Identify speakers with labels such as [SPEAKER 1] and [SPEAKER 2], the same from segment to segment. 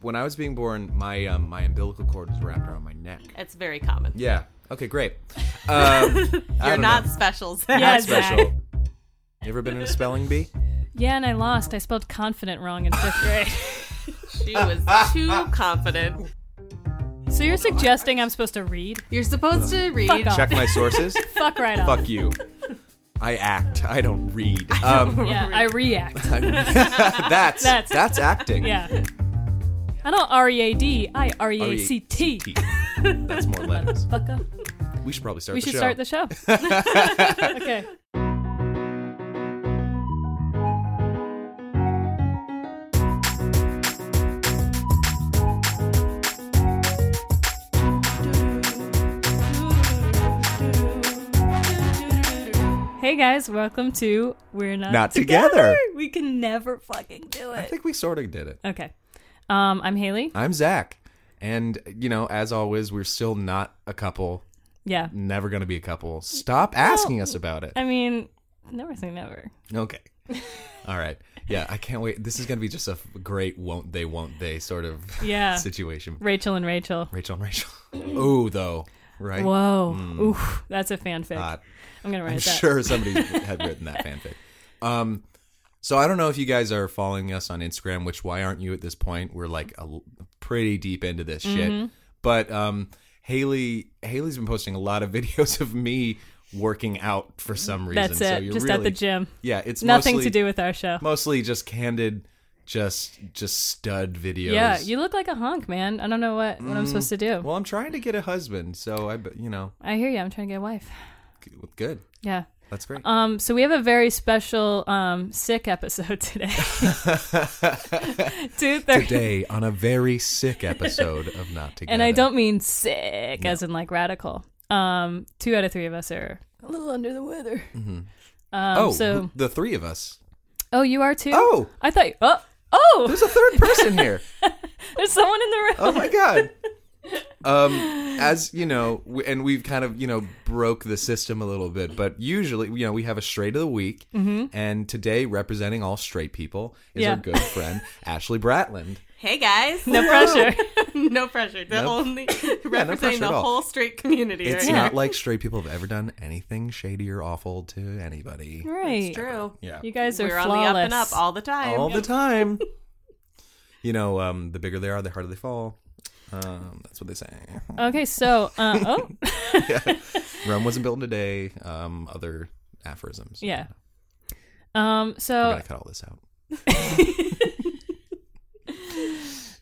[SPEAKER 1] when I was being born, my um, my umbilical cord was wrapped around my neck.
[SPEAKER 2] It's very common.
[SPEAKER 1] Yeah. Okay, great. Um, I
[SPEAKER 2] You're
[SPEAKER 1] don't
[SPEAKER 2] not
[SPEAKER 1] know.
[SPEAKER 2] special. Zach.
[SPEAKER 1] Not
[SPEAKER 3] Yeah, Zach.
[SPEAKER 1] special. You ever been in a spelling bee?
[SPEAKER 3] Yeah, and I lost. I spelled confident wrong in fifth grade.
[SPEAKER 2] She was too confident.
[SPEAKER 3] so you're suggesting I'm supposed to read?
[SPEAKER 2] You're supposed to read.
[SPEAKER 3] off.
[SPEAKER 1] Check my sources.
[SPEAKER 3] Fuck right off.
[SPEAKER 1] Fuck you. I act. I don't read. um,
[SPEAKER 3] Yeah, I react.
[SPEAKER 1] that's, that's
[SPEAKER 3] That's-
[SPEAKER 1] acting.
[SPEAKER 3] Yeah. I don't R E A D. I R E A C T.
[SPEAKER 1] T. That's more letters.
[SPEAKER 3] Fucker.
[SPEAKER 1] We should probably start.
[SPEAKER 3] We
[SPEAKER 1] the
[SPEAKER 3] should
[SPEAKER 1] show.
[SPEAKER 3] start the show. okay. Hey guys, welcome to We're Not,
[SPEAKER 1] Not together.
[SPEAKER 3] We can never fucking do
[SPEAKER 1] I
[SPEAKER 3] it.
[SPEAKER 1] think we sort of did it.
[SPEAKER 3] Okay. Um, I'm Haley.
[SPEAKER 1] I'm Zach, and you know, as always, we're still not a couple.
[SPEAKER 3] Yeah.
[SPEAKER 1] Never going to be a couple. Stop asking us about it.
[SPEAKER 3] I mean, never say never.
[SPEAKER 1] Okay. All right. Yeah, I can't wait. This is going to be just a f- great won't they, won't they sort of
[SPEAKER 3] Yeah.
[SPEAKER 1] situation.
[SPEAKER 3] Rachel and Rachel.
[SPEAKER 1] Rachel and Rachel. Ooh, though. Right?
[SPEAKER 3] Whoa. Oof. That's a fanfic.
[SPEAKER 1] Hot.
[SPEAKER 3] I'm going to
[SPEAKER 1] Hmm. Uh,
[SPEAKER 3] write
[SPEAKER 1] I'm
[SPEAKER 3] that.
[SPEAKER 1] sure somebody had written that fanfic. Um, so I don't know if you guys are following us on Instagram, which why aren't you at this point? We're like a, l- pretty deep into this
[SPEAKER 3] Mm-hmm.
[SPEAKER 1] shit. But um, Haley Haley's been posting a lot of videos of me working out for some reason.
[SPEAKER 3] That's
[SPEAKER 1] So
[SPEAKER 3] it.
[SPEAKER 1] you're
[SPEAKER 3] Just at
[SPEAKER 1] really,
[SPEAKER 3] the gym.
[SPEAKER 1] Yeah, it's
[SPEAKER 3] Nothing
[SPEAKER 1] mostly,
[SPEAKER 3] to do with our show.
[SPEAKER 1] Mostly just candid, just just stud videos.
[SPEAKER 3] Yeah, you look like a honk, man. I don't know what, what I'm supposed to do.
[SPEAKER 1] Mm, Well, I'm trying to get a husband, so I, but, you know,
[SPEAKER 3] I hear you. I'm trying to get a wife.
[SPEAKER 1] g- good.
[SPEAKER 3] Yeah.
[SPEAKER 1] That's great.
[SPEAKER 3] Um, so we have a very special um, sick episode today. Two thirty.
[SPEAKER 1] Today on a very sick episode of Not Together,
[SPEAKER 3] And I don't mean sick as in like radical. Um, two out of three of us are a little under the weather. Um,
[SPEAKER 1] oh,
[SPEAKER 3] so
[SPEAKER 1] the three of us.
[SPEAKER 3] oh, you are too.
[SPEAKER 1] Oh!
[SPEAKER 3] I thought. Oh, oh,
[SPEAKER 1] There's a third person here.
[SPEAKER 3] there's someone in the room.
[SPEAKER 1] Oh my god. Um, as you know, we, and we've kind of you know broke the system a little bit, but usually you know we have a straight of the week, and today representing all straight people is
[SPEAKER 3] Mm-hmm. Yeah.
[SPEAKER 1] our good friend Ashley Bratland.
[SPEAKER 2] Hey guys.
[SPEAKER 3] No pressure.
[SPEAKER 2] no pressure. The
[SPEAKER 1] No-
[SPEAKER 2] only
[SPEAKER 1] pressure
[SPEAKER 2] representing
[SPEAKER 1] at
[SPEAKER 2] the
[SPEAKER 1] all.
[SPEAKER 2] whole straight community.
[SPEAKER 1] It's
[SPEAKER 2] right
[SPEAKER 1] not like straight people have ever done anything shady or awful to anybody.
[SPEAKER 3] Right.
[SPEAKER 2] here. true.
[SPEAKER 1] Yeah.
[SPEAKER 3] Mm, You guys are
[SPEAKER 2] We're on
[SPEAKER 3] flawless.
[SPEAKER 2] the up and up all the time.
[SPEAKER 1] all the time. you know, um, the bigger they are, the harder they fall. Um, that's what they say.
[SPEAKER 3] Okay, so uh, oh
[SPEAKER 1] Rome wasn't built in a day. Um, other aphorisms.
[SPEAKER 3] yeah. Um,
[SPEAKER 1] We're
[SPEAKER 3] so
[SPEAKER 1] gonna cut all this out.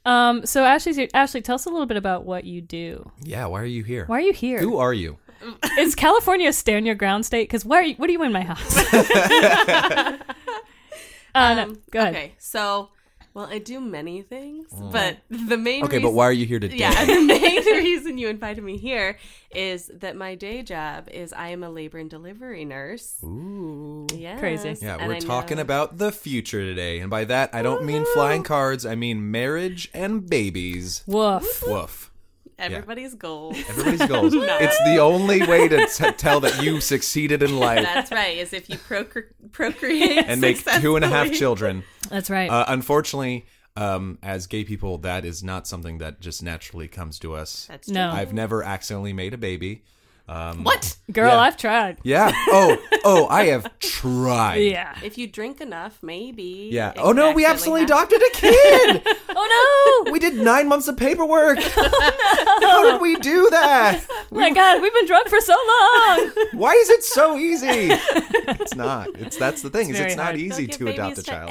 [SPEAKER 3] um, so Ashley's here. Ashley, tell us a little bit about what you do.
[SPEAKER 1] Yeah. Why are you here?
[SPEAKER 3] Why are you here?
[SPEAKER 1] Who are you?
[SPEAKER 3] Is California a stand your ground state? Because why? Are you, what do you in my house? uh, no, go ahead.
[SPEAKER 2] Okay, so well, I do many things, but the main
[SPEAKER 1] Mm. Okay, but
[SPEAKER 2] reason-
[SPEAKER 1] why are you here today?
[SPEAKER 2] Yeah, the main reason you invited me here is that my day job is I am a labor and delivery nurse.
[SPEAKER 1] Ooh.
[SPEAKER 2] Yes,
[SPEAKER 3] Crazy.
[SPEAKER 1] Yeah,
[SPEAKER 2] and
[SPEAKER 1] we're
[SPEAKER 2] I
[SPEAKER 1] talking
[SPEAKER 2] know-
[SPEAKER 1] about the future today, and by that I don't mean flying cards. I mean marriage and babies.
[SPEAKER 3] Woof.
[SPEAKER 1] Woof.
[SPEAKER 2] everybody's goals.
[SPEAKER 1] Everybody's goals. It's the only way to t- tell that you succeeded in life
[SPEAKER 2] That's right. Is if you procre- procreate
[SPEAKER 1] and make two and a half
[SPEAKER 2] successfully.
[SPEAKER 1] children.
[SPEAKER 3] That's right.
[SPEAKER 1] Uh, unfortunately, um, as gay people, that is not something that just naturally comes to us.
[SPEAKER 2] That's
[SPEAKER 3] no,
[SPEAKER 1] I've never accidentally made a baby.
[SPEAKER 2] true. What?
[SPEAKER 3] girl,
[SPEAKER 1] yeah.
[SPEAKER 3] I've tried.
[SPEAKER 1] Yeah. Oh, oh, I have tried.
[SPEAKER 3] Yeah.
[SPEAKER 2] If you drink enough, maybe.
[SPEAKER 1] Yeah.
[SPEAKER 2] it
[SPEAKER 1] Oh no,
[SPEAKER 2] could
[SPEAKER 1] we
[SPEAKER 2] accidentally
[SPEAKER 1] absolutely adopted
[SPEAKER 2] happen.
[SPEAKER 1] a kid.
[SPEAKER 3] Oh no!
[SPEAKER 1] we did nine months of paperwork. How did we do that?
[SPEAKER 3] Oh my God, we've been drunk for so long.
[SPEAKER 1] Why is it so easy? It's not. It's that's the thing. is
[SPEAKER 3] very
[SPEAKER 1] it's not
[SPEAKER 3] hard.
[SPEAKER 2] Don't
[SPEAKER 1] easy
[SPEAKER 2] give
[SPEAKER 1] to adopt
[SPEAKER 2] babies
[SPEAKER 1] a child.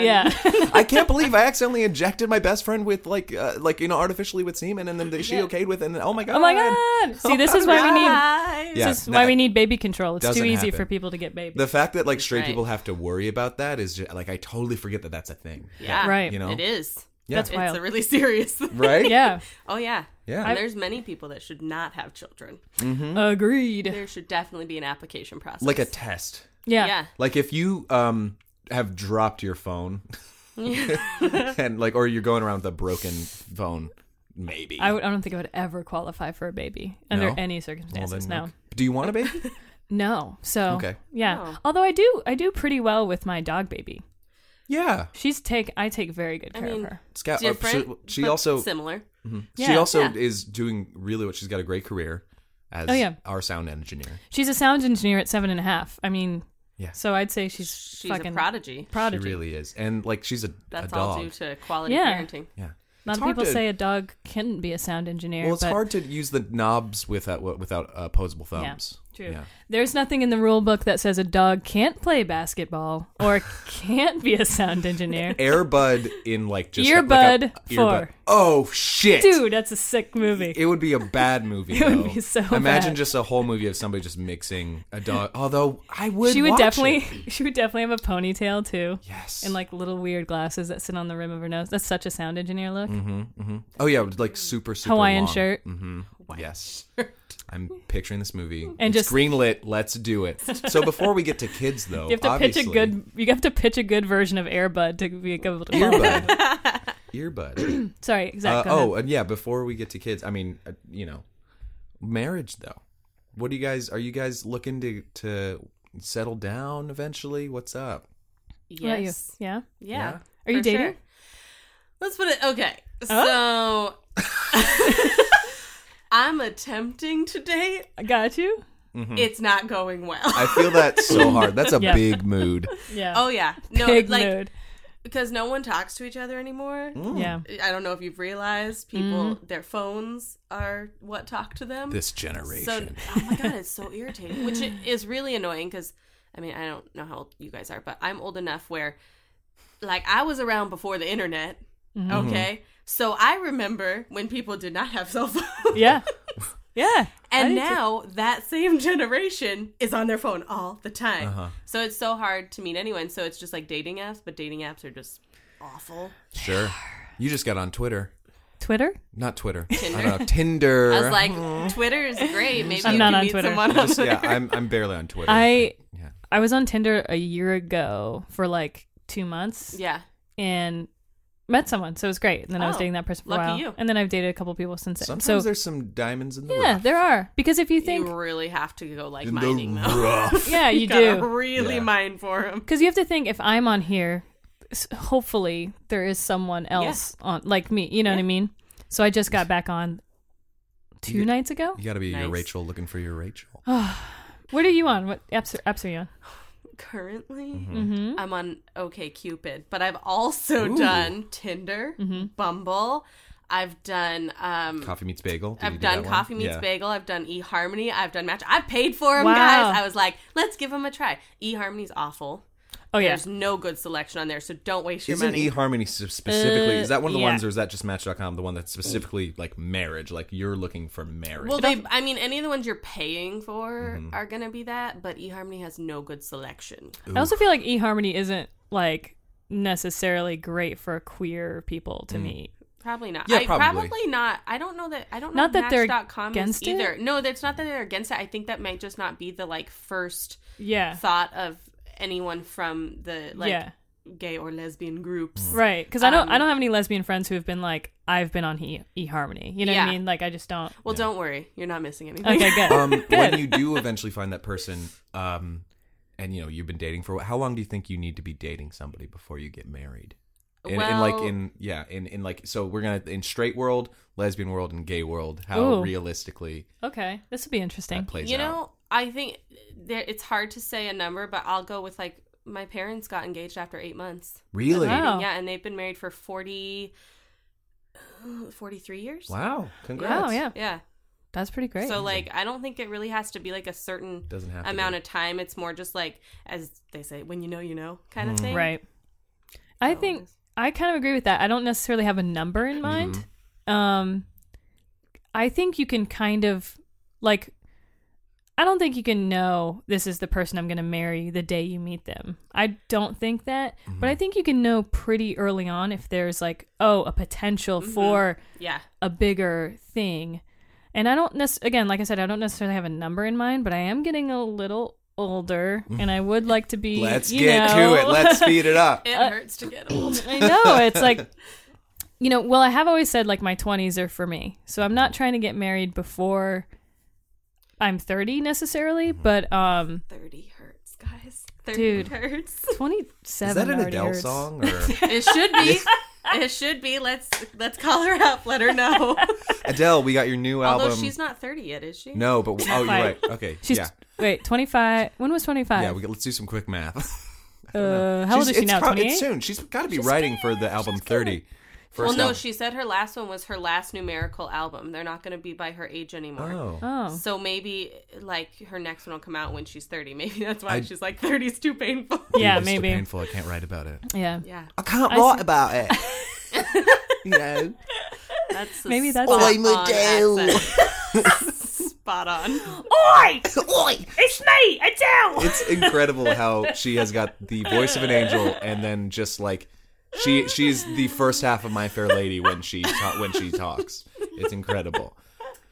[SPEAKER 3] yeah.
[SPEAKER 1] I can't believe I accidentally injected my best friend with like uh, like you know artificially with semen and then she okayed with it and oh my god.
[SPEAKER 3] Oh my God. See, this is why we need.
[SPEAKER 2] Bye.
[SPEAKER 1] Yeah,
[SPEAKER 3] This is
[SPEAKER 1] no,
[SPEAKER 3] why we need baby control. It's too
[SPEAKER 1] doesn't
[SPEAKER 3] easy
[SPEAKER 1] happen.
[SPEAKER 3] for people to get babies.
[SPEAKER 1] The fact that like straight
[SPEAKER 2] right.
[SPEAKER 1] people have to worry about that is just, like I totally forget that that's a thing.
[SPEAKER 2] Yeah.
[SPEAKER 3] Right.
[SPEAKER 1] You know.
[SPEAKER 2] It is.
[SPEAKER 1] Yeah.
[SPEAKER 3] That's
[SPEAKER 2] It's
[SPEAKER 3] wild.
[SPEAKER 2] a really serious thing.
[SPEAKER 1] Right?
[SPEAKER 3] yeah.
[SPEAKER 2] Oh yeah.
[SPEAKER 1] Yeah.
[SPEAKER 2] And there's many people that should not have children.
[SPEAKER 1] Hmm?
[SPEAKER 3] Agreed.
[SPEAKER 2] There should definitely be an application process.
[SPEAKER 1] Like a test.
[SPEAKER 3] Yeah.
[SPEAKER 2] yeah.
[SPEAKER 1] Like if you um have dropped your phone and like or you're going around with a broken phone maybe.
[SPEAKER 3] I, would, I don't think I would ever qualify for a baby under
[SPEAKER 1] No?
[SPEAKER 3] any
[SPEAKER 1] Well,
[SPEAKER 3] circumstances.
[SPEAKER 1] then,
[SPEAKER 3] no.
[SPEAKER 1] okay. Do you want a baby?
[SPEAKER 3] No. So
[SPEAKER 1] Okay.
[SPEAKER 3] yeah.
[SPEAKER 2] No.
[SPEAKER 3] Although I do I do pretty well with my dog baby.
[SPEAKER 1] Yeah.
[SPEAKER 3] She's take I take very good care
[SPEAKER 2] mean,
[SPEAKER 3] of her.
[SPEAKER 1] Scout, uh,
[SPEAKER 2] Different.
[SPEAKER 1] she, she
[SPEAKER 2] but
[SPEAKER 1] also
[SPEAKER 2] similar.
[SPEAKER 1] she
[SPEAKER 3] Yeah.
[SPEAKER 1] also
[SPEAKER 2] Yeah.
[SPEAKER 1] is doing really what she's got a great career as
[SPEAKER 3] Oh, yeah.
[SPEAKER 1] our sound engineer.
[SPEAKER 3] She's a sound engineer at seven and a half. I mean,
[SPEAKER 1] Yeah.
[SPEAKER 3] So I'd say she's,
[SPEAKER 2] She's
[SPEAKER 3] fucking
[SPEAKER 2] a prodigy.
[SPEAKER 3] prodigy.
[SPEAKER 1] She really is, and like she's a, a
[SPEAKER 2] That's all
[SPEAKER 1] dog.
[SPEAKER 2] due to quality
[SPEAKER 3] Yeah.
[SPEAKER 2] parenting.
[SPEAKER 1] yeah.
[SPEAKER 3] a lot
[SPEAKER 1] It's
[SPEAKER 3] of
[SPEAKER 1] hard
[SPEAKER 3] people
[SPEAKER 1] to-
[SPEAKER 3] say a dog couldn't be a sound engineer.
[SPEAKER 1] Well, it's
[SPEAKER 3] but
[SPEAKER 1] hard to use the knobs without without opposable thumbs.
[SPEAKER 3] True.
[SPEAKER 1] Yeah.
[SPEAKER 3] There's nothing in the rule book that says a dog can't play basketball or can't be a sound engineer.
[SPEAKER 1] Airbud in like just
[SPEAKER 3] Earbud
[SPEAKER 1] like a-
[SPEAKER 3] four.
[SPEAKER 1] Oh shit,
[SPEAKER 3] Dude, that's a sick movie.
[SPEAKER 1] It would be a bad movie.
[SPEAKER 3] It would
[SPEAKER 1] though.
[SPEAKER 3] be so
[SPEAKER 1] Imagine
[SPEAKER 3] bad.
[SPEAKER 1] just a whole movie of somebody just mixing a dog. Although I would,
[SPEAKER 3] she would
[SPEAKER 1] watch
[SPEAKER 3] definitely
[SPEAKER 1] it.
[SPEAKER 3] she would definitely have a ponytail too.
[SPEAKER 1] Yes.
[SPEAKER 3] And like little weird glasses that sit on the rim of her nose. That's such a sound engineer look.
[SPEAKER 1] Oh yeah, like super super
[SPEAKER 3] Hawaiian
[SPEAKER 1] long. Mm-hmm.
[SPEAKER 3] shirt.
[SPEAKER 1] Yes. I'm picturing this movie.
[SPEAKER 3] And
[SPEAKER 1] And
[SPEAKER 3] just-
[SPEAKER 1] just greenlit. Let's do it. So before we get to kids, though,
[SPEAKER 3] You have to
[SPEAKER 1] obviously,
[SPEAKER 3] pitch a good you have to pitch a good version of Airbud to be able to
[SPEAKER 1] earbud. earbud.
[SPEAKER 3] Sorry,
[SPEAKER 1] Uh,
[SPEAKER 3] exactly.
[SPEAKER 1] oh, and yeah. Before we get to kids, I mean, uh, you know, marriage though. What do you guys? Are you guys looking to to settle down eventually? What's up?
[SPEAKER 2] Yes.
[SPEAKER 3] Yeah.
[SPEAKER 2] Yeah.
[SPEAKER 1] Yeah.
[SPEAKER 3] Are you
[SPEAKER 2] for
[SPEAKER 3] dating?
[SPEAKER 2] sure. Let's put it okay. So I'm attempting to date.
[SPEAKER 3] I got you.
[SPEAKER 2] It's not going well.
[SPEAKER 1] I feel that so hard. That's a
[SPEAKER 3] Yeah.
[SPEAKER 1] big mood.
[SPEAKER 3] Yeah.
[SPEAKER 2] oh yeah. No,
[SPEAKER 3] Big
[SPEAKER 2] like
[SPEAKER 3] mood.
[SPEAKER 2] because no one talks to each other anymore.
[SPEAKER 1] Mm.
[SPEAKER 3] Yeah.
[SPEAKER 2] I don't know if you've realized people
[SPEAKER 3] Mm-hmm.
[SPEAKER 2] their phones are what talk to them.
[SPEAKER 1] This
[SPEAKER 2] so
[SPEAKER 1] generation.
[SPEAKER 2] oh my god, it's so irritating, which i- is really annoying because I mean I don't know how old you guys are, but I'm old enough where like I was around before the internet.
[SPEAKER 3] Mm-hmm.
[SPEAKER 1] Mm-hmm.
[SPEAKER 2] Okay, so I remember when people did not have cell phones.
[SPEAKER 3] Yeah. Yeah.
[SPEAKER 2] And
[SPEAKER 3] I did too.
[SPEAKER 2] now that same generation is on their phone all the time.
[SPEAKER 1] Uh-huh.
[SPEAKER 2] So it's so hard to meet anyone. So it's just like dating apps, but dating apps are just awful.
[SPEAKER 1] sure. You just got on Twitter.
[SPEAKER 3] Twitter?
[SPEAKER 1] Not Twitter. I don't know. Tinder.
[SPEAKER 2] I was like, Twitter is great. Maybe
[SPEAKER 3] Mm-hmm. I'm
[SPEAKER 2] you
[SPEAKER 3] not
[SPEAKER 2] can
[SPEAKER 3] on
[SPEAKER 2] meet
[SPEAKER 3] Twitter.
[SPEAKER 2] someone on Twitter.
[SPEAKER 1] yeah, I'm I'm barely on Twitter.
[SPEAKER 3] I
[SPEAKER 1] yeah.
[SPEAKER 3] I was on Tinder a year ago for like two months
[SPEAKER 2] Yeah.
[SPEAKER 3] and met someone, so it was great. And then I was
[SPEAKER 2] Oh,
[SPEAKER 3] dating that person for a
[SPEAKER 2] lucky
[SPEAKER 3] while,
[SPEAKER 2] you.
[SPEAKER 3] and then I've dated a couple people since then.
[SPEAKER 1] Sometimes
[SPEAKER 3] So
[SPEAKER 1] there's some diamonds in the
[SPEAKER 3] yeah,
[SPEAKER 1] rough.
[SPEAKER 3] there are because if you think
[SPEAKER 2] You really have to go like
[SPEAKER 1] In
[SPEAKER 2] mining
[SPEAKER 1] the
[SPEAKER 2] though.
[SPEAKER 1] rough.
[SPEAKER 3] yeah, you,
[SPEAKER 2] gotta
[SPEAKER 3] do
[SPEAKER 2] really
[SPEAKER 1] Yeah.
[SPEAKER 2] mine for him.
[SPEAKER 3] because you have to think if I'm on here, s- hopefully there is someone else on like me. You know what I mean? So I just got back on two
[SPEAKER 1] You-
[SPEAKER 3] nights ago.
[SPEAKER 1] You got to be your
[SPEAKER 2] Nice. Oh.
[SPEAKER 1] Rachel looking for your Rachel.
[SPEAKER 3] What are you on? What apps are, apps are you on? Mm-hmm.
[SPEAKER 2] Currently,
[SPEAKER 1] Mm-hmm.
[SPEAKER 2] I'm on OK Cupid, but I've also
[SPEAKER 1] Ooh.
[SPEAKER 2] done Tinder,
[SPEAKER 3] Mm-hmm.
[SPEAKER 2] Bumble. I've done um,
[SPEAKER 1] Coffee meets bagel. Did you
[SPEAKER 2] I've
[SPEAKER 1] do that
[SPEAKER 2] done
[SPEAKER 1] one?
[SPEAKER 2] Coffee Meets
[SPEAKER 1] Yeah.
[SPEAKER 2] Bagel. I've done eHarmony. I've done Match. I've paid for them,
[SPEAKER 3] Wow.
[SPEAKER 2] guys. I was like, let's give them a try. eHarmony's awful.
[SPEAKER 3] Oh yeah,
[SPEAKER 2] There's no good selection on there, so don't waste your
[SPEAKER 1] Isn't
[SPEAKER 2] money.
[SPEAKER 1] eHarmony s- specifically?
[SPEAKER 3] Uh,
[SPEAKER 1] is that one of the
[SPEAKER 3] yeah.
[SPEAKER 1] ones, or is that just Match.com? The one that's specifically like marriage, like you're looking for marriage.
[SPEAKER 2] well, they, I mean, any of the ones you're paying for
[SPEAKER 1] Mm-hmm.
[SPEAKER 2] are going to be that, but eHarmony has no good selection.
[SPEAKER 3] I also feel like eHarmony isn't like necessarily great for queer people
[SPEAKER 2] Hmm.
[SPEAKER 3] to meet.
[SPEAKER 2] Probably not.
[SPEAKER 1] Yeah,
[SPEAKER 2] I,
[SPEAKER 1] probably.
[SPEAKER 2] not. I don't know that. I don't know.
[SPEAKER 3] Not that they're
[SPEAKER 2] Match.com is
[SPEAKER 3] against it?
[SPEAKER 2] either. No, that's not that they're against it. I think that might just not be the like first
[SPEAKER 3] Yeah.
[SPEAKER 2] thought of anyone from the like um,
[SPEAKER 3] yeah.
[SPEAKER 2] gay or lesbian groups.
[SPEAKER 1] Mm.
[SPEAKER 3] Right, because I don't, I don't have any lesbian friends who have been like, I've been on e eHarmony. You know what I
[SPEAKER 2] Yeah.
[SPEAKER 3] mean? Like, I just don't.
[SPEAKER 2] Well, don't worry, you're not missing anything.
[SPEAKER 3] Okay, good.
[SPEAKER 1] um, when you do eventually find that person, um, and you know you've been dating for a wh- how long do you think you need to be dating somebody before you get married? In, in like
[SPEAKER 2] Well-
[SPEAKER 1] in yeah in in like so we're gonna in straight world, lesbian world, and gay world. How
[SPEAKER 3] Ooh.
[SPEAKER 1] realistically
[SPEAKER 3] okay, this would be interesting.
[SPEAKER 1] that plays
[SPEAKER 2] you
[SPEAKER 1] out.
[SPEAKER 2] know, I think there, it's hard to say a number, but I'll go with like my parents got engaged after eight months.
[SPEAKER 1] Really?
[SPEAKER 3] Wow.
[SPEAKER 1] Wow.
[SPEAKER 2] Yeah, and they've been married for 40, 43 years.
[SPEAKER 1] Congrats.
[SPEAKER 3] Wow, Oh, yeah,
[SPEAKER 2] Yeah.
[SPEAKER 3] that's pretty great.
[SPEAKER 2] So like, I don't think it really has to be like a certain
[SPEAKER 1] Doesn't have to
[SPEAKER 2] amount
[SPEAKER 1] be.
[SPEAKER 2] of time. It's more just like, as they say, when you know, you know, kind of thing.
[SPEAKER 3] right, I
[SPEAKER 2] So-
[SPEAKER 3] think I kind of agree with that. I don't necessarily have a number in mind. Um, I think you can kind of like, I don't think you can know this is the person I'm going to marry the day you meet them. I don't think that, but I think you can know pretty early on if there's like, oh, a potential for
[SPEAKER 2] Yeah.
[SPEAKER 3] a bigger thing. And I don't nec- again, like I said, I don't necessarily have a number in mind, but I am getting a little older, and I would like to be.
[SPEAKER 1] Mm. Let's
[SPEAKER 3] you
[SPEAKER 1] get
[SPEAKER 3] know-
[SPEAKER 1] to it. Let's speed it up.
[SPEAKER 2] It hurts to get old.
[SPEAKER 3] I know it's like, you know. Well, I have always said like my twenties are for me, so I'm not trying to get married
[SPEAKER 1] Mm-hmm.
[SPEAKER 3] before I'm thirty necessarily, but um,
[SPEAKER 2] Thirty hurts, guys.
[SPEAKER 3] Dude.
[SPEAKER 2] hertz.
[SPEAKER 3] 27
[SPEAKER 1] Is that an
[SPEAKER 3] already
[SPEAKER 1] Adele
[SPEAKER 3] hurts.
[SPEAKER 1] song? Or
[SPEAKER 2] It should be. it should be. Let's let's call her up. Let her know.
[SPEAKER 1] Adele, we got your new album.
[SPEAKER 2] Although she's not thirty yet, is she?
[SPEAKER 1] no, but oh, you're right. Okay,
[SPEAKER 3] She's
[SPEAKER 1] yeah,
[SPEAKER 3] wait, 25. When was 25?
[SPEAKER 1] yeah. We, let's do some quick math.
[SPEAKER 3] uh, how old
[SPEAKER 1] She's-
[SPEAKER 3] is she
[SPEAKER 1] it's
[SPEAKER 3] now?
[SPEAKER 1] prob-
[SPEAKER 3] 28.
[SPEAKER 1] It's soon. She's got to be writing for the album Thirty. First
[SPEAKER 2] Well, no.
[SPEAKER 1] album.
[SPEAKER 2] She said her last one was her last numerical album. They're not going to be by her age anymore.
[SPEAKER 1] Oh.
[SPEAKER 3] Oh,
[SPEAKER 2] So maybe like her next one will come out when she's thirty. Maybe that's why
[SPEAKER 1] I-
[SPEAKER 2] she's like thirty is too painful.
[SPEAKER 3] yeah,
[SPEAKER 1] It's too
[SPEAKER 3] maybe.
[SPEAKER 1] painful. I can't write about it.
[SPEAKER 3] Yeah,
[SPEAKER 2] Yeah,
[SPEAKER 1] I can't
[SPEAKER 3] I write see-
[SPEAKER 1] about it. you know.
[SPEAKER 2] that's a
[SPEAKER 3] Maybe that's-
[SPEAKER 2] spot
[SPEAKER 1] Oi,
[SPEAKER 2] on
[SPEAKER 1] Adele.
[SPEAKER 2] accent. spot on.
[SPEAKER 3] Oi!
[SPEAKER 1] Oi!
[SPEAKER 3] It's me, Adele!
[SPEAKER 1] It's incredible how she has got the voice of an angel, and then just like she she's the first half of My Fair Lady when she ta- when she talks. It's incredible.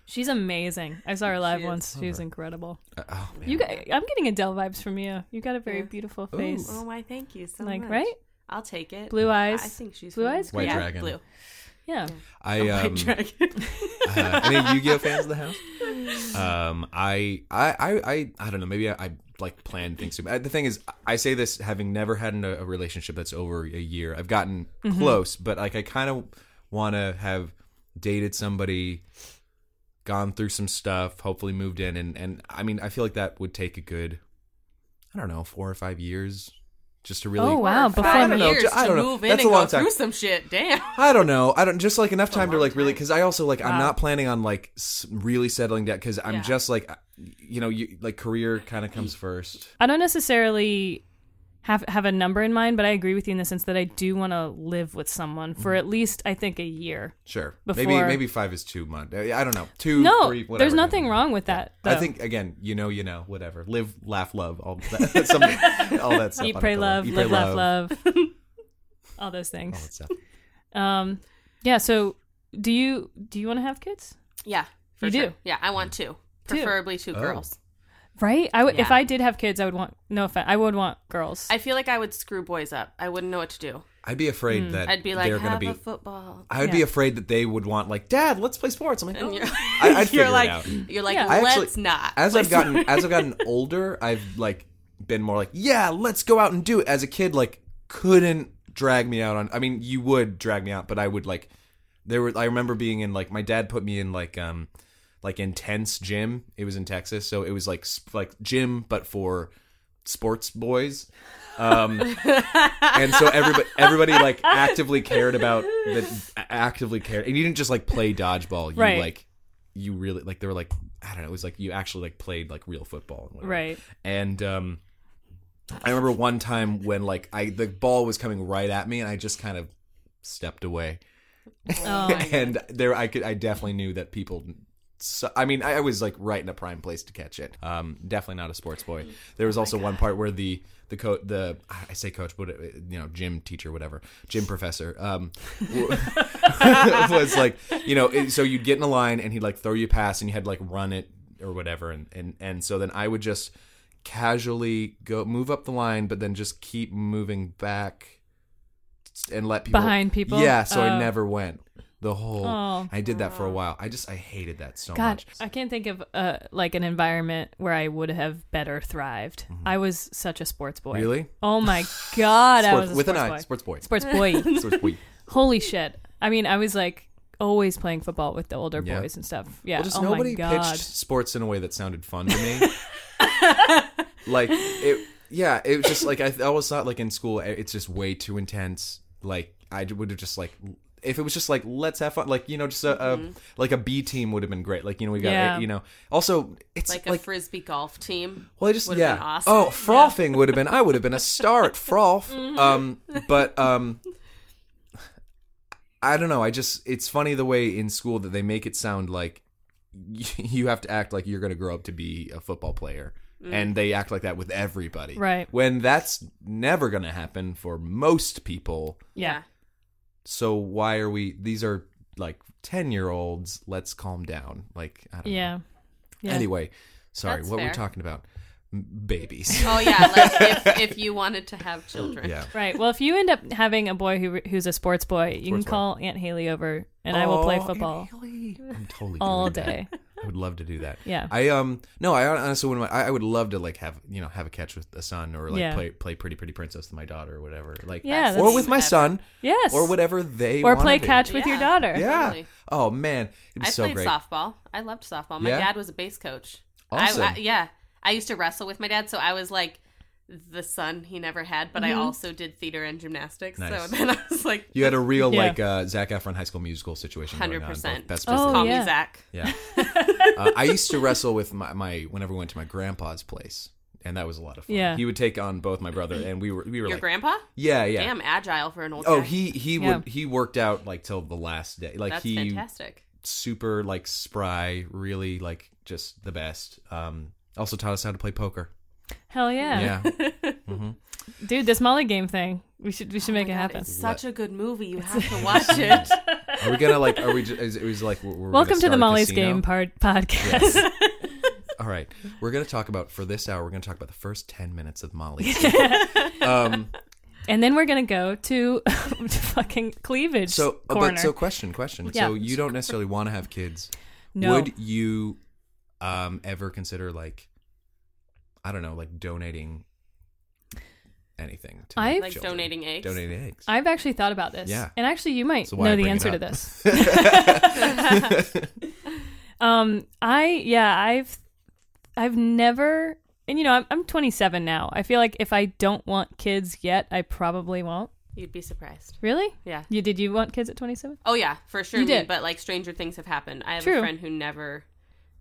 [SPEAKER 3] She's amazing. I saw her live
[SPEAKER 2] She is.
[SPEAKER 3] once. She's incredible.
[SPEAKER 1] Uh, oh man.
[SPEAKER 3] You, got, I'm getting Adele vibes from you. You got a very beautiful face.
[SPEAKER 2] Oh, why? Thank you so
[SPEAKER 3] Like,
[SPEAKER 2] much.
[SPEAKER 3] right?
[SPEAKER 2] I'll take it.
[SPEAKER 3] Blue eyes.
[SPEAKER 2] I think she's
[SPEAKER 3] Blue
[SPEAKER 2] fine.
[SPEAKER 3] eyes?
[SPEAKER 1] White
[SPEAKER 2] yeah,
[SPEAKER 1] dragon.
[SPEAKER 2] Blue.
[SPEAKER 3] Yeah.
[SPEAKER 1] I um,
[SPEAKER 2] dragon.
[SPEAKER 1] uh, any Yu-Gi-Oh fans in the house? Um, I, I, I, I, I don't know. Maybe I, I like plan things too. much. The thing is, I say this having never had an, a relationship that's over a year. I've gotten close, but like I kind of want to have dated somebody, gone through some stuff, hopefully moved in, and and I mean, I feel like that would take a good, I don't know, four or five years, just to really.
[SPEAKER 3] Oh, wow. Before
[SPEAKER 1] I
[SPEAKER 2] Five
[SPEAKER 1] don't know,
[SPEAKER 2] years
[SPEAKER 1] ju- I
[SPEAKER 2] to
[SPEAKER 1] don't know.
[SPEAKER 2] move in
[SPEAKER 1] That's
[SPEAKER 2] and
[SPEAKER 1] a long
[SPEAKER 2] go
[SPEAKER 1] time.
[SPEAKER 2] through some shit. Damn.
[SPEAKER 1] I don't know. I don't just like enough time to
[SPEAKER 2] long
[SPEAKER 1] like really
[SPEAKER 2] time.
[SPEAKER 1] because I also like I'm
[SPEAKER 3] Wow.
[SPEAKER 1] not planning on like s- really settling down because I'm
[SPEAKER 2] Yeah.
[SPEAKER 1] just like uh, you know you like career kind of comes first.
[SPEAKER 3] I don't necessarily have have a number in mind, but I agree with you in the sense that I do want to live with someone for
[SPEAKER 1] Mm-hmm.
[SPEAKER 3] at least I think a year.
[SPEAKER 1] Sure, maybe
[SPEAKER 3] Before-
[SPEAKER 1] maybe five is too much. I I don't know. Two,
[SPEAKER 3] No,
[SPEAKER 1] three, whatever.
[SPEAKER 3] there's nothing wrong with that. Though.
[SPEAKER 1] I think again, you know, you know, whatever. Live, laugh, love. All that, some, all that stuff.
[SPEAKER 3] eat,
[SPEAKER 1] on
[SPEAKER 3] pray,
[SPEAKER 1] the-
[SPEAKER 3] love,
[SPEAKER 1] eat,
[SPEAKER 3] live,
[SPEAKER 1] pray,
[SPEAKER 3] laugh, love, all those
[SPEAKER 1] All
[SPEAKER 3] things.
[SPEAKER 1] that stuff.
[SPEAKER 3] Um, yeah. So, do you do you want to have kids?
[SPEAKER 2] Yeah. For
[SPEAKER 3] You
[SPEAKER 2] sure.
[SPEAKER 3] do?
[SPEAKER 2] Yeah, I want two. Preferably two
[SPEAKER 1] Oh.
[SPEAKER 2] girls.
[SPEAKER 3] Right? I would if
[SPEAKER 2] Yeah.
[SPEAKER 3] I did have kids, I would want no offense. I would want girls.
[SPEAKER 2] I feel like I would screw boys up. I wouldn't know what to do.
[SPEAKER 1] I'd be afraid that
[SPEAKER 2] I'd be like,
[SPEAKER 1] they're gonna
[SPEAKER 2] have
[SPEAKER 1] be.
[SPEAKER 2] a football.
[SPEAKER 1] I would be
[SPEAKER 3] Hmm. Yeah.
[SPEAKER 1] afraid that they would want like, Dad, let's play sports. I'm like,
[SPEAKER 2] And
[SPEAKER 1] "Oh."
[SPEAKER 2] you're,
[SPEAKER 1] I- I'd figure
[SPEAKER 2] you're
[SPEAKER 1] it
[SPEAKER 2] like,
[SPEAKER 1] out.
[SPEAKER 2] you're like,
[SPEAKER 3] Yeah.
[SPEAKER 1] I actually-
[SPEAKER 2] let's not.
[SPEAKER 1] as
[SPEAKER 2] Let's
[SPEAKER 1] I've gotten
[SPEAKER 2] not.
[SPEAKER 1] as I've gotten older, I've like been more like, yeah, let's go out and do it. As a kid, like couldn't drag me out on. I mean, you would drag me out, but I would like there were. I remember being in like my dad put me in like um like intense gym. It was in Texas, so it was like sp- like gym but for sports boys. Um, and so everybody, everybody like actively cared about the actively cared, and you didn't just like play dodgeball. You
[SPEAKER 3] Right.
[SPEAKER 1] like you really like they were like I don't know. It was like you actually like played like real football. And whatever.
[SPEAKER 3] right.
[SPEAKER 1] And um, I remember one time when like I the ball was coming right at me, and I just kind of stepped away.
[SPEAKER 3] Oh,
[SPEAKER 1] and there, I could I definitely knew that people. So, I mean, I, I was like right in a prime place to catch it. Um, definitely not a sports boy. There
[SPEAKER 3] Oh
[SPEAKER 1] was also one part where the the coach, the I say coach, but uh, you know, gym teacher, whatever, gym professor, um, w- was like, you know, it- so you'd get in a line and he'd like throw you a pass and you had to like run it or whatever, and and and so then I would just casually go move up the line, but then just keep moving back and let people
[SPEAKER 3] Behind people?
[SPEAKER 1] Yeah, so I
[SPEAKER 3] Oh.
[SPEAKER 1] never went the whole.
[SPEAKER 3] Oh.
[SPEAKER 1] I did that for a while. I just I hated that so
[SPEAKER 3] God,
[SPEAKER 1] much.
[SPEAKER 3] I can't think of uh, like an environment where I would have better thrived. I was such a sports boy.
[SPEAKER 1] Mm-hmm. Really?
[SPEAKER 3] Oh my god, I was
[SPEAKER 1] Sports,
[SPEAKER 3] a
[SPEAKER 1] with
[SPEAKER 3] sports
[SPEAKER 1] an
[SPEAKER 3] boy.
[SPEAKER 1] eye, sports boy.
[SPEAKER 3] sports boy.
[SPEAKER 1] Sports boy.
[SPEAKER 3] Holy shit! I mean, I was like always playing football with the older
[SPEAKER 1] Yeah.
[SPEAKER 3] boys and stuff. Yeah.
[SPEAKER 1] Well, just
[SPEAKER 3] oh
[SPEAKER 1] nobody
[SPEAKER 3] my god.
[SPEAKER 1] pitched sports in a way that sounded fun to me. like it, yeah. It was just like I always thought, like in school, it- it's just way too intense. Like I would have just like if it was just like let's have fun, like you know, just a, a like a B team would have been great. Like you know, we got
[SPEAKER 3] Mm-hmm.
[SPEAKER 1] eh,
[SPEAKER 3] Yeah.
[SPEAKER 1] you know. Also, it's
[SPEAKER 2] like
[SPEAKER 1] like,
[SPEAKER 2] a frisbee golf team.
[SPEAKER 1] well, I just
[SPEAKER 2] would've
[SPEAKER 1] yeah.
[SPEAKER 2] been awesome.
[SPEAKER 1] Oh, frothing would have been. I would have been a star at froth.
[SPEAKER 2] Mm-hmm.
[SPEAKER 1] Um, but um, I don't know. I just it's funny the way in school that they make it sound like y- you have to act like you're going to grow up to be a football player,
[SPEAKER 2] Mm.
[SPEAKER 1] and they act like that with everybody.
[SPEAKER 3] Right.
[SPEAKER 1] When that's never going to happen for most people.
[SPEAKER 3] Yeah.
[SPEAKER 1] So why are we? These are like ten year olds. Let's calm down. Like I don't know.
[SPEAKER 3] Yeah. Yeah.
[SPEAKER 1] Anyway, sorry.
[SPEAKER 2] That's
[SPEAKER 1] what we're
[SPEAKER 2] fair.
[SPEAKER 1] talking about? M- Babies.
[SPEAKER 2] Oh yeah, like if, if you wanted to have children.
[SPEAKER 1] yeah.
[SPEAKER 3] Right. Well, if you end up having a boy who who's a sports boy,
[SPEAKER 1] Sports
[SPEAKER 3] you can
[SPEAKER 1] boy.
[SPEAKER 3] call Aunt Haley over and I will play
[SPEAKER 1] Oh,
[SPEAKER 3] football
[SPEAKER 1] Aunt Haley. I'm totally
[SPEAKER 3] all
[SPEAKER 1] doing that.
[SPEAKER 3] day.
[SPEAKER 1] I would love to do that.
[SPEAKER 3] Yeah.
[SPEAKER 1] I um no, I hon- honestly wouldn't. mind- I, I would love to like have you know have a catch with a son or like
[SPEAKER 3] Yeah.
[SPEAKER 1] play play Pretty Pretty Princess with my daughter or whatever. Like or
[SPEAKER 3] Yeah, that's-
[SPEAKER 1] with my son
[SPEAKER 3] yes.
[SPEAKER 1] or whatever they
[SPEAKER 3] Or
[SPEAKER 1] wanna
[SPEAKER 3] play
[SPEAKER 1] do.
[SPEAKER 3] catch with your
[SPEAKER 2] Yeah.
[SPEAKER 3] daughter.
[SPEAKER 1] Yeah.
[SPEAKER 2] Totally.
[SPEAKER 1] Oh man, it'd be
[SPEAKER 2] I
[SPEAKER 1] so
[SPEAKER 2] played
[SPEAKER 1] great.
[SPEAKER 2] softball. I loved softball. My
[SPEAKER 1] Yeah?
[SPEAKER 2] dad was a base coach.
[SPEAKER 1] Awesome.
[SPEAKER 2] I, I, yeah, I used to wrestle with my dad, so I was like the son he never had. But I
[SPEAKER 3] Mm-hmm.
[SPEAKER 2] also did theater and gymnastics.
[SPEAKER 1] Nice.
[SPEAKER 2] So then I was like,
[SPEAKER 1] You had a real
[SPEAKER 3] Yeah.
[SPEAKER 1] like uh, Zac Efron High School Musical situation.
[SPEAKER 2] hundred
[SPEAKER 1] going on.
[SPEAKER 2] percent.
[SPEAKER 1] Both- That's
[SPEAKER 2] Just
[SPEAKER 1] just
[SPEAKER 3] Oh,
[SPEAKER 2] call
[SPEAKER 3] yeah.
[SPEAKER 2] me Zach.
[SPEAKER 1] yeah. uh, I used to wrestle with my, my whenever we went to my grandpa's place, and that was a lot of fun.
[SPEAKER 3] Yeah.
[SPEAKER 1] He would take on both my brother, and we were we were
[SPEAKER 2] Your
[SPEAKER 1] like,
[SPEAKER 2] grandpa?
[SPEAKER 1] yeah, yeah.
[SPEAKER 2] Damn, agile for an old.
[SPEAKER 1] Oh,
[SPEAKER 2] guy.
[SPEAKER 1] he he
[SPEAKER 3] Yeah.
[SPEAKER 1] would he worked out like till the last day. Like
[SPEAKER 2] That's
[SPEAKER 1] he
[SPEAKER 2] fantastic.
[SPEAKER 1] super like spry, really like just the best. Um, also taught us how to play poker.
[SPEAKER 3] Hell yeah.
[SPEAKER 1] Yeah,
[SPEAKER 3] Dude, this Molly game thing. We should we should make it
[SPEAKER 2] Oh God,
[SPEAKER 3] happen.
[SPEAKER 2] it's such a good movie. You have to watch it.
[SPEAKER 1] are we gonna like? Are we? Just, is, is like we're, we're
[SPEAKER 3] Welcome
[SPEAKER 1] gonna start
[SPEAKER 3] to the
[SPEAKER 1] a
[SPEAKER 3] Molly's
[SPEAKER 1] casino?
[SPEAKER 3] game part podcast.
[SPEAKER 1] All right, we're gonna talk about for this hour. We're gonna talk about the first ten minutes of Molly's. um,
[SPEAKER 3] and then we're going to go to fucking cleavage
[SPEAKER 1] so, uh,
[SPEAKER 3] corner.
[SPEAKER 1] but so question, question.
[SPEAKER 3] Yeah.
[SPEAKER 1] So you don't necessarily want to have kids.
[SPEAKER 3] no.
[SPEAKER 1] Would you um ever consider like I don't know, like donating anything to
[SPEAKER 3] I-
[SPEAKER 2] Like
[SPEAKER 1] children?
[SPEAKER 2] donating eggs?
[SPEAKER 1] Donating eggs.
[SPEAKER 3] I've actually thought about this.
[SPEAKER 1] Yeah.
[SPEAKER 3] And actually you might
[SPEAKER 1] So why
[SPEAKER 3] know
[SPEAKER 1] I
[SPEAKER 3] the
[SPEAKER 1] bring it
[SPEAKER 3] answer to
[SPEAKER 1] up.
[SPEAKER 3] this. Um, I yeah, I've I've never, and you know, I'm I'm 27 now. I feel like if I don't want kids yet, I probably won't.
[SPEAKER 2] You'd be surprised.
[SPEAKER 3] Really?
[SPEAKER 2] Yeah.
[SPEAKER 3] You did you want kids at 27?
[SPEAKER 2] Oh yeah, for sure.
[SPEAKER 3] You
[SPEAKER 2] me,
[SPEAKER 3] did.
[SPEAKER 2] but like stranger things have happened. I have
[SPEAKER 3] True.
[SPEAKER 2] a friend who never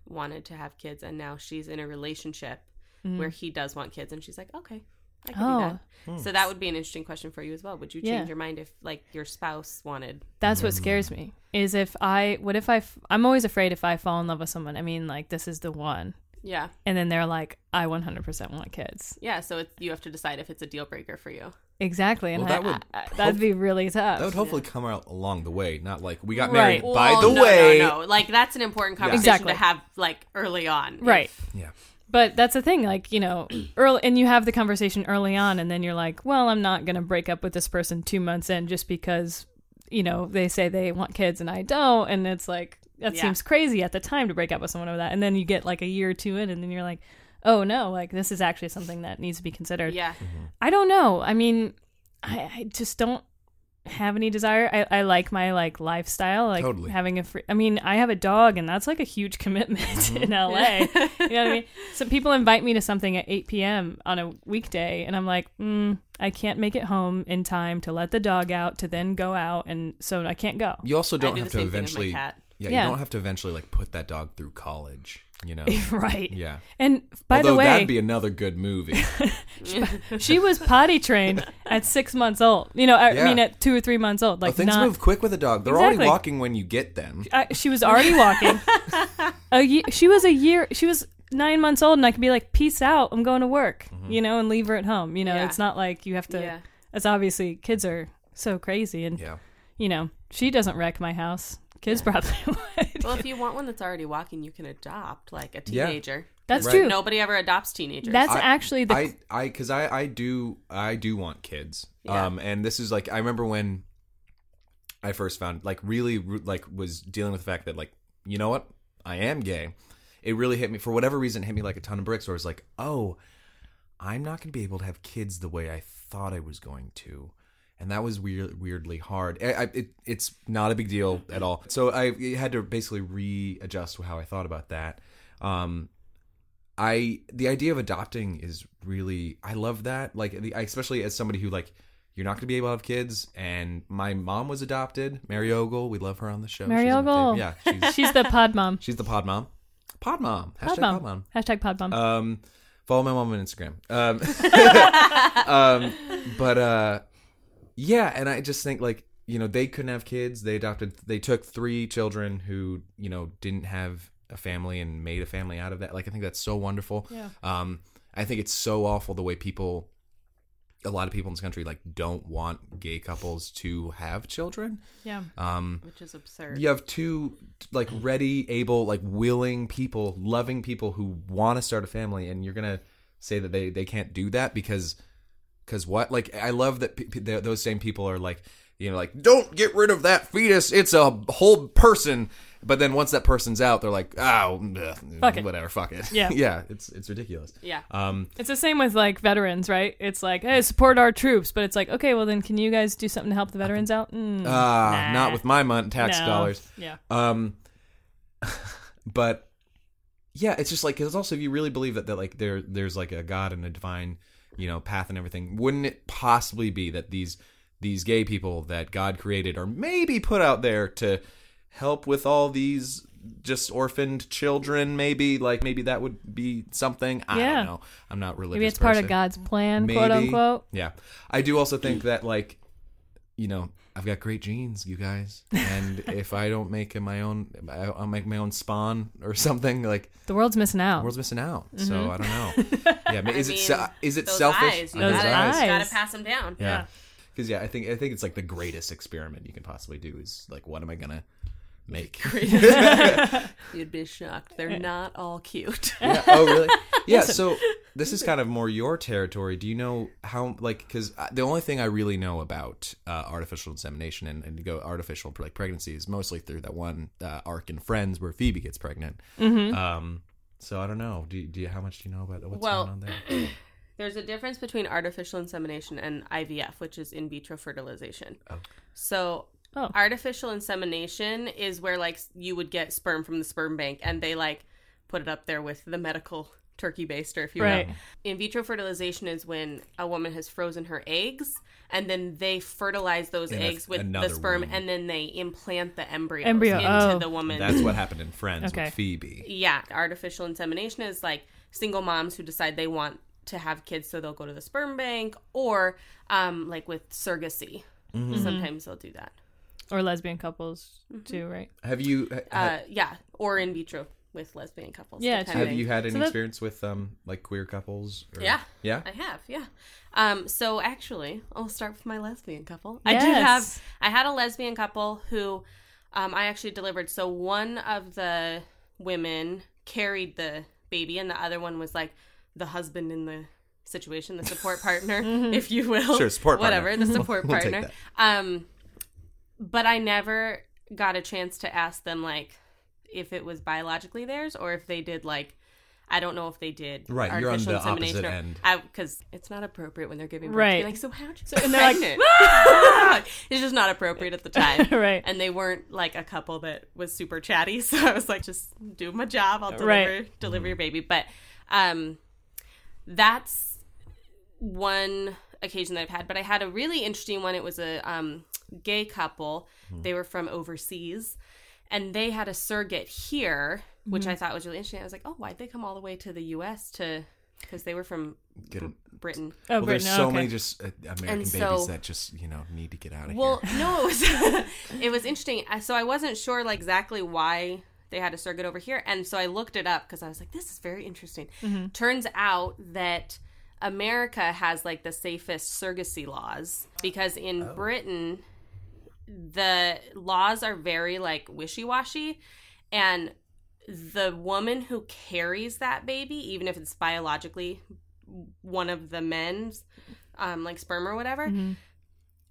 [SPEAKER 2] wanted to have kids, and now she's in a relationship where he does want kids, and she's like, okay, I can
[SPEAKER 3] Mm-hmm.
[SPEAKER 2] do
[SPEAKER 3] Oh.
[SPEAKER 2] that. So
[SPEAKER 1] Hmm.
[SPEAKER 2] that would be an interesting question for you as well. Would you change
[SPEAKER 3] Yeah.
[SPEAKER 2] your mind if like your spouse wanted?
[SPEAKER 3] That's what
[SPEAKER 1] Mm.
[SPEAKER 3] scares me. Is if I what if I f- I'm always afraid if I fall in love with someone. I mean, like this is the one,
[SPEAKER 2] Yeah,
[SPEAKER 3] and then they're like, I 100% want kids.
[SPEAKER 2] yeah. So it's, you have to decide if it's a deal breaker for you.
[SPEAKER 3] Exactly, and
[SPEAKER 1] Well,
[SPEAKER 3] I-
[SPEAKER 1] that would
[SPEAKER 3] I- I- that'd be really tough.
[SPEAKER 1] That would hopefully come out along the way, not like we got married
[SPEAKER 3] Right.
[SPEAKER 1] by
[SPEAKER 2] Well,
[SPEAKER 1] the
[SPEAKER 2] no,
[SPEAKER 1] way.
[SPEAKER 2] no, no. Like that's an important conversation
[SPEAKER 3] Exactly.
[SPEAKER 2] to have like early on.
[SPEAKER 3] right.
[SPEAKER 1] Yeah.
[SPEAKER 3] But that's the thing, like, you know, early, and you have the conversation early on, and then you're like, well, I'm not going to break up with this person two months in just because, you know, they say they want kids and I don't. And it's like, that
[SPEAKER 2] Yeah.
[SPEAKER 3] seems crazy at the time to break up with someone over that. And then you get like a year or two in, and then you're like, oh no, like, this is actually something that needs to be considered.
[SPEAKER 2] Yeah.
[SPEAKER 3] I don't know. I mean, I, I just don't have any desire. I, I like my like lifestyle, like
[SPEAKER 1] Totally.
[SPEAKER 3] having a free. I mean, I have a dog, and that's like a huge commitment
[SPEAKER 1] Mm-hmm.
[SPEAKER 3] in LA. you know what I mean? Some people invite me to something at 8 p.m. on a weekday, and I'm like, mm, I can't make it home in time to let the dog out to then go out, and so I can't go.
[SPEAKER 1] You also don't
[SPEAKER 2] do
[SPEAKER 1] have
[SPEAKER 2] the
[SPEAKER 1] to
[SPEAKER 2] same thing with my
[SPEAKER 1] eventually
[SPEAKER 2] cat.
[SPEAKER 1] Yeah,
[SPEAKER 3] Yeah.
[SPEAKER 1] you don't have to eventually like put that dog through college, you know.
[SPEAKER 3] right.
[SPEAKER 1] Yeah.
[SPEAKER 3] And by
[SPEAKER 1] Although
[SPEAKER 3] the way,
[SPEAKER 1] that'd be another good movie.
[SPEAKER 3] she was potty trained at six months old. You know, I, I
[SPEAKER 1] Yeah. Oh,
[SPEAKER 3] mean, at two or three months old.
[SPEAKER 1] Well,
[SPEAKER 3] Like
[SPEAKER 1] things
[SPEAKER 3] not
[SPEAKER 1] move quick with a dog. They're
[SPEAKER 3] Exactly.
[SPEAKER 1] already walking when you get them.
[SPEAKER 3] I, she was already walking. a ye- she was a year. She was nine months old, and I could be like, "Peace out, I'm going to work,"
[SPEAKER 1] Mm-hmm.
[SPEAKER 3] you know, and leave her at home. You know,
[SPEAKER 2] Yeah.
[SPEAKER 3] it's not like you have to.
[SPEAKER 2] Yeah.
[SPEAKER 3] It's obviously kids are so crazy, and
[SPEAKER 1] Yeah.
[SPEAKER 3] you know, she doesn't wreck my house. Kids probably would.
[SPEAKER 2] Well, if you want one that's already walking, you can adopt like a
[SPEAKER 1] Yeah.
[SPEAKER 2] teenager.
[SPEAKER 3] That's
[SPEAKER 1] Right.
[SPEAKER 3] true.
[SPEAKER 2] Nobody ever adopts teenagers.
[SPEAKER 3] That's
[SPEAKER 1] I-
[SPEAKER 3] actually the.
[SPEAKER 1] I I because I I do I do want kids.
[SPEAKER 2] Yeah.
[SPEAKER 1] Um, and this is like I remember when I first found like really re- like was dealing with the fact that like you know what I am gay. It really hit me for whatever reason it hit me like a ton of bricks. Where I was like, oh, I'm not going to be able to have kids the way I thought I was going to. And that was weird, weirdly hard. I, I, it, it's not a big deal at all. So I had to basically readjust how I thought about that. Um, I the idea of adopting is really I love that. Like the, I- especially as somebody who like you're not going to be able to have kids. And my mom was adopted, Mary Ogle. We love her on the show.
[SPEAKER 3] Mary
[SPEAKER 1] She's on the
[SPEAKER 3] Ogle.
[SPEAKER 1] table. yeah, she's
[SPEAKER 3] she's the pod mom.
[SPEAKER 1] she's the pod mom. Pod mom. Hashtag
[SPEAKER 3] Pod mom.
[SPEAKER 1] pod mom.
[SPEAKER 3] Hashtag pod mom.
[SPEAKER 1] Um, follow my mom on Instagram. Um, um, but uh, yeah, and I just think like you know they couldn't have kids. They adopted. They took three children who you know didn't have a family and made a family out of that. Like I think that's so wonderful.
[SPEAKER 3] Yeah.
[SPEAKER 1] Um, I think it's so awful the way people. A lot of people in this country like don't want gay couples to have children.
[SPEAKER 3] yeah.
[SPEAKER 1] Um,
[SPEAKER 2] which is absurd.
[SPEAKER 1] you have two like ready able like willing people loving people who want to start a family and you're gonna say that they they can't do that because because what like i love that p- p- th- those same people are like you know like don't get rid of that fetus it's a whole person But then once that person's out, they're like, oh, ugh,
[SPEAKER 3] Fuck it.
[SPEAKER 1] whatever, fuck it.
[SPEAKER 3] Yeah.
[SPEAKER 1] yeah, it's it's ridiculous.
[SPEAKER 2] Yeah.
[SPEAKER 1] Um,
[SPEAKER 3] It's the same with like veterans, right? It's like, hey, support our troops, but it's like, okay, well then, can you guys do something to help the veterans out? Mm,
[SPEAKER 1] uh, not with my mon- tax dollars.
[SPEAKER 3] Yeah,
[SPEAKER 1] Um, but yeah, it's just like because also if you really believe that that like there there's like a God and a divine you know path and everything, wouldn't it possibly be that these these gay people that God created are maybe put out there to help with all these just orphaned children? Maybe like maybe that would be something. I
[SPEAKER 3] Yeah.
[SPEAKER 1] don't know. I'm not religious.
[SPEAKER 3] maybe it's part
[SPEAKER 1] person.
[SPEAKER 3] of God's plan,
[SPEAKER 1] Maybe.
[SPEAKER 3] quote unquote.
[SPEAKER 1] Yeah. I do also think that like you know, I've got great genes, you guys. And if I don't make my own I- I'll make my own spawn or something like
[SPEAKER 3] The world's missing out.
[SPEAKER 1] the world's missing out. So I don't know. Yeah, ma- is
[SPEAKER 2] Mm-hmm. I
[SPEAKER 1] it
[SPEAKER 2] mean,
[SPEAKER 1] se- is it
[SPEAKER 2] Those
[SPEAKER 1] selfish?
[SPEAKER 2] eyes, you
[SPEAKER 1] Those
[SPEAKER 2] gotta,
[SPEAKER 3] eyes.
[SPEAKER 2] you gotta pass them down.
[SPEAKER 1] Yeah. Cuz yeah, I think I think it's like the greatest experiment you can possibly do is like what am I going to make?
[SPEAKER 2] You'd be shocked. They're not all cute.
[SPEAKER 1] yeah. Oh, really? Yeah. So this is kind of more your territory. Do you know how, like, because the only thing I really know about uh, artificial insemination and, and to go artificial like pregnancy is mostly through that one uh, arc in Friends where Phoebe gets pregnant.
[SPEAKER 2] Mm-hmm.
[SPEAKER 1] Um. So I don't know. Do, you- do you, how much do you know about what's
[SPEAKER 2] Well,
[SPEAKER 1] going on there?
[SPEAKER 2] There's a difference between artificial insemination and IVF, which is in vitro fertilization. So,
[SPEAKER 3] Oh.
[SPEAKER 2] artificial insemination is where like you would get sperm from the sperm bank, and they like put it up there with the medical turkey baster, if you
[SPEAKER 3] Right.
[SPEAKER 2] will. In vitro fertilization is when a woman has frozen her eggs, and then they fertilize those
[SPEAKER 1] In a-
[SPEAKER 2] eggs with the
[SPEAKER 1] another
[SPEAKER 2] sperm,
[SPEAKER 1] womb.
[SPEAKER 2] and then they implant the embryo
[SPEAKER 3] Embryo,
[SPEAKER 2] into
[SPEAKER 3] oh.
[SPEAKER 2] the woman.
[SPEAKER 1] That's what happened in Friends
[SPEAKER 3] Okay.
[SPEAKER 1] with Phoebe.
[SPEAKER 2] Yeah, artificial insemination is like single moms who decide they want to have kids, so they'll go to the sperm bank, or um, like with surrogacy,
[SPEAKER 1] Mm-hmm.
[SPEAKER 2] sometimes they'll do that.
[SPEAKER 3] Or lesbian couples too, right?
[SPEAKER 1] Have you? ha- ha-
[SPEAKER 2] Uh, yeah, or in vitro with lesbian couples.
[SPEAKER 3] Yeah, true.
[SPEAKER 1] have
[SPEAKER 2] depending.
[SPEAKER 1] you had any
[SPEAKER 3] So that-
[SPEAKER 1] experience with um like queer couples? Or,
[SPEAKER 2] Yeah.
[SPEAKER 1] Yeah.
[SPEAKER 2] I have, yeah. Um, so actually, I'll start with my lesbian couple. I did
[SPEAKER 3] Yes.
[SPEAKER 2] have. I had a lesbian couple who, um, I actually delivered. So one of the women carried the baby, and the other one was like the husband in the situation, the support partner, if you will.
[SPEAKER 1] Mm-hmm. Sure, support partner.
[SPEAKER 2] Whatever, the support
[SPEAKER 1] We'll take
[SPEAKER 2] partner. Um, but I never got a chance to ask them like if it was biologically theirs or if they did like I don't know if they did
[SPEAKER 1] Right, you're on
[SPEAKER 2] artificial
[SPEAKER 1] the opposite
[SPEAKER 2] insemination or-
[SPEAKER 1] end.
[SPEAKER 2] I because it's not appropriate when they're giving birth.
[SPEAKER 3] Right.
[SPEAKER 2] Right. Like so, how'd you?
[SPEAKER 3] So- and they're like, "Ah!"
[SPEAKER 2] pregnant? it's just not appropriate at the time.
[SPEAKER 3] Right.
[SPEAKER 2] And they weren't like a couple that was super chatty, so I was like, just do my job. I'll deliver
[SPEAKER 3] Right.
[SPEAKER 2] deliver your baby. But um, that's one occasion that I've had. But I had a really interesting one. It was a um, gay couple. They were from overseas, and they had a surrogate here, which I thought was really interesting. I was like, oh, why'd they come all the way to the U.S. to? Because they were from
[SPEAKER 1] Get a-
[SPEAKER 2] Britain.
[SPEAKER 3] Oh,
[SPEAKER 1] Well, there's
[SPEAKER 3] Brittany,
[SPEAKER 1] so
[SPEAKER 3] okay.
[SPEAKER 1] many just uh, American
[SPEAKER 2] And
[SPEAKER 1] babies
[SPEAKER 2] so-
[SPEAKER 1] that just you know need to get out of
[SPEAKER 2] Well,
[SPEAKER 1] here.
[SPEAKER 2] no, it was it was interesting. I- So I wasn't sure like exactly why they had a surrogate over here, and so I looked it up because I was like, this is very interesting. Turns out that America has like the safest surrogacy laws because in Britain the laws are very like wishy-washy and the woman who carries that baby even if it's biologically one of the men's um like sperm or whatever
[SPEAKER 3] Mm-hmm.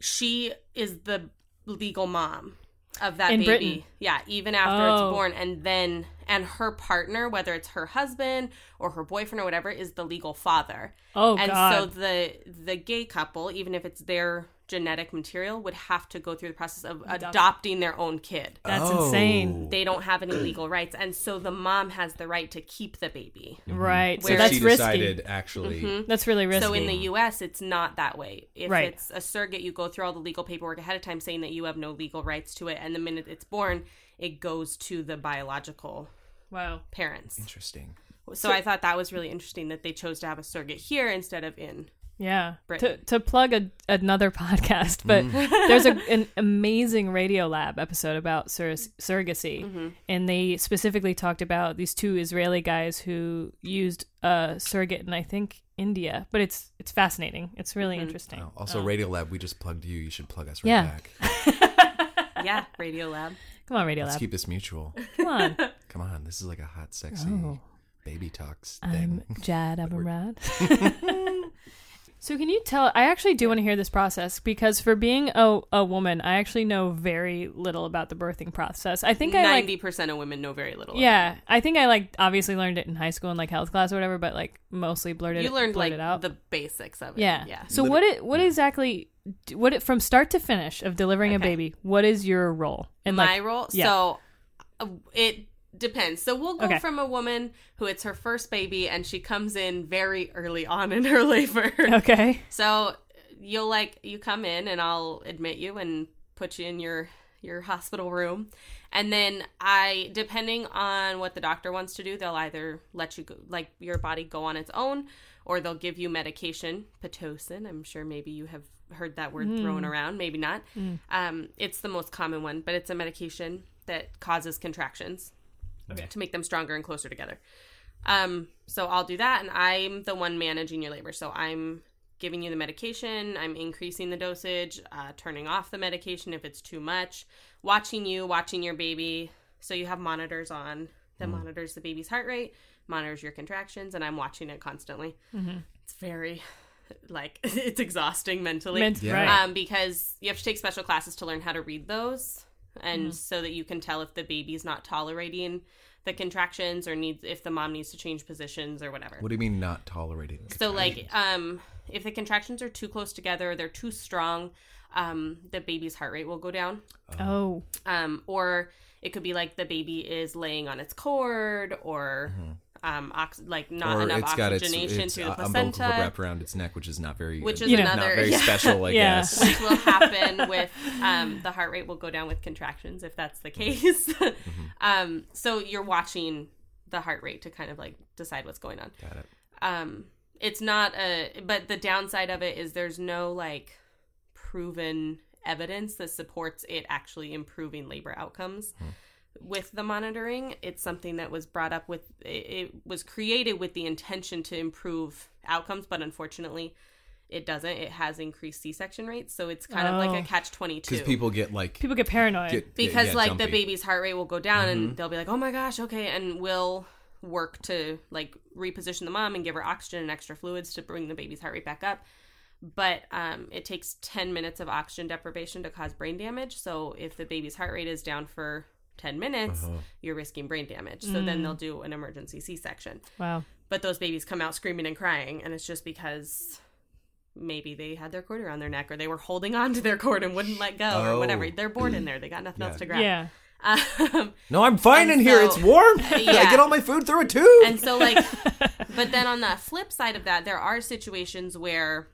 [SPEAKER 2] she is the legal mom of that
[SPEAKER 3] In
[SPEAKER 2] baby
[SPEAKER 3] Britain?
[SPEAKER 2] yeah even after
[SPEAKER 3] Oh.
[SPEAKER 2] it's born and then and her partner whether it's her husband or her boyfriend or whatever is the legal father
[SPEAKER 3] Oh
[SPEAKER 2] and
[SPEAKER 3] God.
[SPEAKER 2] so the the gay couple even if it's their genetic material would have to go through the process of adopting their own kid
[SPEAKER 3] That's
[SPEAKER 1] Oh.
[SPEAKER 3] insane.
[SPEAKER 2] they don't have any legal rights and so the mom has the right to keep the baby
[SPEAKER 3] right. So
[SPEAKER 2] Where-
[SPEAKER 3] that's
[SPEAKER 1] Mm-hmm. she
[SPEAKER 3] risky.
[SPEAKER 1] decided actually
[SPEAKER 2] Mm-hmm.
[SPEAKER 3] That's really risky.
[SPEAKER 2] so in the us it's not that way if
[SPEAKER 3] Right.
[SPEAKER 2] it's a surrogate you go through all the legal paperwork ahead of time saying that you have no legal rights to it and the minute it's born it goes to the biological
[SPEAKER 3] wow.
[SPEAKER 2] parents
[SPEAKER 1] interesting.
[SPEAKER 2] so i thought that was really interesting that they chose to have a surrogate here instead of in
[SPEAKER 3] Yeah. To,
[SPEAKER 2] Britain.
[SPEAKER 3] to plug a, another podcast, but
[SPEAKER 1] Mm-hmm.
[SPEAKER 3] there's a, an amazing Radio Lab episode about sur- surrogacy.
[SPEAKER 2] Mm-hmm.
[SPEAKER 3] And they specifically talked about these two Israeli guys who used uh, surrogate in, I think, India. But it's it's fascinating. It's really
[SPEAKER 2] Mm-hmm.
[SPEAKER 3] interesting.
[SPEAKER 1] Oh, also, Radio Lab, we just plugged you. You should plug us right
[SPEAKER 3] Yeah.
[SPEAKER 1] back.
[SPEAKER 2] yeah radio lab
[SPEAKER 3] Come on, Radio
[SPEAKER 1] Let's
[SPEAKER 3] Lab.
[SPEAKER 1] keep this mutual.
[SPEAKER 3] Come on.
[SPEAKER 1] Come on, this is like a hot, sexy
[SPEAKER 3] Oh.
[SPEAKER 1] baby talks
[SPEAKER 3] I'm
[SPEAKER 1] thing.
[SPEAKER 3] Jad Abumrad. So can you tell? I actually do want to hear this process because for being a, a woman, I actually know very little about the birthing process. I think I like
[SPEAKER 2] Ninety percent of women know very little. about
[SPEAKER 3] yeah, I think I like obviously learned it in high school and like health class or whatever, but like mostly
[SPEAKER 2] it.
[SPEAKER 3] blurted.
[SPEAKER 2] you
[SPEAKER 3] it,
[SPEAKER 2] learned
[SPEAKER 3] blurted
[SPEAKER 2] like
[SPEAKER 3] out.
[SPEAKER 2] the basics of it.
[SPEAKER 3] yeah
[SPEAKER 2] yeah.
[SPEAKER 3] So what it what exactly what it from start to finish of delivering a
[SPEAKER 2] Okay.
[SPEAKER 3] baby? What is your role? And
[SPEAKER 2] my
[SPEAKER 3] like
[SPEAKER 2] role.
[SPEAKER 3] yeah.
[SPEAKER 2] So uh, it depends. So we'll go
[SPEAKER 3] Okay.
[SPEAKER 2] from a woman who it's her first baby and she comes in very early on in her labor.
[SPEAKER 3] okay,
[SPEAKER 2] So you'll like you come in and I'll admit you and put you in your your hospital room. And then I depending on what the doctor wants to do, they'll either let you go, like your body go on its own or they'll give you medication, pitocin. I'm sure maybe you have heard that word thrown around, maybe not. Um, it's the most common one, but it's a medication that causes contractions
[SPEAKER 3] Okay.
[SPEAKER 2] to make them stronger and closer together. Um, so I'll do that, and I'm the one managing your labor. So I'm giving you the medication, I'm increasing the dosage, uh, turning off the medication if it's too much, watching you, watching your baby. So you have monitors on that monitors the baby's heart rate, monitors your contractions, and I'm watching it constantly. It's very, like, it's exhausting mentally
[SPEAKER 3] Meant-
[SPEAKER 1] Yeah.
[SPEAKER 3] right.
[SPEAKER 2] um, because you have to take special classes to learn how to read those and
[SPEAKER 1] Mm-hmm.
[SPEAKER 2] so that you can tell if the baby's not tolerating the contractions or needs if the mom needs to change positions or whatever
[SPEAKER 1] What do you mean not tolerating?
[SPEAKER 2] so like um if the contractions are too close together they're too strong um the baby's heart rate will go down
[SPEAKER 3] oh,
[SPEAKER 2] um, or it could be like the baby is laying on its cord or um, ox- like not
[SPEAKER 1] Mm-hmm. or
[SPEAKER 2] enough
[SPEAKER 1] it's got its,
[SPEAKER 2] oxygenation
[SPEAKER 1] its
[SPEAKER 2] through
[SPEAKER 1] uh,
[SPEAKER 2] the
[SPEAKER 1] umbilical
[SPEAKER 2] placenta
[SPEAKER 1] cord wrapped around its neck, which is not very,
[SPEAKER 2] Which
[SPEAKER 1] uh,
[SPEAKER 2] is
[SPEAKER 3] You know.
[SPEAKER 1] not
[SPEAKER 2] another-
[SPEAKER 1] very
[SPEAKER 2] yeah.
[SPEAKER 1] special, I
[SPEAKER 3] Yeah.
[SPEAKER 1] guess.
[SPEAKER 2] which will happen with um, the heart rate will go down with contractions if that's the case. um, so you're watching the heart rate to kind of like decide what's going on.
[SPEAKER 1] Got it.
[SPEAKER 2] Um, it's not a, but the downside of it is there's no like proven evidence that supports it actually improving labor outcomes.
[SPEAKER 1] Hmm.
[SPEAKER 2] With the monitoring, it's something that was brought up with, it- it was created with the intention to improve outcomes, but unfortunately, it doesn't. It has increased C section rates. So it's kind of like
[SPEAKER 3] Oh.
[SPEAKER 2] a catch 22
[SPEAKER 1] Because people get like
[SPEAKER 3] people get paranoid.
[SPEAKER 1] get-
[SPEAKER 2] because
[SPEAKER 1] yeah,
[SPEAKER 2] like the
[SPEAKER 1] jumpy. Mm-hmm.
[SPEAKER 2] baby's heart rate will go down and they'll be like oh my gosh okay and we'll work to like reposition the mom and give her oxygen and extra fluids to bring the baby's heart rate back up but um, it takes 10 minutes of oxygen deprivation to cause brain damage so if the baby's heart rate is down for 10 minutes
[SPEAKER 1] Uh-huh.
[SPEAKER 2] you're risking brain damage so then they'll do an emergency c-section
[SPEAKER 3] wow.
[SPEAKER 2] but those babies come out screaming and crying and it's just because maybe they had their cord around their neck or they were holding on to their cord and wouldn't let go or
[SPEAKER 1] Oh.
[SPEAKER 2] whatever they're bored in there they got nothing else to grab
[SPEAKER 3] Yeah.
[SPEAKER 2] um,
[SPEAKER 1] No, I'm fine
[SPEAKER 2] And
[SPEAKER 1] in here.
[SPEAKER 2] so-
[SPEAKER 1] It's warm. I
[SPEAKER 2] Yeah.
[SPEAKER 1] get all my food through a tube.
[SPEAKER 2] and so, like, but then on the flip side of that, there are situations where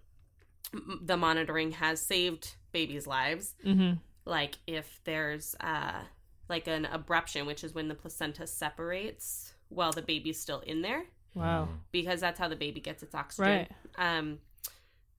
[SPEAKER 2] m- the monitoring has saved babies' lives.
[SPEAKER 3] Mhm.
[SPEAKER 2] Like, if there's uh, like an abruption, which is when the placenta separates while the baby's still in there,
[SPEAKER 3] Wow.
[SPEAKER 1] Oh.
[SPEAKER 2] because that's how the baby gets its oxygen.
[SPEAKER 3] Right.
[SPEAKER 2] Um,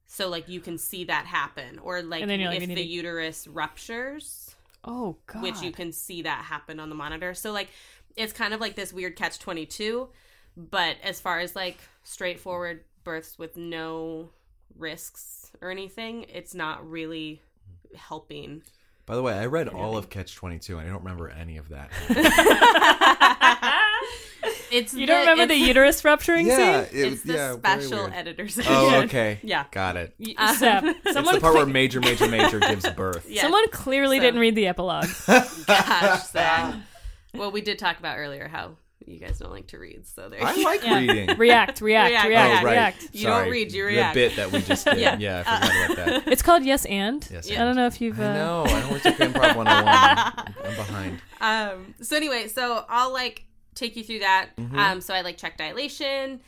[SPEAKER 2] so like you can see that happen, or like,
[SPEAKER 3] And then you're
[SPEAKER 2] if
[SPEAKER 3] like, we need
[SPEAKER 2] the
[SPEAKER 3] to-
[SPEAKER 2] uterus ruptures,
[SPEAKER 3] Oh god.
[SPEAKER 2] which you can see that happen on the monitor. So like it's kind of like this weird catch 22, but as far as like straightforward births with no risks or anything, it's not really helping.
[SPEAKER 1] By the way, I read all of Catch 22 and I don't remember any of that.
[SPEAKER 2] It's
[SPEAKER 3] You don't remember the
[SPEAKER 2] it's-
[SPEAKER 3] uterus rupturing scene?
[SPEAKER 1] it
[SPEAKER 2] it's the
[SPEAKER 1] yeah, very
[SPEAKER 2] special
[SPEAKER 1] weird.
[SPEAKER 2] editor section.
[SPEAKER 1] Oh, okay.
[SPEAKER 2] Yeah.
[SPEAKER 1] Got it.
[SPEAKER 3] Y-
[SPEAKER 2] Uh,
[SPEAKER 3] Sep,
[SPEAKER 2] It's the
[SPEAKER 1] It's
[SPEAKER 3] someone
[SPEAKER 1] the part
[SPEAKER 3] cle-
[SPEAKER 1] where major, major, major gives birth.
[SPEAKER 2] Yes.
[SPEAKER 3] someone clearly
[SPEAKER 2] So-
[SPEAKER 3] didn't read the epilogue.
[SPEAKER 2] Gosh, Zach. Well, we did talk about earlier how you guys don't like to read, so there.
[SPEAKER 1] I like
[SPEAKER 3] Yeah.
[SPEAKER 1] reading.
[SPEAKER 3] react, react, react,
[SPEAKER 2] React,
[SPEAKER 1] oh,
[SPEAKER 3] react.
[SPEAKER 1] right.
[SPEAKER 2] You don't
[SPEAKER 1] Sorry.
[SPEAKER 2] read, you
[SPEAKER 1] The
[SPEAKER 2] react.
[SPEAKER 1] bit that we just did.
[SPEAKER 2] Yeah.
[SPEAKER 1] Yeah, I forgot about that.
[SPEAKER 3] It's called Yes and.
[SPEAKER 1] Yes
[SPEAKER 3] I don't
[SPEAKER 1] And.
[SPEAKER 3] know if you've. Uh,
[SPEAKER 1] I know. I always took improv 101. I'm behind.
[SPEAKER 2] um so anyway so i'll like take you through that
[SPEAKER 1] Mm-hmm.
[SPEAKER 2] um so i like check dilation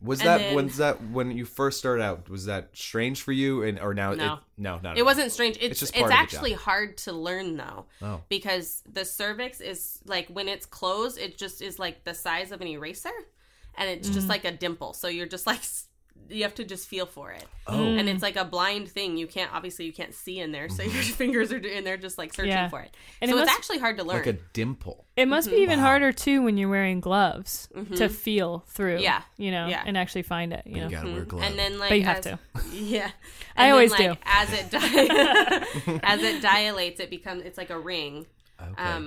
[SPEAKER 1] Was
[SPEAKER 2] And
[SPEAKER 1] that
[SPEAKER 2] then-
[SPEAKER 1] was that when you first started out? Was that strange for you, and or now?
[SPEAKER 2] No.
[SPEAKER 1] it, no, not at
[SPEAKER 2] it
[SPEAKER 1] all.
[SPEAKER 2] wasn't strange it's it's,
[SPEAKER 1] just part of the
[SPEAKER 2] actually hard to learn though
[SPEAKER 1] Oh.
[SPEAKER 2] because the cervix is like when it's closed it just is like the size of an eraser and it's just
[SPEAKER 1] Mm.
[SPEAKER 2] like a dimple so you're just like s- you have to just feel for it
[SPEAKER 1] Oh.
[SPEAKER 2] and it's like a blind thing you can't obviously you can't see in there so
[SPEAKER 1] Mm-hmm.
[SPEAKER 2] your fingers are in there just like searching
[SPEAKER 3] Yeah.
[SPEAKER 2] for it
[SPEAKER 3] And
[SPEAKER 2] so
[SPEAKER 3] it
[SPEAKER 2] it's
[SPEAKER 3] must-
[SPEAKER 2] actually hard to learn
[SPEAKER 1] like a dimple.
[SPEAKER 3] It must
[SPEAKER 2] Mm-hmm.
[SPEAKER 3] be even harder too when you're wearing gloves to feel through.
[SPEAKER 2] Yeah.
[SPEAKER 3] You know,
[SPEAKER 2] Yeah. Mm-hmm.
[SPEAKER 3] and actually find it. You know.
[SPEAKER 1] You gotta wear gloves.
[SPEAKER 2] and then like
[SPEAKER 3] But you have
[SPEAKER 2] as-
[SPEAKER 3] to.
[SPEAKER 2] yeah And
[SPEAKER 3] I always
[SPEAKER 2] like,
[SPEAKER 3] do.
[SPEAKER 2] as it di- as it dilates it becomes it's like a ring
[SPEAKER 1] okay.
[SPEAKER 2] um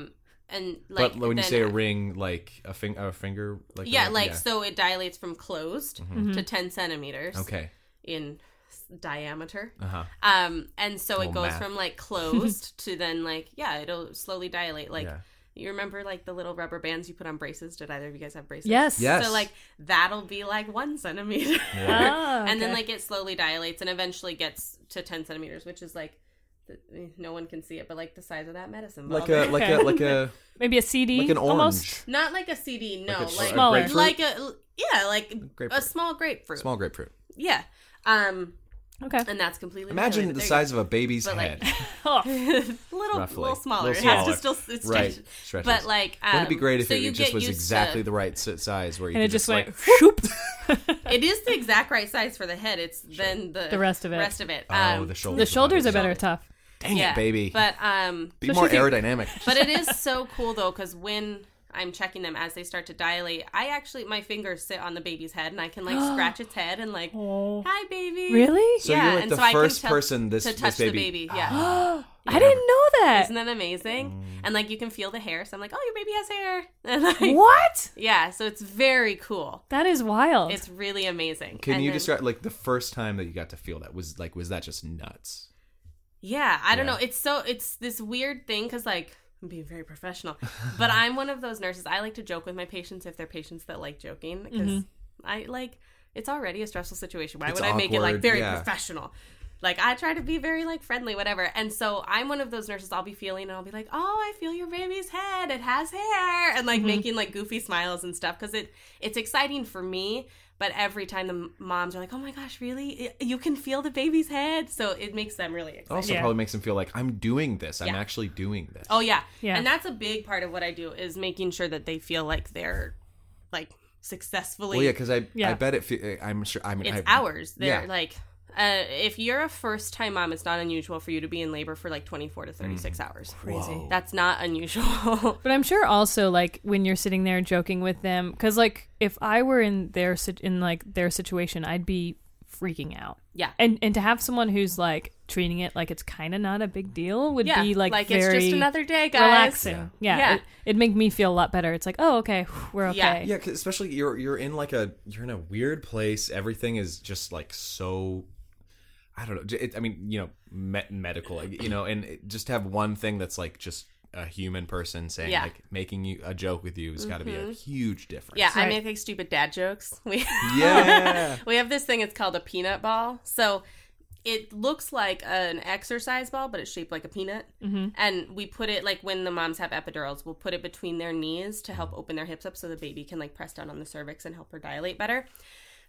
[SPEAKER 2] and like
[SPEAKER 1] but when you
[SPEAKER 2] then-
[SPEAKER 1] say a ring, like a, fing- a finger, like Mm-hmm. a-
[SPEAKER 3] Mm-hmm.
[SPEAKER 2] yeah like so it dilates from closed to 10 centimeters
[SPEAKER 1] okay,
[SPEAKER 2] in diameter.
[SPEAKER 1] Uh-huh.
[SPEAKER 2] Um, and so it
[SPEAKER 1] Little
[SPEAKER 2] goes
[SPEAKER 1] Oh, math.
[SPEAKER 2] from like closed to then like yeah, it'll slowly dilate. Like
[SPEAKER 1] Yeah.
[SPEAKER 2] you remember like the little rubber bands you put on braces? Did either of you guys have braces?
[SPEAKER 3] Yes.
[SPEAKER 1] Yeah. Yes.
[SPEAKER 2] So like that'll be like one centimeter.
[SPEAKER 1] Yeah.
[SPEAKER 3] Ah,
[SPEAKER 2] And then
[SPEAKER 3] okay.
[SPEAKER 2] like it slowly dilates and eventually gets to ten centimeters, which is like the, eh, no one can see it, but like the size of that medicine ball.
[SPEAKER 1] Like a like a like a
[SPEAKER 3] maybe a CD,
[SPEAKER 1] like an orange.
[SPEAKER 3] almost.
[SPEAKER 2] not like a CD,
[SPEAKER 1] Like
[SPEAKER 2] no,
[SPEAKER 1] a,
[SPEAKER 2] like
[SPEAKER 1] a
[SPEAKER 3] Smaller.
[SPEAKER 1] grapefruit?
[SPEAKER 2] like a yeah, like a
[SPEAKER 1] Grapefruit.
[SPEAKER 2] small grapefruit.
[SPEAKER 1] small grapefruit.
[SPEAKER 2] Yeah. Um,
[SPEAKER 3] Okay.
[SPEAKER 2] and that's completely
[SPEAKER 1] Imagine
[SPEAKER 2] dilated.
[SPEAKER 1] the
[SPEAKER 2] There you
[SPEAKER 1] size of a baby's
[SPEAKER 2] But, like,
[SPEAKER 1] head.
[SPEAKER 3] Oh,
[SPEAKER 2] little,
[SPEAKER 1] Roughly.
[SPEAKER 2] little smaller.
[SPEAKER 1] Little
[SPEAKER 2] It has to
[SPEAKER 1] smaller.
[SPEAKER 2] still it's
[SPEAKER 1] right.
[SPEAKER 2] stretched.
[SPEAKER 1] Stretches.
[SPEAKER 2] But like, um,
[SPEAKER 1] wouldn't it be great if
[SPEAKER 2] so
[SPEAKER 1] it
[SPEAKER 2] you
[SPEAKER 1] just
[SPEAKER 2] get
[SPEAKER 1] was
[SPEAKER 2] used
[SPEAKER 1] exactly
[SPEAKER 2] to-
[SPEAKER 1] the right si- size where you
[SPEAKER 3] and it
[SPEAKER 1] could
[SPEAKER 3] just went.
[SPEAKER 1] like,
[SPEAKER 3] whoop.
[SPEAKER 2] it is the exact right size for the head. It's then the
[SPEAKER 3] The rest of it.
[SPEAKER 2] Rest of it.
[SPEAKER 1] Oh,
[SPEAKER 2] Um,
[SPEAKER 1] the shoulders.
[SPEAKER 3] the shoulders
[SPEAKER 1] are
[SPEAKER 3] are better tough.
[SPEAKER 1] Dang
[SPEAKER 2] yeah,
[SPEAKER 1] it, baby.
[SPEAKER 2] But um,
[SPEAKER 1] be
[SPEAKER 3] So
[SPEAKER 1] more
[SPEAKER 3] she can-
[SPEAKER 1] aerodynamic.
[SPEAKER 2] but it is so cool though because when I'm checking them as they start to dilate, I actually my fingers sit on the baby's head and I can like scratch its head and like,
[SPEAKER 3] Oh.
[SPEAKER 2] hi baby.
[SPEAKER 3] Really?
[SPEAKER 1] So
[SPEAKER 2] yeah,
[SPEAKER 1] you're like
[SPEAKER 2] and
[SPEAKER 1] the
[SPEAKER 2] so I can
[SPEAKER 1] first
[SPEAKER 2] tell-
[SPEAKER 1] person this,
[SPEAKER 2] to
[SPEAKER 1] this
[SPEAKER 2] touch the
[SPEAKER 1] baby.
[SPEAKER 2] baby, yeah.
[SPEAKER 3] I didn't know that.
[SPEAKER 2] Isn't that amazing?
[SPEAKER 1] Mm.
[SPEAKER 2] And like you can feel the hair, so I'm like, oh, your baby has hair. And like,
[SPEAKER 3] what?
[SPEAKER 2] Yeah, so it's very cool.
[SPEAKER 3] That is wild.
[SPEAKER 2] It's really amazing.
[SPEAKER 1] Can
[SPEAKER 2] And
[SPEAKER 1] you
[SPEAKER 2] then-
[SPEAKER 1] describe like the first time that you got to feel that was like was that just nuts?
[SPEAKER 2] Yeah, I don't
[SPEAKER 1] Yeah.
[SPEAKER 2] know. It's so it's this weird thing because like I'm being very professional, but I'm one of those nurses. I like to joke with my patients if they're patients that like joking because I like it's already a stressful situation. Why
[SPEAKER 1] It's
[SPEAKER 2] would I make it like
[SPEAKER 1] awkward,
[SPEAKER 2] very
[SPEAKER 1] yeah.
[SPEAKER 2] professional? Like I try to be very like friendly, whatever. And so I'm one of those nurses. I'll be feeling and I'll be like, oh, I feel your baby's head. It has hair, and like making like goofy smiles and stuff because it it's exciting for me. But every time the m- moms are like, oh my gosh, really? Y- You can feel the baby's head, so it makes them really excited.
[SPEAKER 1] It also
[SPEAKER 3] Yeah.
[SPEAKER 1] probably makes them feel like I'm doing this. I'm
[SPEAKER 2] Yeah.
[SPEAKER 1] actually doing this.
[SPEAKER 2] Oh yeah.
[SPEAKER 3] Yeah.
[SPEAKER 2] And that's a big part of what I do is making sure that they feel like they're like successfully
[SPEAKER 1] well, yeah, because I I
[SPEAKER 3] Yeah.
[SPEAKER 1] bet it. Fe- I'm sure. I mean,
[SPEAKER 2] it's
[SPEAKER 1] I,
[SPEAKER 2] hours. They're
[SPEAKER 1] yeah.
[SPEAKER 2] like uh, if you're a first time mom, it's not unusual for you to be in labor for like 24 to 36 hours.
[SPEAKER 1] Mm. Whoa.
[SPEAKER 2] That's not unusual.
[SPEAKER 3] But I'm sure also like when you're sitting there joking with them, because like if I were in their sit- in like their situation, I'd be freaking out.
[SPEAKER 2] yeah.
[SPEAKER 3] And and to have someone who's like treating it like it's kind of not a big deal would
[SPEAKER 2] Yeah.
[SPEAKER 3] be like, very
[SPEAKER 2] it's just another day, guys.
[SPEAKER 3] relaxing. Yeah,
[SPEAKER 2] Yeah.
[SPEAKER 3] It, it'd make me feel a lot better. It's like oh okay, whew, we're okay.
[SPEAKER 2] Yeah.
[SPEAKER 1] Yeah, 'cause especially you're you're in like a you're in a weird place. Everything is just like so. I don't know. j- It, I mean, you know, me- medical, like, you know, and it, just to have one thing that's like just a human person saying
[SPEAKER 2] Yeah.
[SPEAKER 1] like making you a joke with you has got to be a huge difference.
[SPEAKER 2] Yeah, I
[SPEAKER 3] Right.
[SPEAKER 2] make like stupid dad jokes. We
[SPEAKER 1] Yeah.
[SPEAKER 2] we have this thing. It's called a peanut ball. So it looks like an exercise ball, but it's shaped like a peanut. Mm-hmm. And we put it like when the moms have epidurals, we'll put it between their knees to help open their hips up, so the baby can like press down on the cervix and help her dilate better.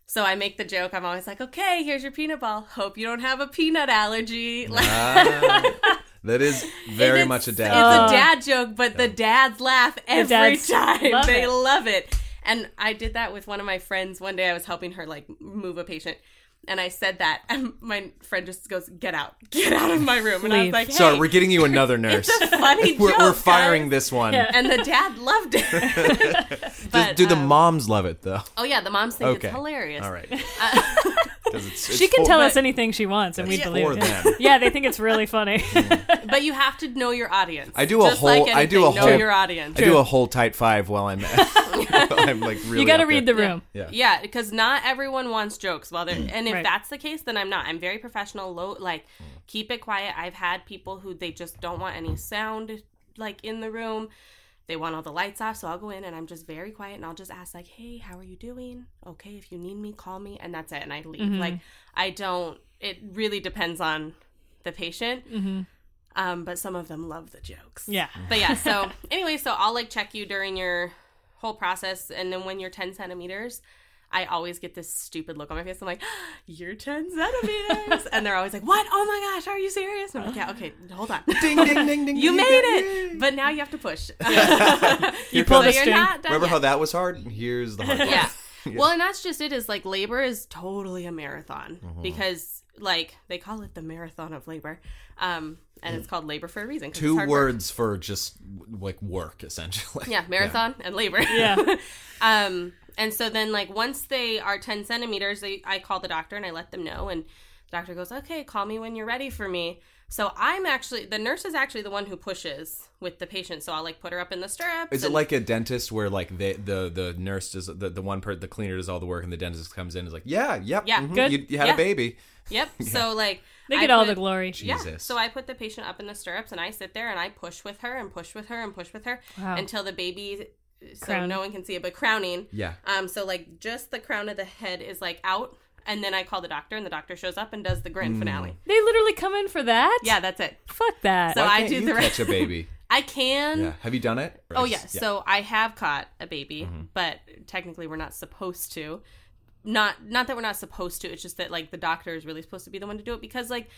[SPEAKER 2] So I make the joke. I'm always like, "Okay, here's your peanut ball. Hope you don't have a peanut allergy." Like,
[SPEAKER 1] Ah, that is very
[SPEAKER 2] it's-
[SPEAKER 1] much a dad.
[SPEAKER 2] It's
[SPEAKER 3] joke.
[SPEAKER 2] a dad joke, but the dads laugh every
[SPEAKER 3] dads
[SPEAKER 2] time.
[SPEAKER 3] love
[SPEAKER 2] they
[SPEAKER 3] it.
[SPEAKER 2] love it. And I did that with one of my friends one day. I was helping her like move a patient, and I said that, and my friend just goes, "Get out, get out of my room." And I was
[SPEAKER 3] Leave.
[SPEAKER 2] like, "Hey,
[SPEAKER 1] Sorry, we're getting you another nurse.
[SPEAKER 2] it's a funny
[SPEAKER 1] we're,
[SPEAKER 2] joke.
[SPEAKER 1] we're firing
[SPEAKER 2] guys."
[SPEAKER 1] this one.
[SPEAKER 3] Yeah.
[SPEAKER 2] And the dad loved it. but,
[SPEAKER 1] Do the
[SPEAKER 2] um,
[SPEAKER 1] moms love it though?
[SPEAKER 2] Oh yeah, the moms think
[SPEAKER 1] Okay.
[SPEAKER 2] it's hilarious.
[SPEAKER 1] All right. Because it's,
[SPEAKER 3] She
[SPEAKER 1] it's
[SPEAKER 3] can
[SPEAKER 1] for-
[SPEAKER 3] tell us anything she wants, and we
[SPEAKER 1] it's
[SPEAKER 3] believe
[SPEAKER 1] for
[SPEAKER 3] it.
[SPEAKER 1] them.
[SPEAKER 3] Yeah, they think it's really funny.
[SPEAKER 2] But you have to know your audience.
[SPEAKER 1] I do a
[SPEAKER 2] Just
[SPEAKER 1] whole-
[SPEAKER 2] Like
[SPEAKER 1] I do a
[SPEAKER 2] anything,
[SPEAKER 1] whole-
[SPEAKER 2] Know your audience.
[SPEAKER 1] I do a whole tight five while I'm, while I'm like really.
[SPEAKER 3] you got to
[SPEAKER 1] up
[SPEAKER 3] read
[SPEAKER 1] there.
[SPEAKER 3] the room.
[SPEAKER 1] Yeah.
[SPEAKER 2] Yeah, because not everyone wants jokes. Well, they're, and if
[SPEAKER 3] Right.
[SPEAKER 2] that's the case, then I'm not. I'm very professional. Low, like keep it quiet. I've had people who they just don't want any sound like in the room. They want all the lights off, so I'll go in and I'm just very quiet and I'll just ask like, "Hey, how are you doing? Okay, if you need me, call me." And that's it. And I leave. Like I don't. It really depends on the patient. Um, but some of them love the jokes.
[SPEAKER 3] Yeah.
[SPEAKER 2] But yeah, Mm-hmm. so anyway, so I'll like check you during your whole process, and then when you're 10 centimeters, I always get this stupid look on my face. I'm like, you're 10 centimeters. and they're always like, what? Oh my gosh, are you serious? And I'm like, yeah, okay, hold on.
[SPEAKER 1] Ding ding ding ding.
[SPEAKER 2] You
[SPEAKER 1] ding,
[SPEAKER 2] made
[SPEAKER 1] ding,
[SPEAKER 2] it,
[SPEAKER 1] ding.
[SPEAKER 2] but now you have to push.
[SPEAKER 1] Here
[SPEAKER 3] pulled
[SPEAKER 1] comes-
[SPEAKER 3] a string.
[SPEAKER 2] done
[SPEAKER 1] Remember
[SPEAKER 2] yet.
[SPEAKER 1] how that was hard? Here's the hard part.
[SPEAKER 2] yeah. Well, and that's just it is like labor is totally a marathon because like they call it the marathon of labor. Um and it's called labor for a reason. 'cause it's
[SPEAKER 1] Two
[SPEAKER 2] hard work.
[SPEAKER 1] words for just like work, essentially.
[SPEAKER 2] Yeah, marathon and labor.
[SPEAKER 3] Yeah.
[SPEAKER 2] um, and so then like once they are ten centimeters, they I call the doctor and I let them know, and the doctor goes, "Okay, call me when you're ready for me." So I'm actually the nurse is actually the one who pushes with the patient. So I'll like put her up in the stirrups.
[SPEAKER 1] Is it
[SPEAKER 2] and-
[SPEAKER 1] like a dentist where like they, the the nurse does the, the one per the cleaner does all the work and the dentist comes in and is like yeah yep
[SPEAKER 2] Yeah.
[SPEAKER 1] mhm,
[SPEAKER 3] Good.
[SPEAKER 1] you, you had
[SPEAKER 2] Yeah.
[SPEAKER 1] a baby
[SPEAKER 2] Yep. So like
[SPEAKER 3] They
[SPEAKER 2] I
[SPEAKER 3] get all
[SPEAKER 2] put-
[SPEAKER 3] the glory.
[SPEAKER 2] Yeah.
[SPEAKER 1] Jesus.
[SPEAKER 2] So I put the patient up in the stirrups and I sit there and I push with her and push with her and push with her
[SPEAKER 3] Wow.
[SPEAKER 2] until the baby so
[SPEAKER 3] Crown.
[SPEAKER 2] no one can see it, but crowning.
[SPEAKER 1] yeah
[SPEAKER 2] Um so like just the crown of the head is like out and then I call the doctor and the doctor shows up and does the
[SPEAKER 1] Mm.
[SPEAKER 2] grand finale.
[SPEAKER 3] They literally come in for that.
[SPEAKER 2] Yeah, that's it.
[SPEAKER 3] Fuck that.
[SPEAKER 2] So
[SPEAKER 1] Why
[SPEAKER 2] I
[SPEAKER 1] can't
[SPEAKER 2] do
[SPEAKER 1] you
[SPEAKER 2] the
[SPEAKER 1] catch a
[SPEAKER 2] rest-
[SPEAKER 1] baby
[SPEAKER 2] I can
[SPEAKER 1] yeah have you done it Or
[SPEAKER 2] Oh
[SPEAKER 1] is-
[SPEAKER 2] yeah. So I have caught a baby,
[SPEAKER 1] Mm-hmm.
[SPEAKER 2] but technically we're not supposed to. Not not that we're not supposed to. It's just that like the doctor is really supposed to be the one to do it because like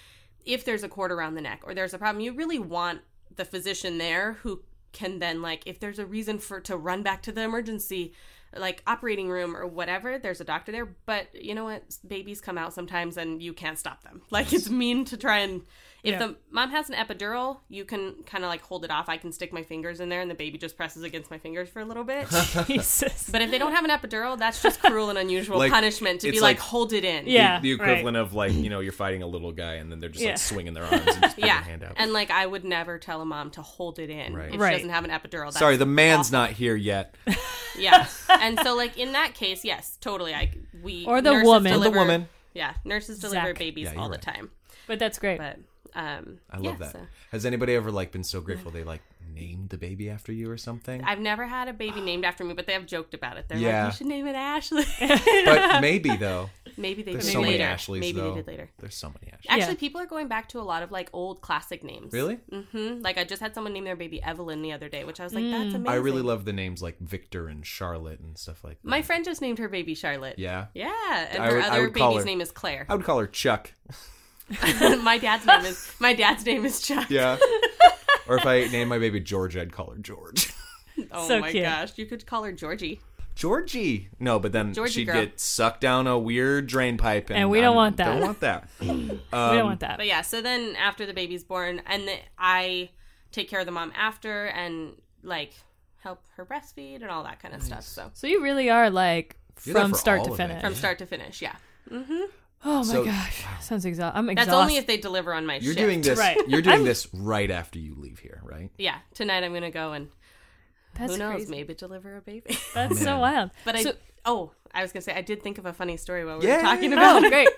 [SPEAKER 2] if there's a cord around the neck or there's a problem, you really want the physician there who can then like if there's a reason for to run back to the emergency like operating room or whatever there's a doctor there but you know what babies come out sometimes and you can't stop them like it's mean to try and if
[SPEAKER 3] Yeah.
[SPEAKER 2] the mom has an epidural you can kind of like hold it off i can stick my fingers in there and the baby just presses against my fingers for a little bit
[SPEAKER 3] Jesus.
[SPEAKER 2] but if they don't have an epidural that's just cruel and unusual
[SPEAKER 1] Like,
[SPEAKER 2] punishment to be
[SPEAKER 1] it's
[SPEAKER 2] like,
[SPEAKER 1] like-
[SPEAKER 2] hold it in
[SPEAKER 1] The-
[SPEAKER 3] yeah.
[SPEAKER 1] the,
[SPEAKER 3] right.
[SPEAKER 1] equivalent of like you know you're fighting a little guy and then they're just
[SPEAKER 3] Yeah.
[SPEAKER 1] like swinging their arms and just putting
[SPEAKER 2] yeah
[SPEAKER 1] their hand out
[SPEAKER 2] and like i would never tell a mom to hold it in
[SPEAKER 1] Right.
[SPEAKER 2] if
[SPEAKER 3] Right.
[SPEAKER 2] she doesn't have an epidural that's
[SPEAKER 1] sorry the man's not here yet
[SPEAKER 2] Yeah. and so like in that case, yes, totally. I we
[SPEAKER 3] Or the
[SPEAKER 2] nurses
[SPEAKER 3] woman. Or the
[SPEAKER 2] deliver-
[SPEAKER 1] woman.
[SPEAKER 2] Yeah, nurses deliver
[SPEAKER 3] Zach.
[SPEAKER 2] babies
[SPEAKER 1] Yeah, you're
[SPEAKER 2] all
[SPEAKER 1] right.
[SPEAKER 2] the time.
[SPEAKER 3] But that's great.
[SPEAKER 2] But um
[SPEAKER 1] I love
[SPEAKER 2] yeah,
[SPEAKER 1] that.
[SPEAKER 2] so.
[SPEAKER 1] Has anybody ever like been so grateful they like named the baby after you or something?
[SPEAKER 2] I've never had a baby named after me, but they have joked about it. They're
[SPEAKER 1] Yeah.
[SPEAKER 2] like, "You should name it Ashley."
[SPEAKER 1] but maybe though.
[SPEAKER 2] Maybe they did
[SPEAKER 1] There's so many
[SPEAKER 2] later.
[SPEAKER 1] Ashleys
[SPEAKER 2] Maybe
[SPEAKER 1] though.
[SPEAKER 2] they did later.
[SPEAKER 1] There's so many Ashleys.
[SPEAKER 2] Actually,
[SPEAKER 3] Yeah.
[SPEAKER 2] people are going back to a lot of like old classic names.
[SPEAKER 1] Really?
[SPEAKER 2] hmm Like I just had someone name their baby Evelyn the other day, which I was like, "That's amazing."
[SPEAKER 1] Mm. I really love the names like Victor and Charlotte and stuff like that.
[SPEAKER 2] My friend just named her baby Charlotte.
[SPEAKER 1] yeah.
[SPEAKER 2] Yeah, and
[SPEAKER 1] I
[SPEAKER 2] her
[SPEAKER 1] would- I
[SPEAKER 2] other
[SPEAKER 1] would call
[SPEAKER 2] baby's
[SPEAKER 1] her-
[SPEAKER 2] name is Claire.
[SPEAKER 1] I would call her Chuck.
[SPEAKER 2] my dad's name is my dad's name is Chuck.
[SPEAKER 1] Yeah. or if I named my baby George, I'd call her George.
[SPEAKER 2] Oh
[SPEAKER 3] So
[SPEAKER 2] my
[SPEAKER 3] cute.
[SPEAKER 2] gosh, you could call her Georgie.
[SPEAKER 1] Georgie. No, but then
[SPEAKER 2] Georgie
[SPEAKER 1] she'd
[SPEAKER 2] girl.
[SPEAKER 1] get sucked down a weird drain pipe, and,
[SPEAKER 3] And we don't
[SPEAKER 1] I
[SPEAKER 3] want that.
[SPEAKER 1] Don't want that. Um,
[SPEAKER 3] we don't want that.
[SPEAKER 2] But yeah, so then after the baby's born, and the, I take care of the mom after and like help her breastfeed and all that kind of stuff. So
[SPEAKER 3] So you really are like
[SPEAKER 1] You're there
[SPEAKER 3] from
[SPEAKER 1] for
[SPEAKER 3] start
[SPEAKER 1] all
[SPEAKER 3] to
[SPEAKER 1] of it.
[SPEAKER 3] finish.
[SPEAKER 2] from start to finish, yeah.
[SPEAKER 3] Oh my
[SPEAKER 1] So-
[SPEAKER 3] gosh, sounds exhausting. I'm
[SPEAKER 2] That's
[SPEAKER 3] exhausted.
[SPEAKER 2] only if they deliver on my
[SPEAKER 1] You're
[SPEAKER 2] shift.
[SPEAKER 1] doing this.
[SPEAKER 3] Right.
[SPEAKER 1] You're doing
[SPEAKER 3] I'm-
[SPEAKER 1] this right after you leave here, right?
[SPEAKER 2] Yeah, tonight I'm gonna go and
[SPEAKER 3] That's
[SPEAKER 2] who knows,
[SPEAKER 3] crazy.
[SPEAKER 2] maybe deliver a baby.
[SPEAKER 3] That's so
[SPEAKER 1] Man.
[SPEAKER 3] wild.
[SPEAKER 2] but I
[SPEAKER 3] So-
[SPEAKER 2] oh, I was gonna say I did think of a funny story while we
[SPEAKER 1] Yeah.
[SPEAKER 2] were talking about
[SPEAKER 3] oh great.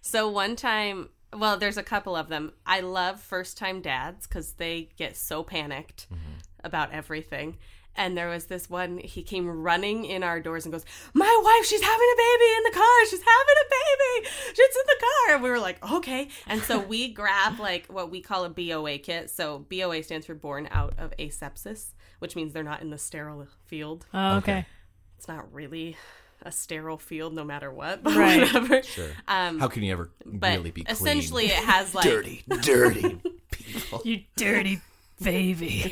[SPEAKER 2] So one time, well, there's a couple of them. I love first time dads because they get so panicked
[SPEAKER 1] Mm-hmm.
[SPEAKER 2] about everything. And there was this one, he came running in our doors and goes, My wife, she's having a baby in the car. She's having a baby. She's in the car. And we were like, Okay. And so we grab like what we call a BOA kit. So BOA stands for born out of asepsis, which means they're not in the sterile field
[SPEAKER 3] Oh, okay.
[SPEAKER 2] it's not really a sterile field no matter what but
[SPEAKER 3] Right.
[SPEAKER 2] whatever
[SPEAKER 1] Sure.
[SPEAKER 2] um
[SPEAKER 1] How can you ever
[SPEAKER 2] but
[SPEAKER 1] really be clean?
[SPEAKER 2] essentially it has like
[SPEAKER 1] dirty, dirty people.
[SPEAKER 3] You dirty baby.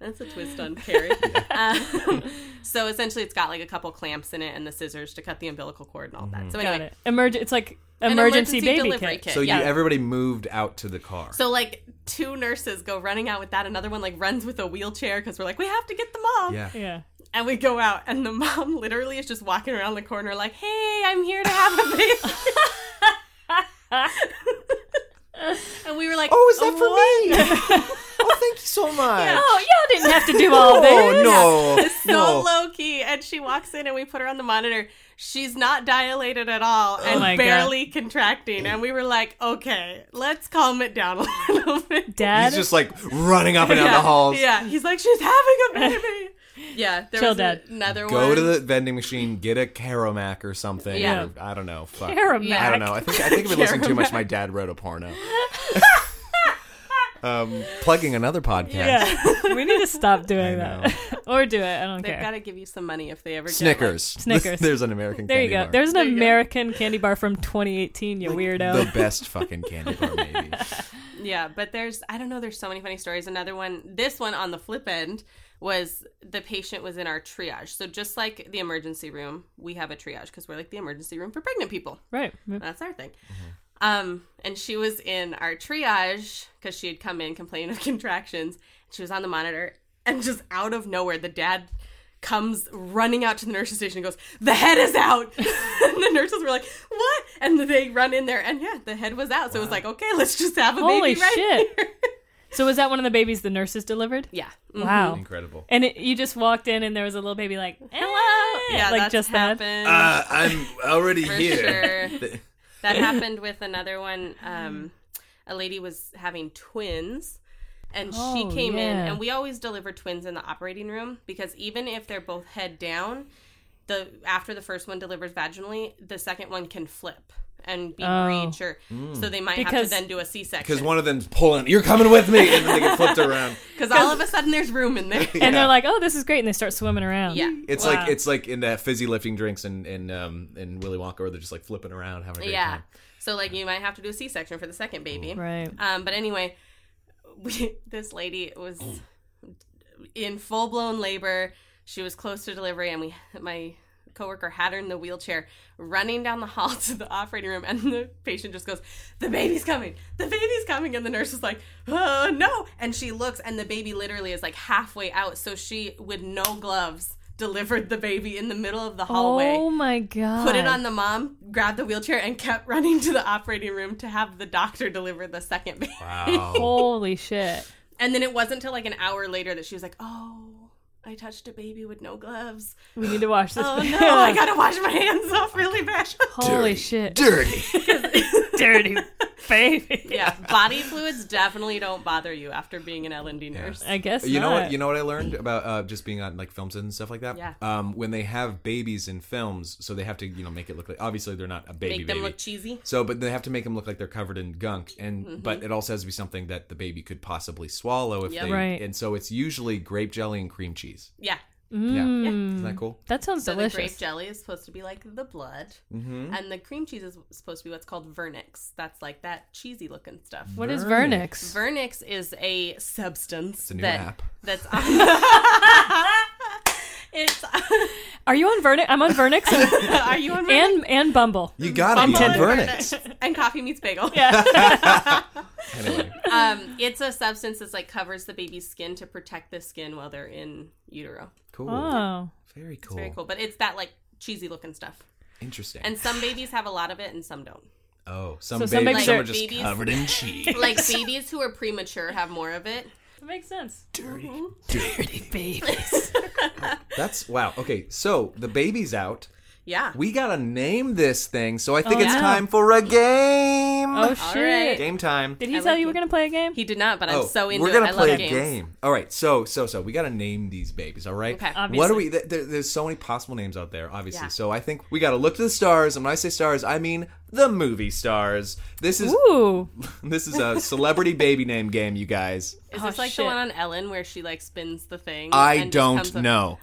[SPEAKER 2] that's a twist on carrie um, so essentially it's got like a couple clamps in it and the scissors to cut the umbilical cord and all that so
[SPEAKER 3] Got
[SPEAKER 2] anyway
[SPEAKER 3] it. Emerg- it's like
[SPEAKER 2] an
[SPEAKER 3] emergency, baby
[SPEAKER 2] delivery
[SPEAKER 3] kit.
[SPEAKER 2] kit,
[SPEAKER 1] Mm-hmm. So
[SPEAKER 2] yeah.
[SPEAKER 1] you everybody moved out to the car.
[SPEAKER 2] so like two nurses go running out with that another one like runs with a wheelchair because we're like we have to get the mom
[SPEAKER 1] yeah.
[SPEAKER 3] Yeah.
[SPEAKER 2] and we go out and the mom literally is just walking around the corner like hey i'm here to have a baby and we were like
[SPEAKER 1] Oh, is that for me? oh, thank you so much.
[SPEAKER 3] Oh, y'all didn't have to do
[SPEAKER 2] Oh,
[SPEAKER 3] all this.
[SPEAKER 1] Oh no,
[SPEAKER 2] so low key. And she walks in and we put her on the monitor. She's not dilated at all
[SPEAKER 1] Oh
[SPEAKER 2] and
[SPEAKER 3] my God.
[SPEAKER 2] barely contracting. And we were like, okay, let's calm it down a little bit.
[SPEAKER 3] Dad.
[SPEAKER 1] He's just like running up and down
[SPEAKER 2] yeah.
[SPEAKER 1] the halls.
[SPEAKER 2] Yeah. He's like, she's having a baby. yeah. There
[SPEAKER 3] Chill,
[SPEAKER 2] was
[SPEAKER 3] Dad.
[SPEAKER 2] another one.
[SPEAKER 1] Go to the vending machine, get a Caromac or something.
[SPEAKER 2] Yeah.
[SPEAKER 1] Or, I don't know. Fuck.
[SPEAKER 3] Caromac.
[SPEAKER 1] I don't know. I think I think I've been listening too much. My dad wrote a porno. um, plugging another podcast.
[SPEAKER 3] yeah. we need to stop doing
[SPEAKER 1] I
[SPEAKER 3] that. or do it. I don't
[SPEAKER 2] They've
[SPEAKER 3] care.
[SPEAKER 2] got to give you some money if they ever get
[SPEAKER 1] Snickers.
[SPEAKER 3] Snickers.
[SPEAKER 1] There's an American.
[SPEAKER 3] there you
[SPEAKER 1] candy
[SPEAKER 3] go.
[SPEAKER 1] bar.
[SPEAKER 3] There's an
[SPEAKER 2] There you go.
[SPEAKER 3] American candy bar from 2018, you weirdo.
[SPEAKER 1] the best fucking candy bar, maybe.
[SPEAKER 2] Yeah, but there's I don't know, there's so many funny stories. Another one, this one on the flip end was the patient was in our triage. So just like the emergency room, we have a triage because we're like the emergency room for pregnant people.
[SPEAKER 3] right.
[SPEAKER 2] That's our thing. Um, and she was in our triage because she had come in complaining of contractions. She was on the monitor, and just out of nowhere, the dad comes running out to the nurse's station and goes, The head is out. and the nurses were like, What? And they run in there and yeah, the head was out. So it was like, Okay, let's just have a
[SPEAKER 3] Holy
[SPEAKER 2] baby right
[SPEAKER 3] shit.
[SPEAKER 2] here."
[SPEAKER 3] So was that one of the babies the nurses delivered?
[SPEAKER 2] Yeah.
[SPEAKER 3] Wow.
[SPEAKER 1] Incredible.
[SPEAKER 3] And it, you just walked in and there was a little baby like, hello.
[SPEAKER 2] Mm-hmm. Yeah,
[SPEAKER 3] like
[SPEAKER 2] that's
[SPEAKER 3] just that.
[SPEAKER 2] happened.
[SPEAKER 1] Uh, I'm already
[SPEAKER 2] for
[SPEAKER 1] here.
[SPEAKER 2] sure. That happened with another one. Um, a lady was having twins, and
[SPEAKER 3] Oh,
[SPEAKER 2] she came in,
[SPEAKER 3] yeah.
[SPEAKER 2] and we always deliver twins in the operating room because even if they're both head down, the after the first one delivers vaginally, the second one can flip and be
[SPEAKER 3] Oh.
[SPEAKER 2] breech, or so they might have to
[SPEAKER 3] Because-
[SPEAKER 2] then do a C
[SPEAKER 1] Mm. Because
[SPEAKER 2] section.
[SPEAKER 1] one of them's pulling, you're coming with me, and then they get flipped around.
[SPEAKER 2] Because all of a sudden there's room in there.
[SPEAKER 3] And
[SPEAKER 1] Yeah.
[SPEAKER 3] they're like, oh, this is great. And they start swimming around.
[SPEAKER 2] yeah.
[SPEAKER 1] It's
[SPEAKER 3] Wow.
[SPEAKER 1] like it's like in that fizzy lifting drinks and and um and Willy Wonka, where they're just like flipping around, having a great
[SPEAKER 2] Yeah.
[SPEAKER 1] time.
[SPEAKER 2] So like you might have to do a C section for the second baby.
[SPEAKER 3] Right.
[SPEAKER 2] Um, but anyway, we, this lady was in full blown labor. She was close to delivery, and we my coworker had her in the wheelchair, running down the hall to the operating room, and the patient just goes, "The baby's coming! The baby's coming!" And the nurse is like, "Oh no!" And she looks, and the baby literally is like halfway out, so she with no gloves delivered the baby in the middle of the hallway
[SPEAKER 3] Oh my god.
[SPEAKER 2] put it on the mom, grabbed the wheelchair, and kept running to the operating room to have the doctor deliver the second baby.
[SPEAKER 1] Wow.
[SPEAKER 3] Holy shit.
[SPEAKER 2] And then it wasn't until like an hour later that she was like, "Oh, I touched a baby with no gloves.
[SPEAKER 3] We need to watch this.
[SPEAKER 2] Oh no, I gotta wash my hands off really bad."
[SPEAKER 3] Holy shit.
[SPEAKER 1] Dirty.
[SPEAKER 3] Dirty baby.
[SPEAKER 2] yeah, body fluids definitely don't bother you after being an L and D nurse.
[SPEAKER 3] I guess
[SPEAKER 1] You know
[SPEAKER 3] not.
[SPEAKER 1] what? You know what I learned about uh, just being on like films and stuff like that.
[SPEAKER 2] Yeah.
[SPEAKER 1] Um, when they have babies in films, so they have to you know make it look like obviously they're not a baby
[SPEAKER 2] Make them
[SPEAKER 1] baby.
[SPEAKER 2] look cheesy.
[SPEAKER 1] so, but they have to make them look like they're covered in gunk, and
[SPEAKER 2] Mm-hmm.
[SPEAKER 1] but it also has to be something that the baby could possibly swallow if
[SPEAKER 2] Yep.
[SPEAKER 1] they.
[SPEAKER 3] Right.
[SPEAKER 1] And so it's usually grape jelly and cream cheese.
[SPEAKER 2] Yeah.
[SPEAKER 1] Yeah,
[SPEAKER 3] Mm.
[SPEAKER 1] isn't that cool?
[SPEAKER 3] That sounds
[SPEAKER 2] So
[SPEAKER 3] delicious.
[SPEAKER 2] the grape jelly is supposed to be like the blood,
[SPEAKER 1] Mm-hmm.
[SPEAKER 2] and the cream cheese is supposed to be what's called vernix. That's like that cheesy looking stuff.
[SPEAKER 3] What is
[SPEAKER 1] Vernix.
[SPEAKER 3] Vernix?
[SPEAKER 2] Vernix is a substance
[SPEAKER 1] a new
[SPEAKER 2] that,
[SPEAKER 1] app.
[SPEAKER 2] that's it's
[SPEAKER 3] Are you on Vernix? I'm on Vernix and
[SPEAKER 2] are you on Vernix?
[SPEAKER 3] and, and Bumble.
[SPEAKER 2] Mm.
[SPEAKER 1] You gotta be
[SPEAKER 2] I'm
[SPEAKER 1] on
[SPEAKER 2] on
[SPEAKER 1] Vernix.
[SPEAKER 2] and coffee meets bagel.
[SPEAKER 3] Yeah.
[SPEAKER 1] Anyway,
[SPEAKER 2] Um, it's a substance that's like covers the baby's skin to protect the skin while they're in utero.
[SPEAKER 1] cool.
[SPEAKER 3] oh.
[SPEAKER 1] Very cool.
[SPEAKER 2] Very cool, but it's that like cheesy looking stuff.
[SPEAKER 1] Interesting.
[SPEAKER 2] And some babies have a lot of it, and some don't.
[SPEAKER 1] oh, some
[SPEAKER 3] So
[SPEAKER 1] babies,
[SPEAKER 3] some babies
[SPEAKER 1] some
[SPEAKER 3] are-
[SPEAKER 1] are just
[SPEAKER 2] babies-
[SPEAKER 1] covered in cheese.
[SPEAKER 2] Like babies who are premature have more of it.
[SPEAKER 3] That makes sense.
[SPEAKER 1] dirty,
[SPEAKER 2] Mm-hmm.
[SPEAKER 1] dirty.
[SPEAKER 3] Babies.
[SPEAKER 1] That's wow. Okay, so the baby's out.
[SPEAKER 2] Yeah.
[SPEAKER 1] We gotta name this thing, so I think
[SPEAKER 3] Oh,
[SPEAKER 1] it's
[SPEAKER 3] yeah.
[SPEAKER 1] time for a game.
[SPEAKER 3] oh
[SPEAKER 2] All
[SPEAKER 3] shit.
[SPEAKER 2] right.
[SPEAKER 1] Game time.
[SPEAKER 3] Did he
[SPEAKER 2] I
[SPEAKER 3] tell
[SPEAKER 2] like
[SPEAKER 3] you we're
[SPEAKER 2] it.
[SPEAKER 3] gonna play a game?
[SPEAKER 2] he did not, but I'm
[SPEAKER 1] Oh,
[SPEAKER 2] so into
[SPEAKER 1] we're gonna
[SPEAKER 2] it. I
[SPEAKER 1] play
[SPEAKER 2] love
[SPEAKER 1] a
[SPEAKER 2] games.
[SPEAKER 1] game. All right, so so so we gotta name these babies. All right.
[SPEAKER 2] Okay.
[SPEAKER 1] What
[SPEAKER 3] Obviously.
[SPEAKER 1] do we? th- There, there's so many possible names out there, obviously.
[SPEAKER 2] Yeah.
[SPEAKER 1] So I think we gotta look to the stars. And when I say stars, I mean the movie stars. This is
[SPEAKER 3] Ooh.
[SPEAKER 1] this is a celebrity baby name game, you guys.
[SPEAKER 2] Is
[SPEAKER 3] Oh,
[SPEAKER 2] this like
[SPEAKER 3] shit.
[SPEAKER 2] the one on Ellen where she like spins the thing?
[SPEAKER 1] I
[SPEAKER 2] and just
[SPEAKER 1] don't
[SPEAKER 2] comes up-
[SPEAKER 1] know.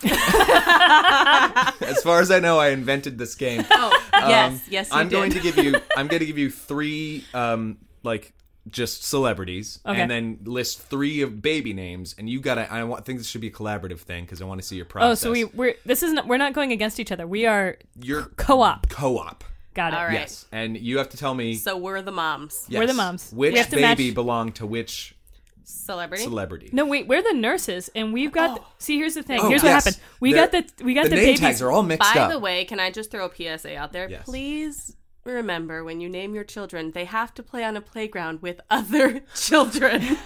[SPEAKER 1] as far as I know, I invented this game.
[SPEAKER 2] Oh, yes,
[SPEAKER 1] Um,
[SPEAKER 2] yes. You
[SPEAKER 1] I'm
[SPEAKER 2] did.
[SPEAKER 1] going to give you. I'm going to give you three, um, like just celebrities,
[SPEAKER 3] Okay.
[SPEAKER 1] and then list three of baby names, and you got to. I want, think this should be a collaborative thing because I want to see your
[SPEAKER 3] Oh,
[SPEAKER 1] process.
[SPEAKER 3] so we we're this isn't we're not going against each other. We are
[SPEAKER 1] your
[SPEAKER 3] co-op.
[SPEAKER 1] co-op.
[SPEAKER 3] Got it.
[SPEAKER 2] All right.
[SPEAKER 1] Yes, and you have to tell me.
[SPEAKER 2] So we're the moms.
[SPEAKER 1] yes,
[SPEAKER 3] we're the moms. We
[SPEAKER 1] Which
[SPEAKER 3] have to
[SPEAKER 1] baby
[SPEAKER 3] match- Eh,
[SPEAKER 1] belonged to which
[SPEAKER 2] Celebrity.
[SPEAKER 1] celebrity?
[SPEAKER 3] No, wait, we're the nurses, and we've got.
[SPEAKER 2] Oh.
[SPEAKER 3] see, here's the thing.
[SPEAKER 1] Oh, yes.
[SPEAKER 3] here's what happened. We
[SPEAKER 1] They're-
[SPEAKER 3] got the we got the,
[SPEAKER 1] name
[SPEAKER 3] babies.
[SPEAKER 1] tags are all mixed
[SPEAKER 2] By
[SPEAKER 1] up.
[SPEAKER 2] the way, can I just throw a PSA out there?
[SPEAKER 1] Yes.
[SPEAKER 2] Please remember when you name your children, they have to play on a playground with other children.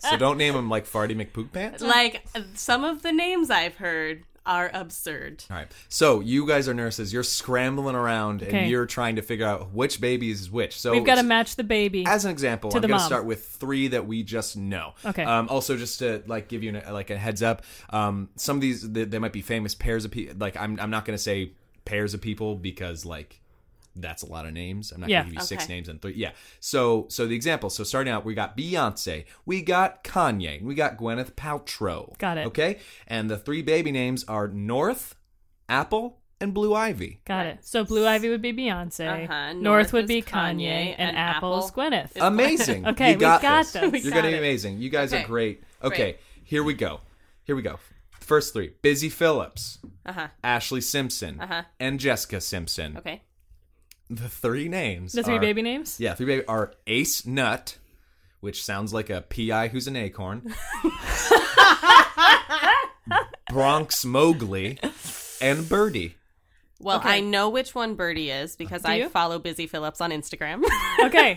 [SPEAKER 1] so don't name them like Farty McPoop Pants.
[SPEAKER 2] like some of the names I've heard are absurd.
[SPEAKER 1] All right. So you guys are nurses. You're scrambling around
[SPEAKER 3] Okay.
[SPEAKER 1] and you're trying to figure out which baby is which. So
[SPEAKER 3] we've got to match the baby.
[SPEAKER 1] as an example,
[SPEAKER 3] To
[SPEAKER 1] I'm
[SPEAKER 3] the
[SPEAKER 1] going to
[SPEAKER 3] mom.
[SPEAKER 1] start with three that we just know.
[SPEAKER 3] Okay.
[SPEAKER 1] Um, also, just to like give you an, like a heads up, um, some of these they, they might be famous pairs of people. Like I'm I'm not going to say pairs of people because like that's a lot of names. I'm not
[SPEAKER 3] Yeah.
[SPEAKER 1] going to give you six
[SPEAKER 2] Okay.
[SPEAKER 1] names and three. Yeah. So so the example. So starting out, we got Beyonce, we got Kanye, we got Gwyneth Paltrow.
[SPEAKER 3] Got it.
[SPEAKER 1] Okay. And the three baby names are North, Apple, and Blue Ivy.
[SPEAKER 3] got it. So Blue Ivy would be Beyonce.
[SPEAKER 2] Uh-huh.
[SPEAKER 3] North,
[SPEAKER 2] North
[SPEAKER 3] would
[SPEAKER 2] is
[SPEAKER 3] be Kanye,
[SPEAKER 2] Kanye,
[SPEAKER 3] and,
[SPEAKER 2] and
[SPEAKER 3] Apple's
[SPEAKER 2] Apple
[SPEAKER 3] Gwyneth.
[SPEAKER 1] Amazing.
[SPEAKER 3] Okay,
[SPEAKER 1] you
[SPEAKER 3] we
[SPEAKER 1] got
[SPEAKER 3] got
[SPEAKER 1] this.
[SPEAKER 3] them. We
[SPEAKER 1] You're
[SPEAKER 2] got
[SPEAKER 1] gonna be
[SPEAKER 2] it.
[SPEAKER 1] amazing. You guys
[SPEAKER 2] Okay.
[SPEAKER 1] are great. Okay,
[SPEAKER 2] Great.
[SPEAKER 1] here we go. Here we go. First three: Busy Phillips,
[SPEAKER 2] Uh huh.
[SPEAKER 1] Ashley Simpson,
[SPEAKER 2] Uh-huh.
[SPEAKER 1] and Jessica Simpson.
[SPEAKER 2] Okay.
[SPEAKER 1] The three names.
[SPEAKER 3] the three
[SPEAKER 1] are-
[SPEAKER 3] baby names.
[SPEAKER 1] Yeah, three baby are Ace Nut, which sounds like a PI who's an acorn. Bronx Mowgli, and Birdie.
[SPEAKER 2] Well,
[SPEAKER 3] Okay.
[SPEAKER 2] I know which one Birdie is because
[SPEAKER 3] Do
[SPEAKER 2] I
[SPEAKER 3] you?
[SPEAKER 2] follow Busy Phillips on Instagram.
[SPEAKER 3] Okay.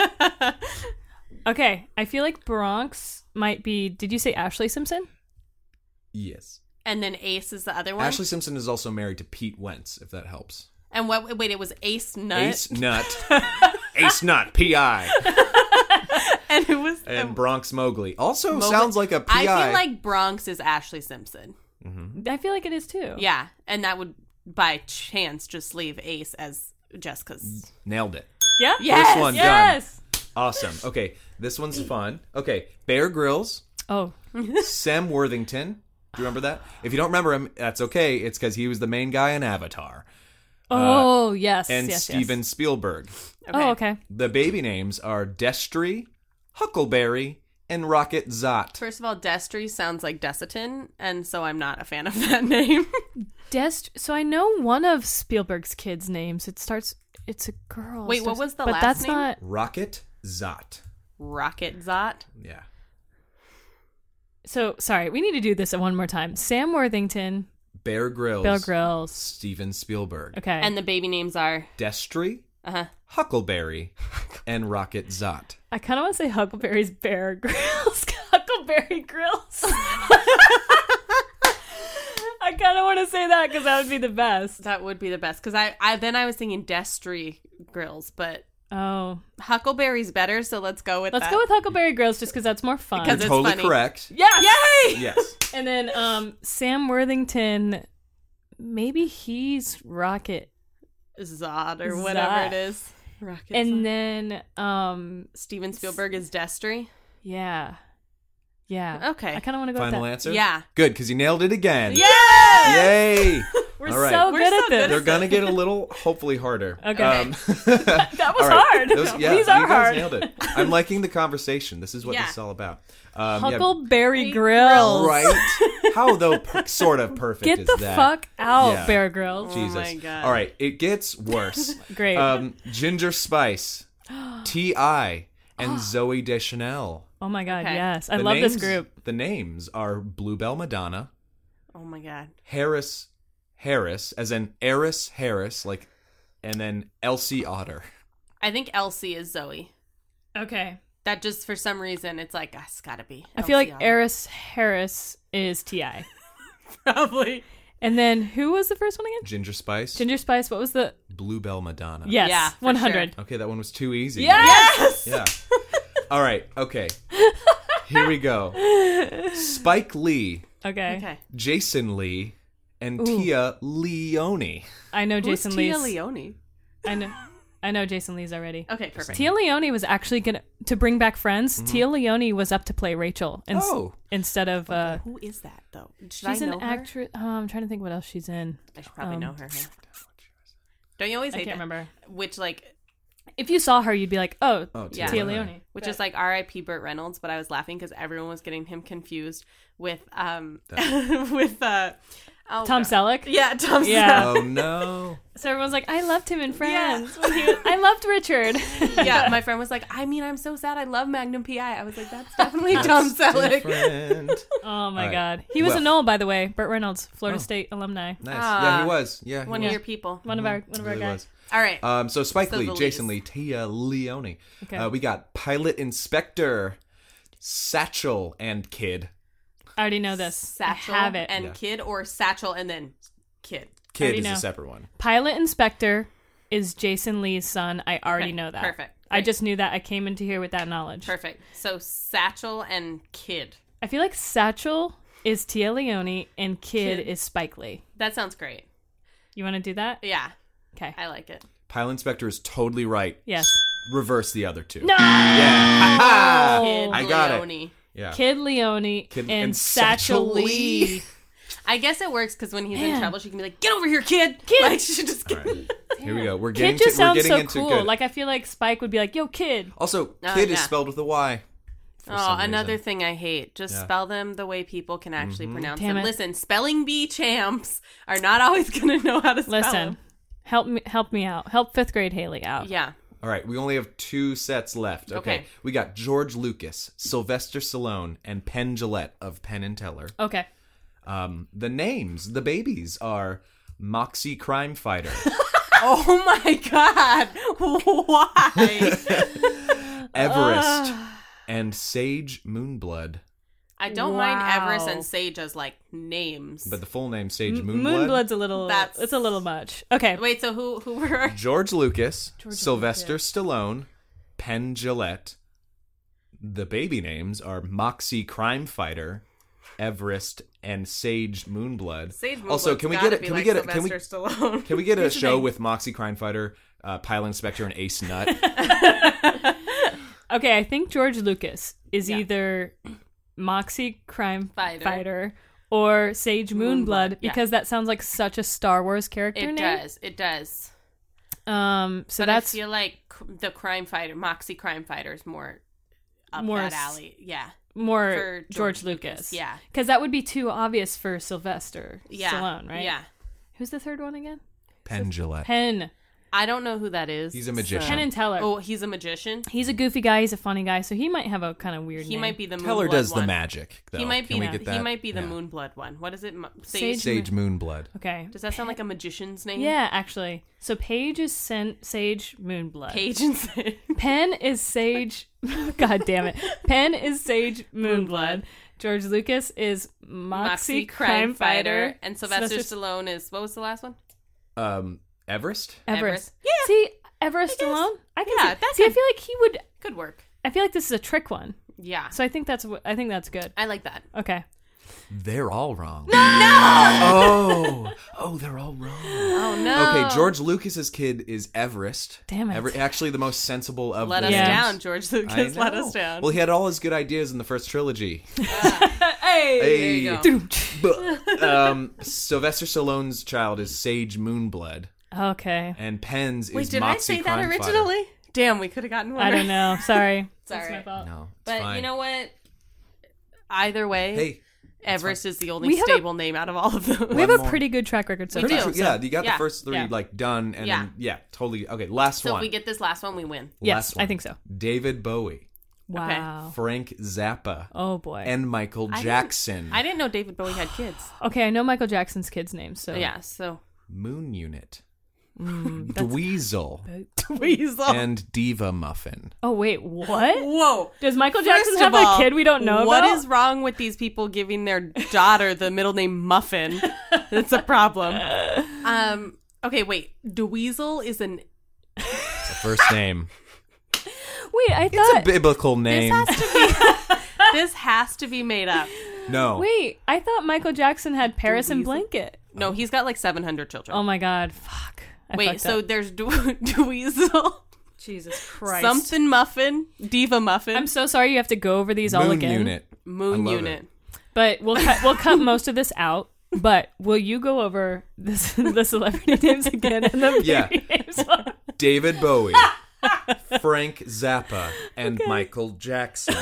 [SPEAKER 3] okay. I feel like Bronx might be. Did you say Ashley Simpson?
[SPEAKER 1] Yes.
[SPEAKER 2] and then Ace is the other one.
[SPEAKER 1] Ashley Simpson is also married to Pete Wentz, if that helps.
[SPEAKER 2] and what? Wait, it was Ace Nut.
[SPEAKER 1] Ace Nut. Ace Nut, P.I.
[SPEAKER 2] and it was.
[SPEAKER 1] And
[SPEAKER 2] the-
[SPEAKER 1] Bronx Mowgli. Also
[SPEAKER 2] Oh. Mowgli.
[SPEAKER 1] sounds like a P.I.
[SPEAKER 2] I feel like Bronx is Ashley Simpson.
[SPEAKER 3] I feel like it is too.
[SPEAKER 2] Yeah, and that would by chance just leave Ace as Jessica's.
[SPEAKER 1] Nailed it.
[SPEAKER 3] Yeah.
[SPEAKER 2] Yes.
[SPEAKER 1] one, done.
[SPEAKER 3] Yes.
[SPEAKER 1] Awesome. Okay, this one's fun. Okay, Bear Grylls,
[SPEAKER 3] Oh.
[SPEAKER 1] Sam Worthington. Do you remember that? If you don't remember him, that's okay. It's because he was the main guy in Avatar.
[SPEAKER 3] Oh yes.
[SPEAKER 1] Uh, And
[SPEAKER 3] yes, yes.
[SPEAKER 1] Steven Spielberg.
[SPEAKER 3] Oh okay.
[SPEAKER 1] The baby names are Destry, Huckleberry, and Rocket Zot.
[SPEAKER 2] First of all, Destry sounds like Desitin, and so I'm not a fan of that name.
[SPEAKER 3] Dest. So I know one of Spielberg's kids' names. It starts. It's a girl.
[SPEAKER 2] Wait, what
[SPEAKER 3] Starts-
[SPEAKER 2] was the
[SPEAKER 3] but
[SPEAKER 2] last
[SPEAKER 3] that's
[SPEAKER 2] name?
[SPEAKER 3] not.
[SPEAKER 1] Rocket Zot.
[SPEAKER 2] Rocket Zot.
[SPEAKER 1] Yeah.
[SPEAKER 3] So sorry. We need to do this one more time. Sam Worthington,
[SPEAKER 1] Bear Grylls.
[SPEAKER 3] Bill Grills.
[SPEAKER 1] Steven Spielberg.
[SPEAKER 3] Okay.
[SPEAKER 2] And the baby names are.
[SPEAKER 1] Destry,
[SPEAKER 2] Uh huh.
[SPEAKER 1] Huckleberry, and Rocket Zot.
[SPEAKER 3] I kind of want to say Huckleberry's Bear Grills. Huckleberry Grills. I kind of want to say that because that would be the best.
[SPEAKER 2] That would be the best because I, I then I was thinking Destry grills, but
[SPEAKER 3] Oh,
[SPEAKER 2] Huckleberry's better, so let's go with
[SPEAKER 3] let's
[SPEAKER 2] that.
[SPEAKER 3] go with Huckleberry Grills just because that's more fun.
[SPEAKER 2] Because it's
[SPEAKER 1] Totally
[SPEAKER 2] funny.
[SPEAKER 1] correct.
[SPEAKER 3] yes, yay!
[SPEAKER 1] Yes.
[SPEAKER 3] And then um, Sam Worthington, maybe he's Rocket,
[SPEAKER 2] Zod or whatever
[SPEAKER 3] Zod.
[SPEAKER 2] it is. Rocket. Zod.
[SPEAKER 3] and then um,
[SPEAKER 2] Steven Spielberg is Destry.
[SPEAKER 3] yeah, yeah.
[SPEAKER 2] Okay.
[SPEAKER 3] I kind of want to go
[SPEAKER 1] Final
[SPEAKER 3] with
[SPEAKER 1] answer?
[SPEAKER 2] Yeah.
[SPEAKER 1] Good, because you nailed it again.
[SPEAKER 2] Yeah.
[SPEAKER 1] Yay!
[SPEAKER 3] that. We're
[SPEAKER 1] All right.
[SPEAKER 3] so
[SPEAKER 2] We're
[SPEAKER 3] good
[SPEAKER 2] so
[SPEAKER 3] at
[SPEAKER 2] good
[SPEAKER 3] this.
[SPEAKER 2] at
[SPEAKER 1] They're gonna get a little, hopefully, harder. Um,
[SPEAKER 3] Okay.
[SPEAKER 1] that
[SPEAKER 3] was hard.
[SPEAKER 1] yeah,
[SPEAKER 3] These
[SPEAKER 1] you guys
[SPEAKER 3] are hard.
[SPEAKER 1] Nailed it. I'm liking the conversation. This is what
[SPEAKER 2] Yeah.
[SPEAKER 1] this is all about. Um, yeah,
[SPEAKER 3] Huckleberry
[SPEAKER 2] Hey,
[SPEAKER 3] Grills.
[SPEAKER 1] right? How though? Per- sort of perfect.
[SPEAKER 3] Get
[SPEAKER 1] is
[SPEAKER 3] the
[SPEAKER 1] that?
[SPEAKER 3] fuck Oh out,
[SPEAKER 1] Yeah.
[SPEAKER 3] Bear Grylls.
[SPEAKER 1] Jesus.
[SPEAKER 2] my God.
[SPEAKER 1] All right, it gets worse.
[SPEAKER 3] Great.
[SPEAKER 1] um, Ginger Spice, T.I., and Zoe Deschanel.
[SPEAKER 3] oh my god,
[SPEAKER 2] okay.
[SPEAKER 3] yes. I
[SPEAKER 1] The
[SPEAKER 3] love this
[SPEAKER 1] names-
[SPEAKER 3] group.
[SPEAKER 1] The names are Bluebell Madonna,
[SPEAKER 2] Oh my god.
[SPEAKER 1] Harris Harris, as in Eris Harris, like, and then Elsie Otter.
[SPEAKER 2] I think Elsie is Zoe.
[SPEAKER 3] Okay.
[SPEAKER 2] That just for some reason it's like ah, it's gotta be.
[SPEAKER 3] I feel like
[SPEAKER 2] Elsie on it.
[SPEAKER 3] Eris Harris is Ti.
[SPEAKER 2] probably.
[SPEAKER 3] And then who was the first one again?
[SPEAKER 1] Ginger Spice,
[SPEAKER 3] Ginger Spice. What was the?
[SPEAKER 1] Bluebell Madonna.
[SPEAKER 3] Yes,
[SPEAKER 2] Yeah, for
[SPEAKER 3] one hundred.
[SPEAKER 1] Okay, that one was too easy.
[SPEAKER 3] Yes.
[SPEAKER 1] Yeah. All right. Okay. Here we go. Spike Lee,
[SPEAKER 3] Okay.
[SPEAKER 2] Okay.
[SPEAKER 1] Jason Lee, and Tia Leone.
[SPEAKER 3] I know
[SPEAKER 2] Who's
[SPEAKER 3] Jason
[SPEAKER 2] Tia
[SPEAKER 3] Lee's.
[SPEAKER 2] Leone?
[SPEAKER 3] I know. I know Jason Lee's already.
[SPEAKER 2] Okay, perfect.
[SPEAKER 3] Tia Leone was actually gonna to bring back Friends. Tia Leone was up to play Rachel ins-
[SPEAKER 1] Mm-hmm. Oh.
[SPEAKER 3] instead of. Uh,
[SPEAKER 2] Who is that though? Should
[SPEAKER 3] she's
[SPEAKER 2] I
[SPEAKER 3] an
[SPEAKER 2] know her?
[SPEAKER 3] actress. Oh, I'm trying to think what else she's in.
[SPEAKER 2] I should probably
[SPEAKER 3] um,
[SPEAKER 2] know her. huh? Don't you always
[SPEAKER 3] I
[SPEAKER 2] hate
[SPEAKER 3] can't
[SPEAKER 2] that?
[SPEAKER 3] remember.
[SPEAKER 2] Which like
[SPEAKER 3] If you saw her, you'd be like, "Oh,
[SPEAKER 1] Oh,
[SPEAKER 2] Tia
[SPEAKER 3] Tia
[SPEAKER 1] Leone.
[SPEAKER 3] Leone,"
[SPEAKER 2] which is like R.I.P. Burt Reynolds, but I was laughing because everyone was getting him confused with um with uh oh,
[SPEAKER 3] Tom
[SPEAKER 2] God.
[SPEAKER 3] Selleck.
[SPEAKER 2] Yeah, Tom
[SPEAKER 3] Yeah.
[SPEAKER 2] Selleck.
[SPEAKER 1] Oh no.
[SPEAKER 3] So everyone's like, I loved him in Friends. when he was- I loved Richard.
[SPEAKER 2] Yeah, my friend was like, I mean, I'm so sad. I love Magnum PI. I was like, that's definitely Tom Selleck.
[SPEAKER 1] Different.
[SPEAKER 3] oh my
[SPEAKER 1] All right.
[SPEAKER 3] God. He was
[SPEAKER 1] Well-
[SPEAKER 3] an old, by the way. Burt Reynolds, Florida
[SPEAKER 1] Oh.
[SPEAKER 3] State alumni.
[SPEAKER 1] Nice. yeah, he
[SPEAKER 2] Ah,
[SPEAKER 1] was. Yeah, he
[SPEAKER 2] One
[SPEAKER 1] was.
[SPEAKER 2] of your people.
[SPEAKER 3] One of our one of our
[SPEAKER 1] Really
[SPEAKER 3] guys.
[SPEAKER 1] was.
[SPEAKER 2] All right.
[SPEAKER 1] Um, so Spike
[SPEAKER 2] So
[SPEAKER 1] Lee,
[SPEAKER 2] the
[SPEAKER 1] Jason Lee,
[SPEAKER 2] leads.
[SPEAKER 1] Tia Leone.
[SPEAKER 3] Okay.
[SPEAKER 1] Uh, we got Pilot Inspector, Satchel, and Kid.
[SPEAKER 3] I already know this.
[SPEAKER 2] Satchel
[SPEAKER 3] I have it.
[SPEAKER 2] and
[SPEAKER 1] Yeah.
[SPEAKER 2] Kid or Satchel and then Kid.
[SPEAKER 1] Kid
[SPEAKER 3] already
[SPEAKER 1] is
[SPEAKER 3] know.
[SPEAKER 1] a separate one.
[SPEAKER 3] Pilot Inspector is Jason Lee's son. I already
[SPEAKER 2] Okay,
[SPEAKER 3] know that.
[SPEAKER 2] perfect.
[SPEAKER 3] I
[SPEAKER 2] Great.
[SPEAKER 3] just knew that. I came into here with that knowledge.
[SPEAKER 2] Perfect. So Satchel and Kid.
[SPEAKER 3] I feel like Satchel is Tia Leone and Kid,
[SPEAKER 2] Kid.
[SPEAKER 3] is Spike Lee.
[SPEAKER 2] That sounds great.
[SPEAKER 3] You want to do that?
[SPEAKER 2] Yeah,
[SPEAKER 3] Okay.
[SPEAKER 2] I like it.
[SPEAKER 1] Pilot Inspector is totally right.
[SPEAKER 3] Yes.
[SPEAKER 1] Reverse the other two.
[SPEAKER 3] No.
[SPEAKER 1] Yeah. Ha-ha!
[SPEAKER 3] Oh.
[SPEAKER 2] Kid
[SPEAKER 1] I got it.
[SPEAKER 2] Leone.
[SPEAKER 1] Yeah.
[SPEAKER 3] Kid Leone
[SPEAKER 1] Kid-
[SPEAKER 3] and,
[SPEAKER 1] and
[SPEAKER 3] Satchel
[SPEAKER 1] Satchel
[SPEAKER 3] Lee.
[SPEAKER 1] Lee.
[SPEAKER 2] I guess it works because when he's in
[SPEAKER 3] Man.
[SPEAKER 2] trouble, she can be like, "Get over here, kid!"
[SPEAKER 3] Kid!
[SPEAKER 2] Like she just.
[SPEAKER 1] All right. Here we go. We're getting
[SPEAKER 3] Kid just
[SPEAKER 1] to, we're
[SPEAKER 3] sounds
[SPEAKER 1] getting
[SPEAKER 3] so
[SPEAKER 1] into
[SPEAKER 3] cool.
[SPEAKER 1] good.
[SPEAKER 3] Like I feel like Spike would be like, "Yo, kid."
[SPEAKER 1] also, Kid
[SPEAKER 2] Oh,
[SPEAKER 1] is
[SPEAKER 2] yeah.
[SPEAKER 1] spelled with a Y. for
[SPEAKER 2] Oh,
[SPEAKER 1] some
[SPEAKER 2] another
[SPEAKER 1] reason.
[SPEAKER 2] thing I hate. Just
[SPEAKER 1] Yeah. Mm-hmm.
[SPEAKER 2] spell them the way people can actually pronounce
[SPEAKER 3] Damn
[SPEAKER 2] them.
[SPEAKER 3] it.
[SPEAKER 2] Listen, spelling bee champs are not always going to know how to spell
[SPEAKER 3] Listen,
[SPEAKER 2] them.
[SPEAKER 3] help me, help me out. Help fifth grade Haley out.
[SPEAKER 2] Yeah.
[SPEAKER 1] All right, we only have two sets left. Okay.
[SPEAKER 2] Okay.
[SPEAKER 1] We got George Lucas, Sylvester Stallone, and Penn Gillette of Penn and Teller.
[SPEAKER 3] Okay.
[SPEAKER 1] Um, the names, the babies are Moxie Crime Fighter.
[SPEAKER 2] Oh my god. Why?
[SPEAKER 1] Everest
[SPEAKER 2] Ah.
[SPEAKER 1] and Sage Moonblood.
[SPEAKER 2] I don't mind Everest
[SPEAKER 3] Wow.
[SPEAKER 2] and Sage as like names.
[SPEAKER 1] But the full name Sage
[SPEAKER 3] M-
[SPEAKER 1] Moonblood.
[SPEAKER 3] Moonblood's a little.
[SPEAKER 2] That's-
[SPEAKER 3] It's a little much. Okay.
[SPEAKER 2] Wait, so who who were
[SPEAKER 1] George Lucas, Sylvester Stallone, Penn Gillette. The baby names are Moxie Crime Fighter, Everest, and Sage Moonblood.
[SPEAKER 2] Sage
[SPEAKER 1] also, can we get it? Can we get it? Can we
[SPEAKER 2] Stallone.
[SPEAKER 1] can we get a
[SPEAKER 3] Here's the
[SPEAKER 1] show
[SPEAKER 3] thing.
[SPEAKER 1] with Moxie Crime Fighter, uh, Pile Inspector, and Ace Nut?
[SPEAKER 3] Okay. I think George Lucas is
[SPEAKER 2] Yeah.
[SPEAKER 3] either Moxie Crime
[SPEAKER 2] Fighter.
[SPEAKER 3] or Sage Moonblood,
[SPEAKER 2] Moonblood, yeah.
[SPEAKER 3] because that sounds like such a Star Wars character
[SPEAKER 2] it
[SPEAKER 3] name.
[SPEAKER 2] does. It does.
[SPEAKER 3] Um. So
[SPEAKER 2] but
[SPEAKER 3] that's
[SPEAKER 2] I feel like c- the crime fighter, Moxie crime fighter, is more up
[SPEAKER 3] More
[SPEAKER 2] that
[SPEAKER 3] s-
[SPEAKER 2] alley. Yeah,
[SPEAKER 3] more
[SPEAKER 2] for
[SPEAKER 3] George,
[SPEAKER 2] George
[SPEAKER 3] Lucas.
[SPEAKER 2] yeah,
[SPEAKER 3] Because that would be too obvious for Sylvester
[SPEAKER 2] yeah.
[SPEAKER 3] Stallone, right?
[SPEAKER 2] Yeah.
[SPEAKER 3] Who's the third one again?
[SPEAKER 1] Penn Gillette.
[SPEAKER 3] Penn.
[SPEAKER 2] I don't know who that is.
[SPEAKER 1] He's a magician.
[SPEAKER 3] Penn and Teller.
[SPEAKER 2] Oh, he's a magician.
[SPEAKER 3] He's a goofy guy. He's a funny guy. So he might have a kind of weird.
[SPEAKER 2] He
[SPEAKER 3] name.
[SPEAKER 2] might be the
[SPEAKER 1] Teller
[SPEAKER 2] Moonblood
[SPEAKER 1] does
[SPEAKER 2] one.
[SPEAKER 1] the magic. Though.
[SPEAKER 2] He might be.
[SPEAKER 1] Can we get that?
[SPEAKER 2] He might be the
[SPEAKER 1] Yeah.
[SPEAKER 2] Moonblood one. What is it? Mo-
[SPEAKER 3] Sage-
[SPEAKER 2] Sage.
[SPEAKER 1] Sage Moonblood.
[SPEAKER 3] Okay.
[SPEAKER 2] Does that sound like a magician's name?
[SPEAKER 3] Yeah, actually. So Paige is sen- Sage Moonblood.
[SPEAKER 2] Page and Sage.
[SPEAKER 3] Penn is Sage. God damn it. Penn is Sage Moonblood. George Lucas is Moxie, crime, fighter,
[SPEAKER 2] and Sylvester, Stallone is what was the last one?
[SPEAKER 1] Um, Everest.
[SPEAKER 3] Everest.
[SPEAKER 2] Everest.
[SPEAKER 3] Yeah. See, Everest alone. I can.
[SPEAKER 2] Yeah,
[SPEAKER 3] see.
[SPEAKER 2] that's
[SPEAKER 3] see. I
[SPEAKER 2] a-
[SPEAKER 3] feel like he would.
[SPEAKER 2] Good work.
[SPEAKER 3] I feel like this is a trick one.
[SPEAKER 2] Yeah,
[SPEAKER 3] So I think that's. wh- I think that's good.
[SPEAKER 2] I like that.
[SPEAKER 3] Okay.
[SPEAKER 1] They're all wrong. No. Oh. Oh, they're all wrong.
[SPEAKER 2] Oh no.
[SPEAKER 1] Okay, George Lucas's kid is Everest.
[SPEAKER 3] Damn it.
[SPEAKER 1] actually, the most sensible of
[SPEAKER 2] Let
[SPEAKER 1] the
[SPEAKER 2] us
[SPEAKER 3] Yeah.
[SPEAKER 2] down, George
[SPEAKER 1] I
[SPEAKER 2] Lucas. Let
[SPEAKER 1] know.
[SPEAKER 2] us down.
[SPEAKER 1] Well, he had all his good ideas in the first trilogy.
[SPEAKER 3] Hey.
[SPEAKER 2] there you go.
[SPEAKER 1] But, um, Sylvester Stallone's child is Sage Moonblood,
[SPEAKER 3] Okay.
[SPEAKER 1] and Penn's
[SPEAKER 2] Wait,
[SPEAKER 1] is
[SPEAKER 2] did
[SPEAKER 1] Moxie
[SPEAKER 2] I say that
[SPEAKER 1] Crime Fighter.
[SPEAKER 2] originally? Damn, we could have gotten one.
[SPEAKER 3] I don't know. Sorry. it's
[SPEAKER 2] all right.
[SPEAKER 3] fault.
[SPEAKER 1] No, it's
[SPEAKER 2] But
[SPEAKER 1] fine.
[SPEAKER 2] you know what? Either way,
[SPEAKER 1] hey,
[SPEAKER 2] Everest is the only
[SPEAKER 3] We have a-
[SPEAKER 2] stable name out of all of them.
[SPEAKER 3] We have a
[SPEAKER 1] One more.
[SPEAKER 3] pretty good track record so
[SPEAKER 2] We
[SPEAKER 3] far.
[SPEAKER 1] pretty
[SPEAKER 2] do.
[SPEAKER 1] true- yeah, you got
[SPEAKER 2] yeah,
[SPEAKER 1] the first three
[SPEAKER 3] yeah.
[SPEAKER 1] like done, and
[SPEAKER 2] Yeah.
[SPEAKER 1] then yeah, totally okay. Last
[SPEAKER 2] so
[SPEAKER 1] one.
[SPEAKER 2] if we get this last one, we win.
[SPEAKER 3] Yes,
[SPEAKER 1] Last one.
[SPEAKER 3] I think so.
[SPEAKER 1] David Bowie,
[SPEAKER 2] Oh.
[SPEAKER 3] Wow.
[SPEAKER 1] Frank Zappa,
[SPEAKER 3] Oh boy.
[SPEAKER 1] and Michael
[SPEAKER 2] didn't-
[SPEAKER 1] Jackson.
[SPEAKER 2] I didn't know David Bowie had kids.
[SPEAKER 3] okay, I know Michael Jackson's kids' names, so
[SPEAKER 2] yeah, so
[SPEAKER 1] Moon Unit,
[SPEAKER 2] Mm,
[SPEAKER 1] Dweezil,
[SPEAKER 2] Dweezil.
[SPEAKER 1] and Diva Muffin.
[SPEAKER 3] Oh wait, what?
[SPEAKER 2] Whoa.
[SPEAKER 3] Does Michael Jackson
[SPEAKER 2] First
[SPEAKER 3] have
[SPEAKER 2] of
[SPEAKER 3] a
[SPEAKER 2] all,
[SPEAKER 3] kid we don't know
[SPEAKER 2] What
[SPEAKER 3] about?
[SPEAKER 2] is wrong with these people giving their daughter the middle name Muffin? That's a problem. Um. Okay, wait. Dweezil is an.
[SPEAKER 1] It's the first name.
[SPEAKER 3] wait, I
[SPEAKER 1] It's a
[SPEAKER 3] thought.
[SPEAKER 1] biblical name.
[SPEAKER 2] This has to be made up.
[SPEAKER 1] no.
[SPEAKER 3] wait, I thought Michael Jackson had Paris and Blanket.
[SPEAKER 2] No, he's got like 700 children.
[SPEAKER 3] Oh my god, fuck. I
[SPEAKER 2] Wait,
[SPEAKER 3] fucked
[SPEAKER 2] so
[SPEAKER 3] up.
[SPEAKER 2] there's Dwe- Dweezil,
[SPEAKER 3] Jesus Christ.
[SPEAKER 2] something muffin, diva muffin,
[SPEAKER 3] I'm so sorry you have to go over these all
[SPEAKER 1] Moon
[SPEAKER 3] again.
[SPEAKER 1] Unit.
[SPEAKER 2] moon
[SPEAKER 1] I love
[SPEAKER 2] unit.
[SPEAKER 1] it.
[SPEAKER 3] But we'll cut, we'll cut most of this out. But will you go over this the celebrity names again and the
[SPEAKER 1] Yeah.
[SPEAKER 3] baby names?
[SPEAKER 1] David Bowie, Frank Zappa, and Michael Jackson.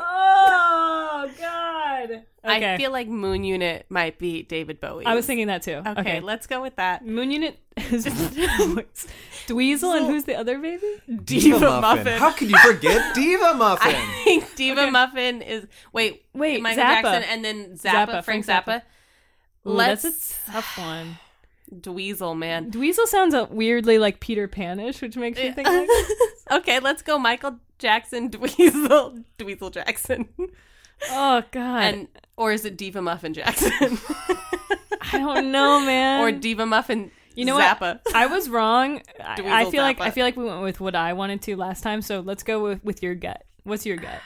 [SPEAKER 3] oh God. Okay.
[SPEAKER 2] I feel like moon unit might be David Bowie.
[SPEAKER 3] I was thinking that too.
[SPEAKER 2] okay, let's go with that.
[SPEAKER 3] Moon Unit is Dweezil, and who's the other baby?
[SPEAKER 2] Diva, muffin.
[SPEAKER 1] How could you forget Diva Muffin?
[SPEAKER 2] I think Diva Muffin is wait,
[SPEAKER 3] Wait,
[SPEAKER 2] Michael
[SPEAKER 3] Zappa.
[SPEAKER 2] Jackson, and then Zappa,
[SPEAKER 3] Zappa,
[SPEAKER 2] Frank
[SPEAKER 3] Frank
[SPEAKER 2] Zappa,
[SPEAKER 3] Zappa. Ooh,
[SPEAKER 2] Let's-
[SPEAKER 3] that's a tough one.
[SPEAKER 2] Dweezil, man.
[SPEAKER 3] Dweezil sounds uh, weirdly like Peter Panish, which makes me think like
[SPEAKER 2] Okay, let's go, Michael Jackson, Dweezil, Dweezil Jackson,
[SPEAKER 3] Oh God.
[SPEAKER 2] and or is it Diva Muffin Jackson
[SPEAKER 3] I don't know, man.
[SPEAKER 2] or Diva Muffin?
[SPEAKER 3] Um, you know
[SPEAKER 2] Zappa.
[SPEAKER 3] what? I was wrong. I, I
[SPEAKER 2] Dweezil
[SPEAKER 3] feel like I
[SPEAKER 2] Zappa.
[SPEAKER 3] feel like we went with what I wanted to last time, so let's go with, with your gut. What's your gut?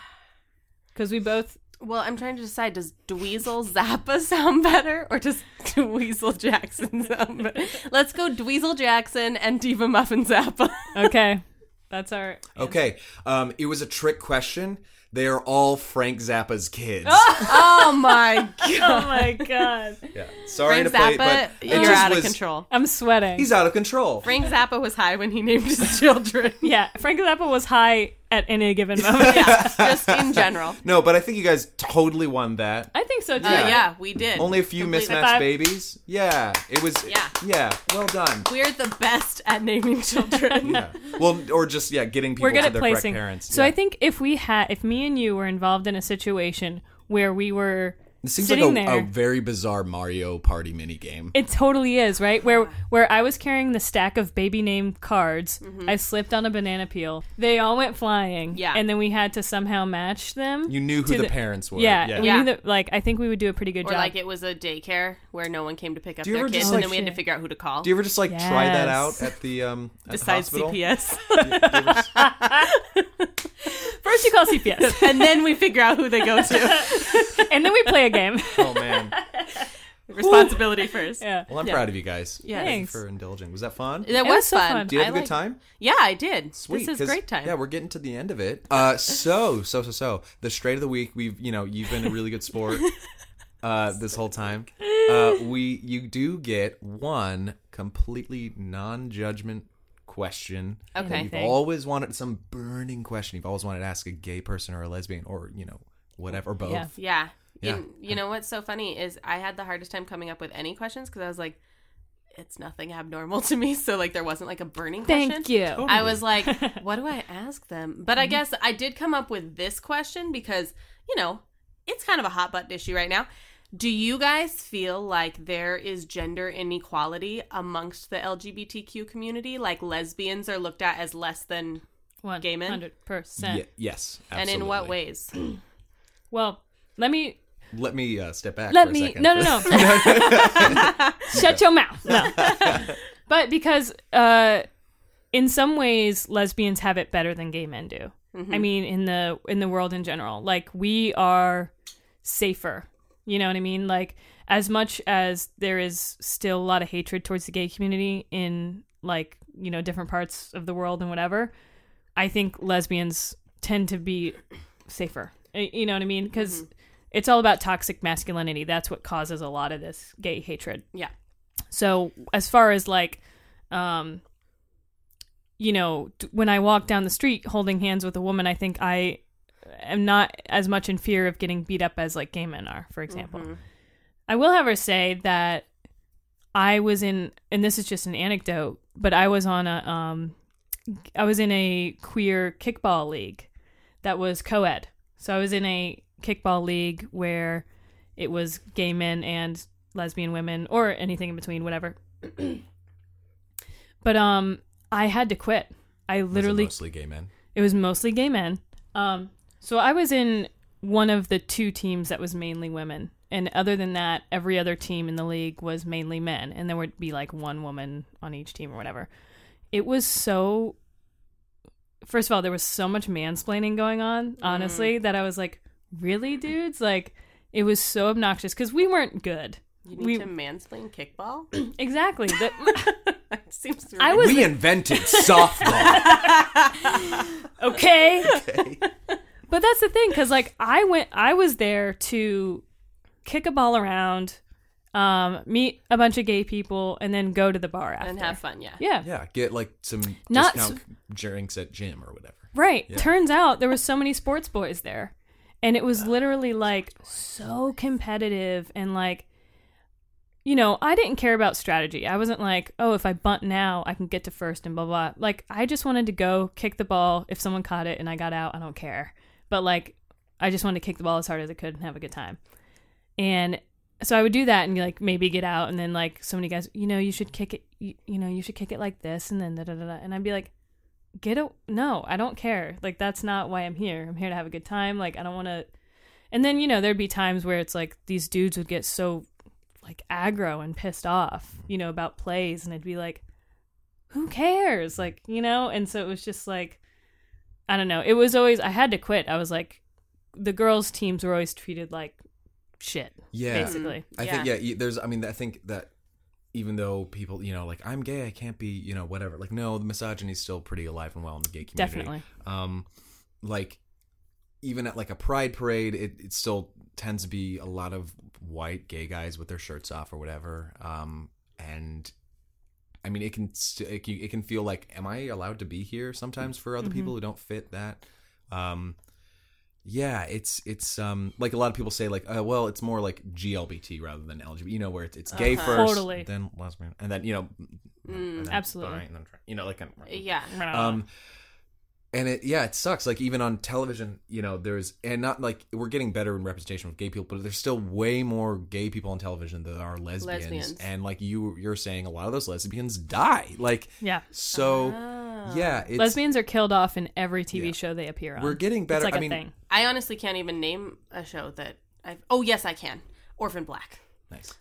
[SPEAKER 3] Because we both
[SPEAKER 2] Well, I'm trying to decide does Dweezil Zappa sound better or does Dweezil Jackson sound better? Let's go Dweezil Jackson and Diva Muffin Zappa.
[SPEAKER 3] Okay. That's our
[SPEAKER 1] Okay, um, it was a trick question. They are all Frank Zappa's kids.
[SPEAKER 2] oh my
[SPEAKER 3] Oh
[SPEAKER 2] god.
[SPEAKER 3] my god.
[SPEAKER 1] Yeah. Sorry
[SPEAKER 2] Frank
[SPEAKER 1] to play,
[SPEAKER 2] Zappa,
[SPEAKER 1] but it
[SPEAKER 2] you're
[SPEAKER 1] just
[SPEAKER 2] out of
[SPEAKER 1] was-
[SPEAKER 2] control.
[SPEAKER 3] I'm sweating.
[SPEAKER 1] He's out of control.
[SPEAKER 2] Frank Zappa was high when he named his children.
[SPEAKER 3] Yeah, Frank Zappa was high at any given moment.
[SPEAKER 2] yeah, just in general.
[SPEAKER 1] No, but I think you guys totally won that.
[SPEAKER 3] I think so too.
[SPEAKER 2] Uh,
[SPEAKER 1] Yeah.
[SPEAKER 2] yeah. we did.
[SPEAKER 1] Only a few
[SPEAKER 2] Completely.
[SPEAKER 1] mismatched
[SPEAKER 3] Five.
[SPEAKER 1] babies. Yeah, it was.
[SPEAKER 2] Yeah.
[SPEAKER 1] yeah. Well done.
[SPEAKER 2] We're the best at naming children.
[SPEAKER 1] Yeah. Well, or just yeah, getting people
[SPEAKER 3] We're good
[SPEAKER 1] to
[SPEAKER 3] at
[SPEAKER 1] their
[SPEAKER 3] placing.
[SPEAKER 1] correct parents.
[SPEAKER 3] So
[SPEAKER 1] yeah.
[SPEAKER 3] I think if we had, if me and you were involved in a situation where we were
[SPEAKER 1] it seems
[SPEAKER 3] sitting
[SPEAKER 1] like a,
[SPEAKER 3] there,
[SPEAKER 1] a very bizarre Mario Party mini game.
[SPEAKER 3] It totally is, right? Where where I was carrying the stack of baby name cards, I slipped on a banana peel. They all went flying.
[SPEAKER 2] Mm-hmm. Yeah.
[SPEAKER 3] and then we had to somehow match them.
[SPEAKER 1] You knew who
[SPEAKER 3] to
[SPEAKER 1] the, parents were.
[SPEAKER 3] Yeah,
[SPEAKER 1] yeah.
[SPEAKER 3] we
[SPEAKER 2] Yeah.
[SPEAKER 3] knew that. Like, I think we would do a pretty good
[SPEAKER 2] Or
[SPEAKER 3] job.
[SPEAKER 2] like it was a daycare where no one came to pick up
[SPEAKER 1] Do you
[SPEAKER 2] their
[SPEAKER 1] ever
[SPEAKER 2] kids,
[SPEAKER 1] just,
[SPEAKER 2] and
[SPEAKER 1] like-
[SPEAKER 2] then we had to figure out who to call.
[SPEAKER 1] Do you ever just like try that out
[SPEAKER 3] Yes.
[SPEAKER 1] at the um at
[SPEAKER 2] besides
[SPEAKER 1] the hospital?
[SPEAKER 2] CPS,
[SPEAKER 3] First, you call CPS,
[SPEAKER 2] and then we figure out who they go to.
[SPEAKER 3] and then we play a game.
[SPEAKER 1] Oh man.
[SPEAKER 2] Responsibility first.
[SPEAKER 3] yeah,
[SPEAKER 1] Well, I'm proud of you guys.
[SPEAKER 2] Yeah.
[SPEAKER 1] Thank you
[SPEAKER 3] Thanks.
[SPEAKER 1] for indulging. Was that fun?
[SPEAKER 2] That
[SPEAKER 3] It
[SPEAKER 2] was,
[SPEAKER 3] was so
[SPEAKER 2] fun.
[SPEAKER 3] fun.
[SPEAKER 1] Did you have
[SPEAKER 2] I
[SPEAKER 1] a good
[SPEAKER 2] liked-
[SPEAKER 1] time?
[SPEAKER 2] Yeah, I did.
[SPEAKER 1] Sweet,
[SPEAKER 2] this
[SPEAKER 1] 'cause-
[SPEAKER 2] is great time.
[SPEAKER 1] Yeah, we're getting to the end of it. Uh, so so so so the straight of the week. We've you know you've been a really good sport. Uh, this whole time, uh, we you do get one completely non-judgment question. that
[SPEAKER 2] Okay.
[SPEAKER 1] you've
[SPEAKER 3] Anything.
[SPEAKER 1] always wanted some burning question. You've always wanted to ask a gay person or a lesbian or you know whatever or both.
[SPEAKER 3] Yeah.
[SPEAKER 2] Yeah.
[SPEAKER 1] Yeah.
[SPEAKER 2] And you know what's so funny is I had the hardest time coming up with any questions because I was like, it's nothing abnormal to me. So like there wasn't like a burning question.
[SPEAKER 3] thank you. Mm-hmm.
[SPEAKER 2] I was like, what do I ask them? But I guess I did come up with this question because, you know, it's kind of a hot button issue right now. Do you guys feel like there is gender inequality amongst the LGBTQ community? Like lesbians are looked at as less than,
[SPEAKER 3] One
[SPEAKER 2] Gay men?
[SPEAKER 3] hundred
[SPEAKER 1] Ye-
[SPEAKER 3] percent.
[SPEAKER 1] yes.
[SPEAKER 2] and in what
[SPEAKER 1] absolutely.
[SPEAKER 2] ways?
[SPEAKER 3] Well, let me
[SPEAKER 1] Let me uh, step back.
[SPEAKER 3] let
[SPEAKER 1] for A
[SPEAKER 3] me
[SPEAKER 1] second.
[SPEAKER 3] no no no shut your mouth no but because uh in some ways lesbians have it better than gay men do i mean in the in the world in general like we are safer you know what i mean like as much as there is still a lot of hatred towards the gay community in like you know different parts of the world and whatever i think lesbians tend to be safer. Y- You know what I mean? Because it's all about toxic masculinity. That's what causes a lot of this gay hatred.
[SPEAKER 2] Yeah.
[SPEAKER 3] So as far as like, um, you know, d- when I walk down the street holding hands with a woman, I think I am not as much in fear of getting beat up as like gay men are, for example. I will, however, say that I was in, and this is just an anecdote, but I was on a, um, I was in a queer kickball league that was co-ed. So I was in a kickball league where it was gay men and lesbian women or anything in between, whatever. but um, I had to quit. I
[SPEAKER 1] Those are
[SPEAKER 3] literally
[SPEAKER 1] mostly gay men.
[SPEAKER 3] it was mostly gay men. Um, so I was in one of the two teams that was mainly women. And other than that, every other team in the league was mainly men. And there would be like one woman on each team or whatever. It was so. First of all, there was so much mansplaining going
[SPEAKER 2] Mm.
[SPEAKER 3] on, honestly, that I was like, really, dudes? Like, it was so obnoxious because we weren't good.
[SPEAKER 2] You need
[SPEAKER 3] We-
[SPEAKER 2] to mansplain kickball?
[SPEAKER 3] Exactly. The-
[SPEAKER 2] That seems really
[SPEAKER 3] I was
[SPEAKER 1] We invented softball.
[SPEAKER 3] okay.
[SPEAKER 1] Okay.
[SPEAKER 3] But that's the thing, because like I went, I was there to kick a ball around, um, meet a bunch of gay people, and then go to the bar after.
[SPEAKER 2] and have fun, yeah.
[SPEAKER 3] yeah.
[SPEAKER 1] Yeah, get like some
[SPEAKER 3] Not
[SPEAKER 1] discount drinks at gym or whatever.
[SPEAKER 3] right. Turns out there were so many sports boys there, and it was literally like so competitive and like. You know, I didn't care about strategy. I wasn't like, oh, if I bunt now, I can get to first and blah, blah. Like, I just wanted to go kick the ball. If someone caught it and I got out, I don't care. But, like, I just wanted to kick the ball as hard as I could and have a good time. and so I would do that and like maybe get out and then like so many guys, you know, you should kick it, you, you know, you should kick it like this and then da da da, da. and I'd be like, get a no, I don't care. Like that's not why I'm here. I'm here to have a good time. Like I don't want to. And then you know there'd be times where it's like these dudes would get so like aggro and pissed off, you know, about plays, and I'd be like, who cares? Like you know, and so it was just like, I don't know. It was always I had to quit. I was like, the girls' teams were always treated like shit
[SPEAKER 1] Yeah,
[SPEAKER 3] basically.
[SPEAKER 1] I think yeah. you- There's, I mean, I think that even though people, you know, like I'm gay, I can't be, you know, whatever. Like, no, the misogyny's still pretty alive and well in the gay community.
[SPEAKER 3] Definitely.
[SPEAKER 1] Um, like even at like a pride parade, it, it still tends to be a lot of white gay guys with their shirts off or whatever. Um, and I
[SPEAKER 3] Mm-hmm.
[SPEAKER 1] mean, it can st- it can, it can feel like, am I allowed to be here sometimes for other people who don't fit that? Um, yeah, it's it's um like a lot of people say like uh, well it's more like GLBT rather than LGBT. You know where it's, it's gay
[SPEAKER 2] Uh-huh.
[SPEAKER 1] first,
[SPEAKER 3] Totally. Mm,
[SPEAKER 1] then lesbian, and then you know, and then
[SPEAKER 3] Absolutely.
[SPEAKER 1] bi, and then, you know like kind of-
[SPEAKER 2] Yeah.
[SPEAKER 1] um and it yeah it sucks like even on television you know there's and not like we're getting better in representation with gay people but there's still way more gay people on television than there are lesbians,
[SPEAKER 2] Lesbians.
[SPEAKER 1] and like you you're saying a lot of those lesbians die like
[SPEAKER 3] yeah.
[SPEAKER 1] so yeah it's,
[SPEAKER 3] Lesbians are killed off in every TV
[SPEAKER 1] Yeah.
[SPEAKER 3] show they appear on.
[SPEAKER 1] we're getting better
[SPEAKER 3] It's like
[SPEAKER 1] i
[SPEAKER 3] a
[SPEAKER 1] mean
[SPEAKER 3] thing.
[SPEAKER 2] I honestly can't even name a show that I've. Oh yes, I can. Orphan Black.
[SPEAKER 1] nice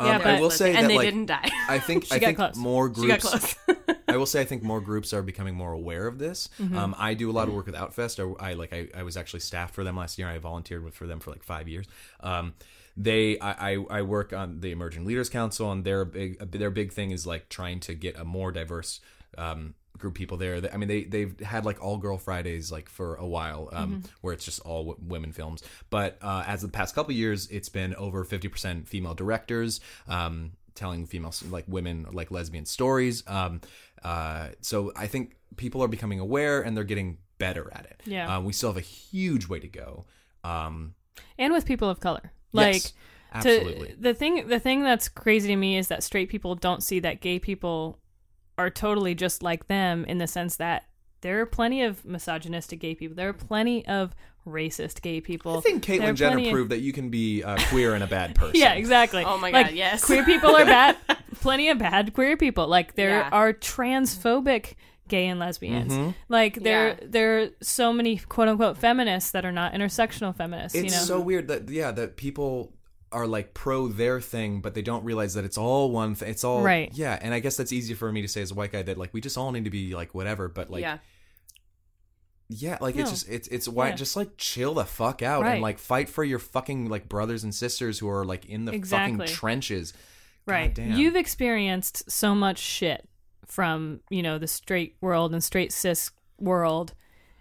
[SPEAKER 3] Yeah,
[SPEAKER 1] um, i
[SPEAKER 3] but-
[SPEAKER 1] will say
[SPEAKER 2] and
[SPEAKER 1] that
[SPEAKER 2] they
[SPEAKER 1] like
[SPEAKER 2] didn't die.
[SPEAKER 1] I think
[SPEAKER 3] She
[SPEAKER 1] I
[SPEAKER 3] got
[SPEAKER 1] think
[SPEAKER 3] close.
[SPEAKER 1] more groups.
[SPEAKER 2] she got close.
[SPEAKER 1] I will say I think more groups are becoming more aware of this. Um, I do a lot of work with Outfest. I, I like I, I was actually staffed for them last year. I volunteered with for them for like five years. Um, they I, I, I work on the Emerging Leaders Council, and their big their big thing is like trying to get a more diverse. Um, group of people there They- i mean they they've had like all girl fridays like for a while um where it's just all w- women films but uh as of the past couple years it's been over 50% female directors um telling female like women like lesbian stories um uh so i think people are becoming aware and they're getting better at it
[SPEAKER 3] Yeah.
[SPEAKER 1] uh, we still have a huge way to go um
[SPEAKER 3] and with people of color. Like
[SPEAKER 1] yes,
[SPEAKER 3] to-
[SPEAKER 1] absolutely
[SPEAKER 3] the thing the thing that's crazy to me is that straight people don't see that gay people are totally just like them in the sense that there are plenty of misogynistic gay people. There are plenty of racist gay people.
[SPEAKER 1] i think
[SPEAKER 3] There are
[SPEAKER 1] caitlyn jenner
[SPEAKER 3] plenty of-
[SPEAKER 1] proved that you can be uh, queer and a bad person
[SPEAKER 3] Yeah, exactly.
[SPEAKER 2] Oh my
[SPEAKER 3] Like,
[SPEAKER 2] God, yes.
[SPEAKER 3] Queer people are bad. plenty of bad queer people. Like there
[SPEAKER 2] Yeah.
[SPEAKER 3] are transphobic gay and lesbians. Like there
[SPEAKER 2] Yeah.
[SPEAKER 3] there are so many quote unquote feminists that are not intersectional feminists,
[SPEAKER 1] it's
[SPEAKER 3] you know.
[SPEAKER 1] so weird that yeah that people are like pro their thing but they don't realize that it's all one thing it's all
[SPEAKER 3] Right.
[SPEAKER 1] yeah and i guess that's easy for me to say as a white guy that like we just all need to be like whatever but like
[SPEAKER 2] yeah.
[SPEAKER 1] Yeah, like it's
[SPEAKER 3] No.
[SPEAKER 1] just it's it's why
[SPEAKER 3] Yeah.
[SPEAKER 1] just like chill the fuck out
[SPEAKER 3] Right.
[SPEAKER 1] and like fight for your fucking like brothers and sisters who are like in the
[SPEAKER 3] Exactly.
[SPEAKER 1] fucking trenches.
[SPEAKER 3] Right.
[SPEAKER 1] Goddamn.
[SPEAKER 3] You've experienced so much shit from, you know, the straight world and straight cis world.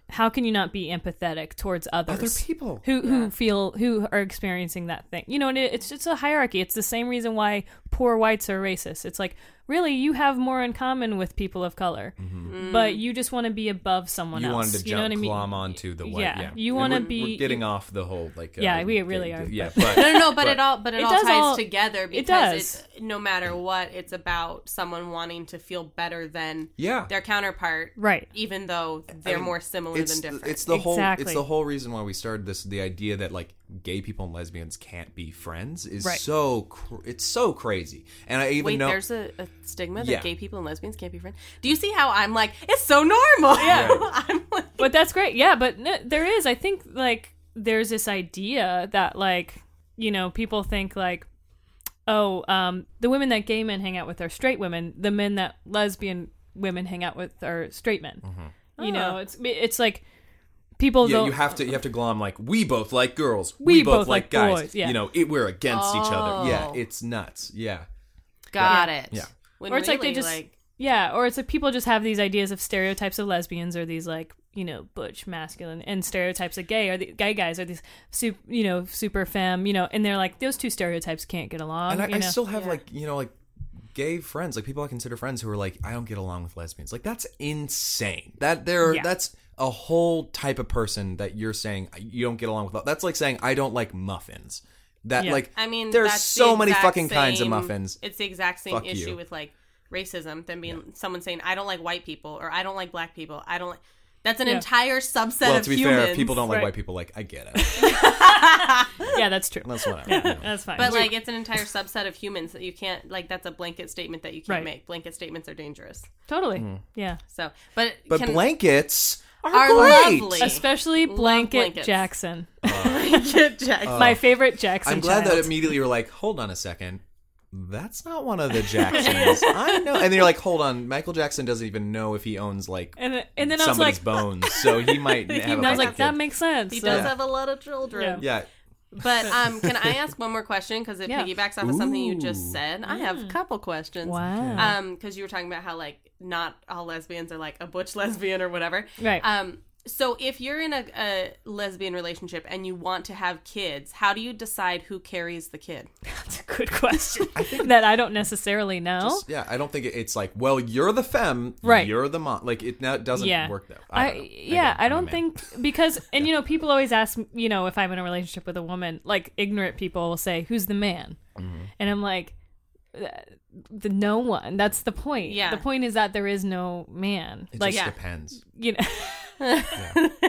[SPEAKER 3] How can you not be empathetic towards others?
[SPEAKER 1] Other people.
[SPEAKER 3] Who, who feel who are experiencing that thing you know and it, it's it's a hierarchy it's the same reason why poor whites are racist it's like really you have more in common with people of color but you just want to be above someone
[SPEAKER 1] Mm-hmm. you
[SPEAKER 3] else
[SPEAKER 1] wanted to
[SPEAKER 3] you know what
[SPEAKER 1] jump
[SPEAKER 3] i mean
[SPEAKER 1] glom onto the white.
[SPEAKER 3] Yeah.
[SPEAKER 1] Yeah,
[SPEAKER 3] You
[SPEAKER 1] And
[SPEAKER 3] wanna
[SPEAKER 1] we're-
[SPEAKER 3] be-
[SPEAKER 1] we're getting off the whole like. uh,
[SPEAKER 3] Yeah, we
[SPEAKER 1] the-
[SPEAKER 3] really
[SPEAKER 1] the-
[SPEAKER 3] are.
[SPEAKER 1] Yeah,
[SPEAKER 2] No,
[SPEAKER 1] but
[SPEAKER 2] no, no, but it all but it,
[SPEAKER 3] It
[SPEAKER 2] all
[SPEAKER 3] does
[SPEAKER 2] ties
[SPEAKER 3] all-
[SPEAKER 2] together because
[SPEAKER 3] does.
[SPEAKER 2] it's no matter what, it's about someone wanting to feel better than
[SPEAKER 1] yeah,
[SPEAKER 2] their counterpart,
[SPEAKER 3] right
[SPEAKER 2] even though they're
[SPEAKER 1] mean,
[SPEAKER 2] more similar
[SPEAKER 1] it's
[SPEAKER 2] than
[SPEAKER 1] the-
[SPEAKER 2] different.
[SPEAKER 1] it's the whole
[SPEAKER 3] Exactly.
[SPEAKER 1] it's the whole reason why we started this. The idea that like gay people and lesbians can't be friends is
[SPEAKER 3] Right.
[SPEAKER 1] so cr- it's so crazy. And I even
[SPEAKER 2] Wait,
[SPEAKER 1] know
[SPEAKER 2] there's a, a stigma that
[SPEAKER 1] Yeah.
[SPEAKER 2] gay people and lesbians can't be friends. Do you see how I'm like, it's so normal? Yeah. I'm like,
[SPEAKER 3] but that's great. Yeah, but no, there is. I think like there's this idea that like you know people think like oh um the women that gay men hang out with are straight women. The men that lesbian women hang out with are straight men. You know, it's it's like people
[SPEAKER 1] Yeah,
[SPEAKER 3] don't.
[SPEAKER 1] you have to you have to glom like we both like girls, we,
[SPEAKER 3] We
[SPEAKER 1] both,
[SPEAKER 3] both
[SPEAKER 1] like
[SPEAKER 3] like
[SPEAKER 1] guys.
[SPEAKER 3] boys, yeah.
[SPEAKER 1] You know, it, we're against each other. Yeah,
[SPEAKER 2] Oh.
[SPEAKER 1] it's nuts. Yeah,
[SPEAKER 2] got it.
[SPEAKER 1] Yeah.
[SPEAKER 2] When
[SPEAKER 3] Or it's like they
[SPEAKER 2] really,
[SPEAKER 3] just- yeah, or it's like people just have these ideas of stereotypes of lesbians or these like you know butch masculine and stereotypes of gay or the gay guys are these super you know super femme you know and they're like those two stereotypes can't get along.
[SPEAKER 1] and I,
[SPEAKER 3] you
[SPEAKER 1] I
[SPEAKER 3] know?
[SPEAKER 1] still have like you know like gay friends, like people I consider friends who are like I don't get along with lesbians. Like that's insane. That there
[SPEAKER 3] Yeah.
[SPEAKER 1] that's a whole type of person that you're saying you don't get along with. That's like saying I don't like muffins. That
[SPEAKER 3] Yeah.
[SPEAKER 1] like
[SPEAKER 2] I mean,
[SPEAKER 1] there's
[SPEAKER 2] that's the
[SPEAKER 1] so many
[SPEAKER 2] exact
[SPEAKER 1] fucking kinds of
[SPEAKER 2] same-
[SPEAKER 1] muffins.
[SPEAKER 2] It's the exact same
[SPEAKER 1] Fuck
[SPEAKER 2] issue
[SPEAKER 1] you.
[SPEAKER 2] with like racism. Than being someone saying, "I don't like white people" or "I don't like black people." I don't. like... That's an
[SPEAKER 3] Yeah.
[SPEAKER 2] entire subset
[SPEAKER 1] Well,
[SPEAKER 2] of
[SPEAKER 1] to be
[SPEAKER 2] humans.
[SPEAKER 1] fair, if people don't like
[SPEAKER 3] Right.
[SPEAKER 1] white people. Like I get it.
[SPEAKER 3] yeah, that's true.
[SPEAKER 1] That's what I.
[SPEAKER 3] That's fine.
[SPEAKER 2] But like, it's an entire subset of humans that you can't like. That's a blanket statement that you can't
[SPEAKER 3] Right.
[SPEAKER 2] make. Blanket statements are dangerous.
[SPEAKER 3] Totally.
[SPEAKER 1] Hmm.
[SPEAKER 3] Yeah.
[SPEAKER 2] So, but
[SPEAKER 1] But
[SPEAKER 2] can,
[SPEAKER 1] blankets are,
[SPEAKER 2] Are
[SPEAKER 1] great.
[SPEAKER 2] lovely.
[SPEAKER 3] Especially Blanket
[SPEAKER 2] blankets.
[SPEAKER 3] Jackson.
[SPEAKER 2] blanket Jackson.
[SPEAKER 1] Uh,
[SPEAKER 3] My favorite Jackson.
[SPEAKER 1] Oh. I'm glad
[SPEAKER 3] child.
[SPEAKER 1] that immediately you're like, hold on a second. That's not one of the Jacksons. I know. And then you're like, hold on. Michael Jackson doesn't even know if he owns like
[SPEAKER 3] And, th- and then I was
[SPEAKER 1] somebody's
[SPEAKER 3] like,
[SPEAKER 1] bones. So he might
[SPEAKER 3] I
[SPEAKER 1] have a
[SPEAKER 3] was
[SPEAKER 1] bunch
[SPEAKER 3] like,
[SPEAKER 1] of
[SPEAKER 3] that
[SPEAKER 1] kids.
[SPEAKER 3] makes sense.
[SPEAKER 2] he
[SPEAKER 3] So-
[SPEAKER 2] does have a lot of children.
[SPEAKER 1] Yeah.
[SPEAKER 2] But um, can I ask one more question? Because it
[SPEAKER 3] Yeah.
[SPEAKER 2] piggybacks off of something you just
[SPEAKER 1] Ooh.
[SPEAKER 2] said. I have a couple questions.
[SPEAKER 3] Wow.
[SPEAKER 2] um because you were talking about how like not all lesbians are like a butch lesbian or whatever
[SPEAKER 3] right.
[SPEAKER 2] um so if you're in a, a lesbian relationship and you want to have kids how do you decide who carries the kid
[SPEAKER 3] That's a good question that I don't necessarily know.
[SPEAKER 1] Just- yeah, I don't think it, it's like, well, you're the femme,
[SPEAKER 3] Right.
[SPEAKER 1] You're the mom. Like it now it doesn't
[SPEAKER 3] yeah.
[SPEAKER 1] work though.
[SPEAKER 3] I,
[SPEAKER 1] don't know.
[SPEAKER 3] yeah,
[SPEAKER 1] Again,
[SPEAKER 3] I
[SPEAKER 1] I'm a
[SPEAKER 3] don't
[SPEAKER 1] man.
[SPEAKER 3] think because and you know people always ask m- you know if I'm in a relationship with a woman like ignorant people will say who's the man,
[SPEAKER 1] Mm-hmm.
[SPEAKER 3] and I'm like, "Uh, the no one. That's the point.
[SPEAKER 2] Yeah.
[SPEAKER 3] the point is that there is no man.
[SPEAKER 1] it
[SPEAKER 3] like
[SPEAKER 1] just
[SPEAKER 2] Yeah.
[SPEAKER 1] depends.
[SPEAKER 3] you know,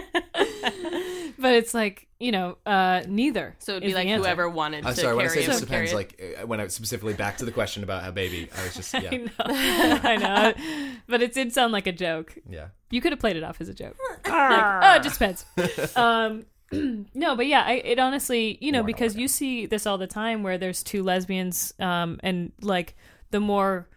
[SPEAKER 3] but it's like you know uh neither.
[SPEAKER 2] So it'd
[SPEAKER 3] is
[SPEAKER 2] be
[SPEAKER 3] the
[SPEAKER 2] like
[SPEAKER 3] answer.
[SPEAKER 2] whoever wanted
[SPEAKER 1] I'm
[SPEAKER 2] to
[SPEAKER 1] sorry. When I
[SPEAKER 2] carry
[SPEAKER 1] say it
[SPEAKER 2] him.
[SPEAKER 1] just depends,
[SPEAKER 2] carry it.
[SPEAKER 1] like uh, when I specifically back to the question about how baby, I was just yeah,
[SPEAKER 3] I know, I know, but it did sound like a joke.
[SPEAKER 1] yeah.
[SPEAKER 3] You could have played it off as a joke. Like, oh, it just depends. um, no, but yeah, I, it honestly, you know,
[SPEAKER 1] Wanna
[SPEAKER 3] because you see this all the time where there's two lesbians, um, and like the more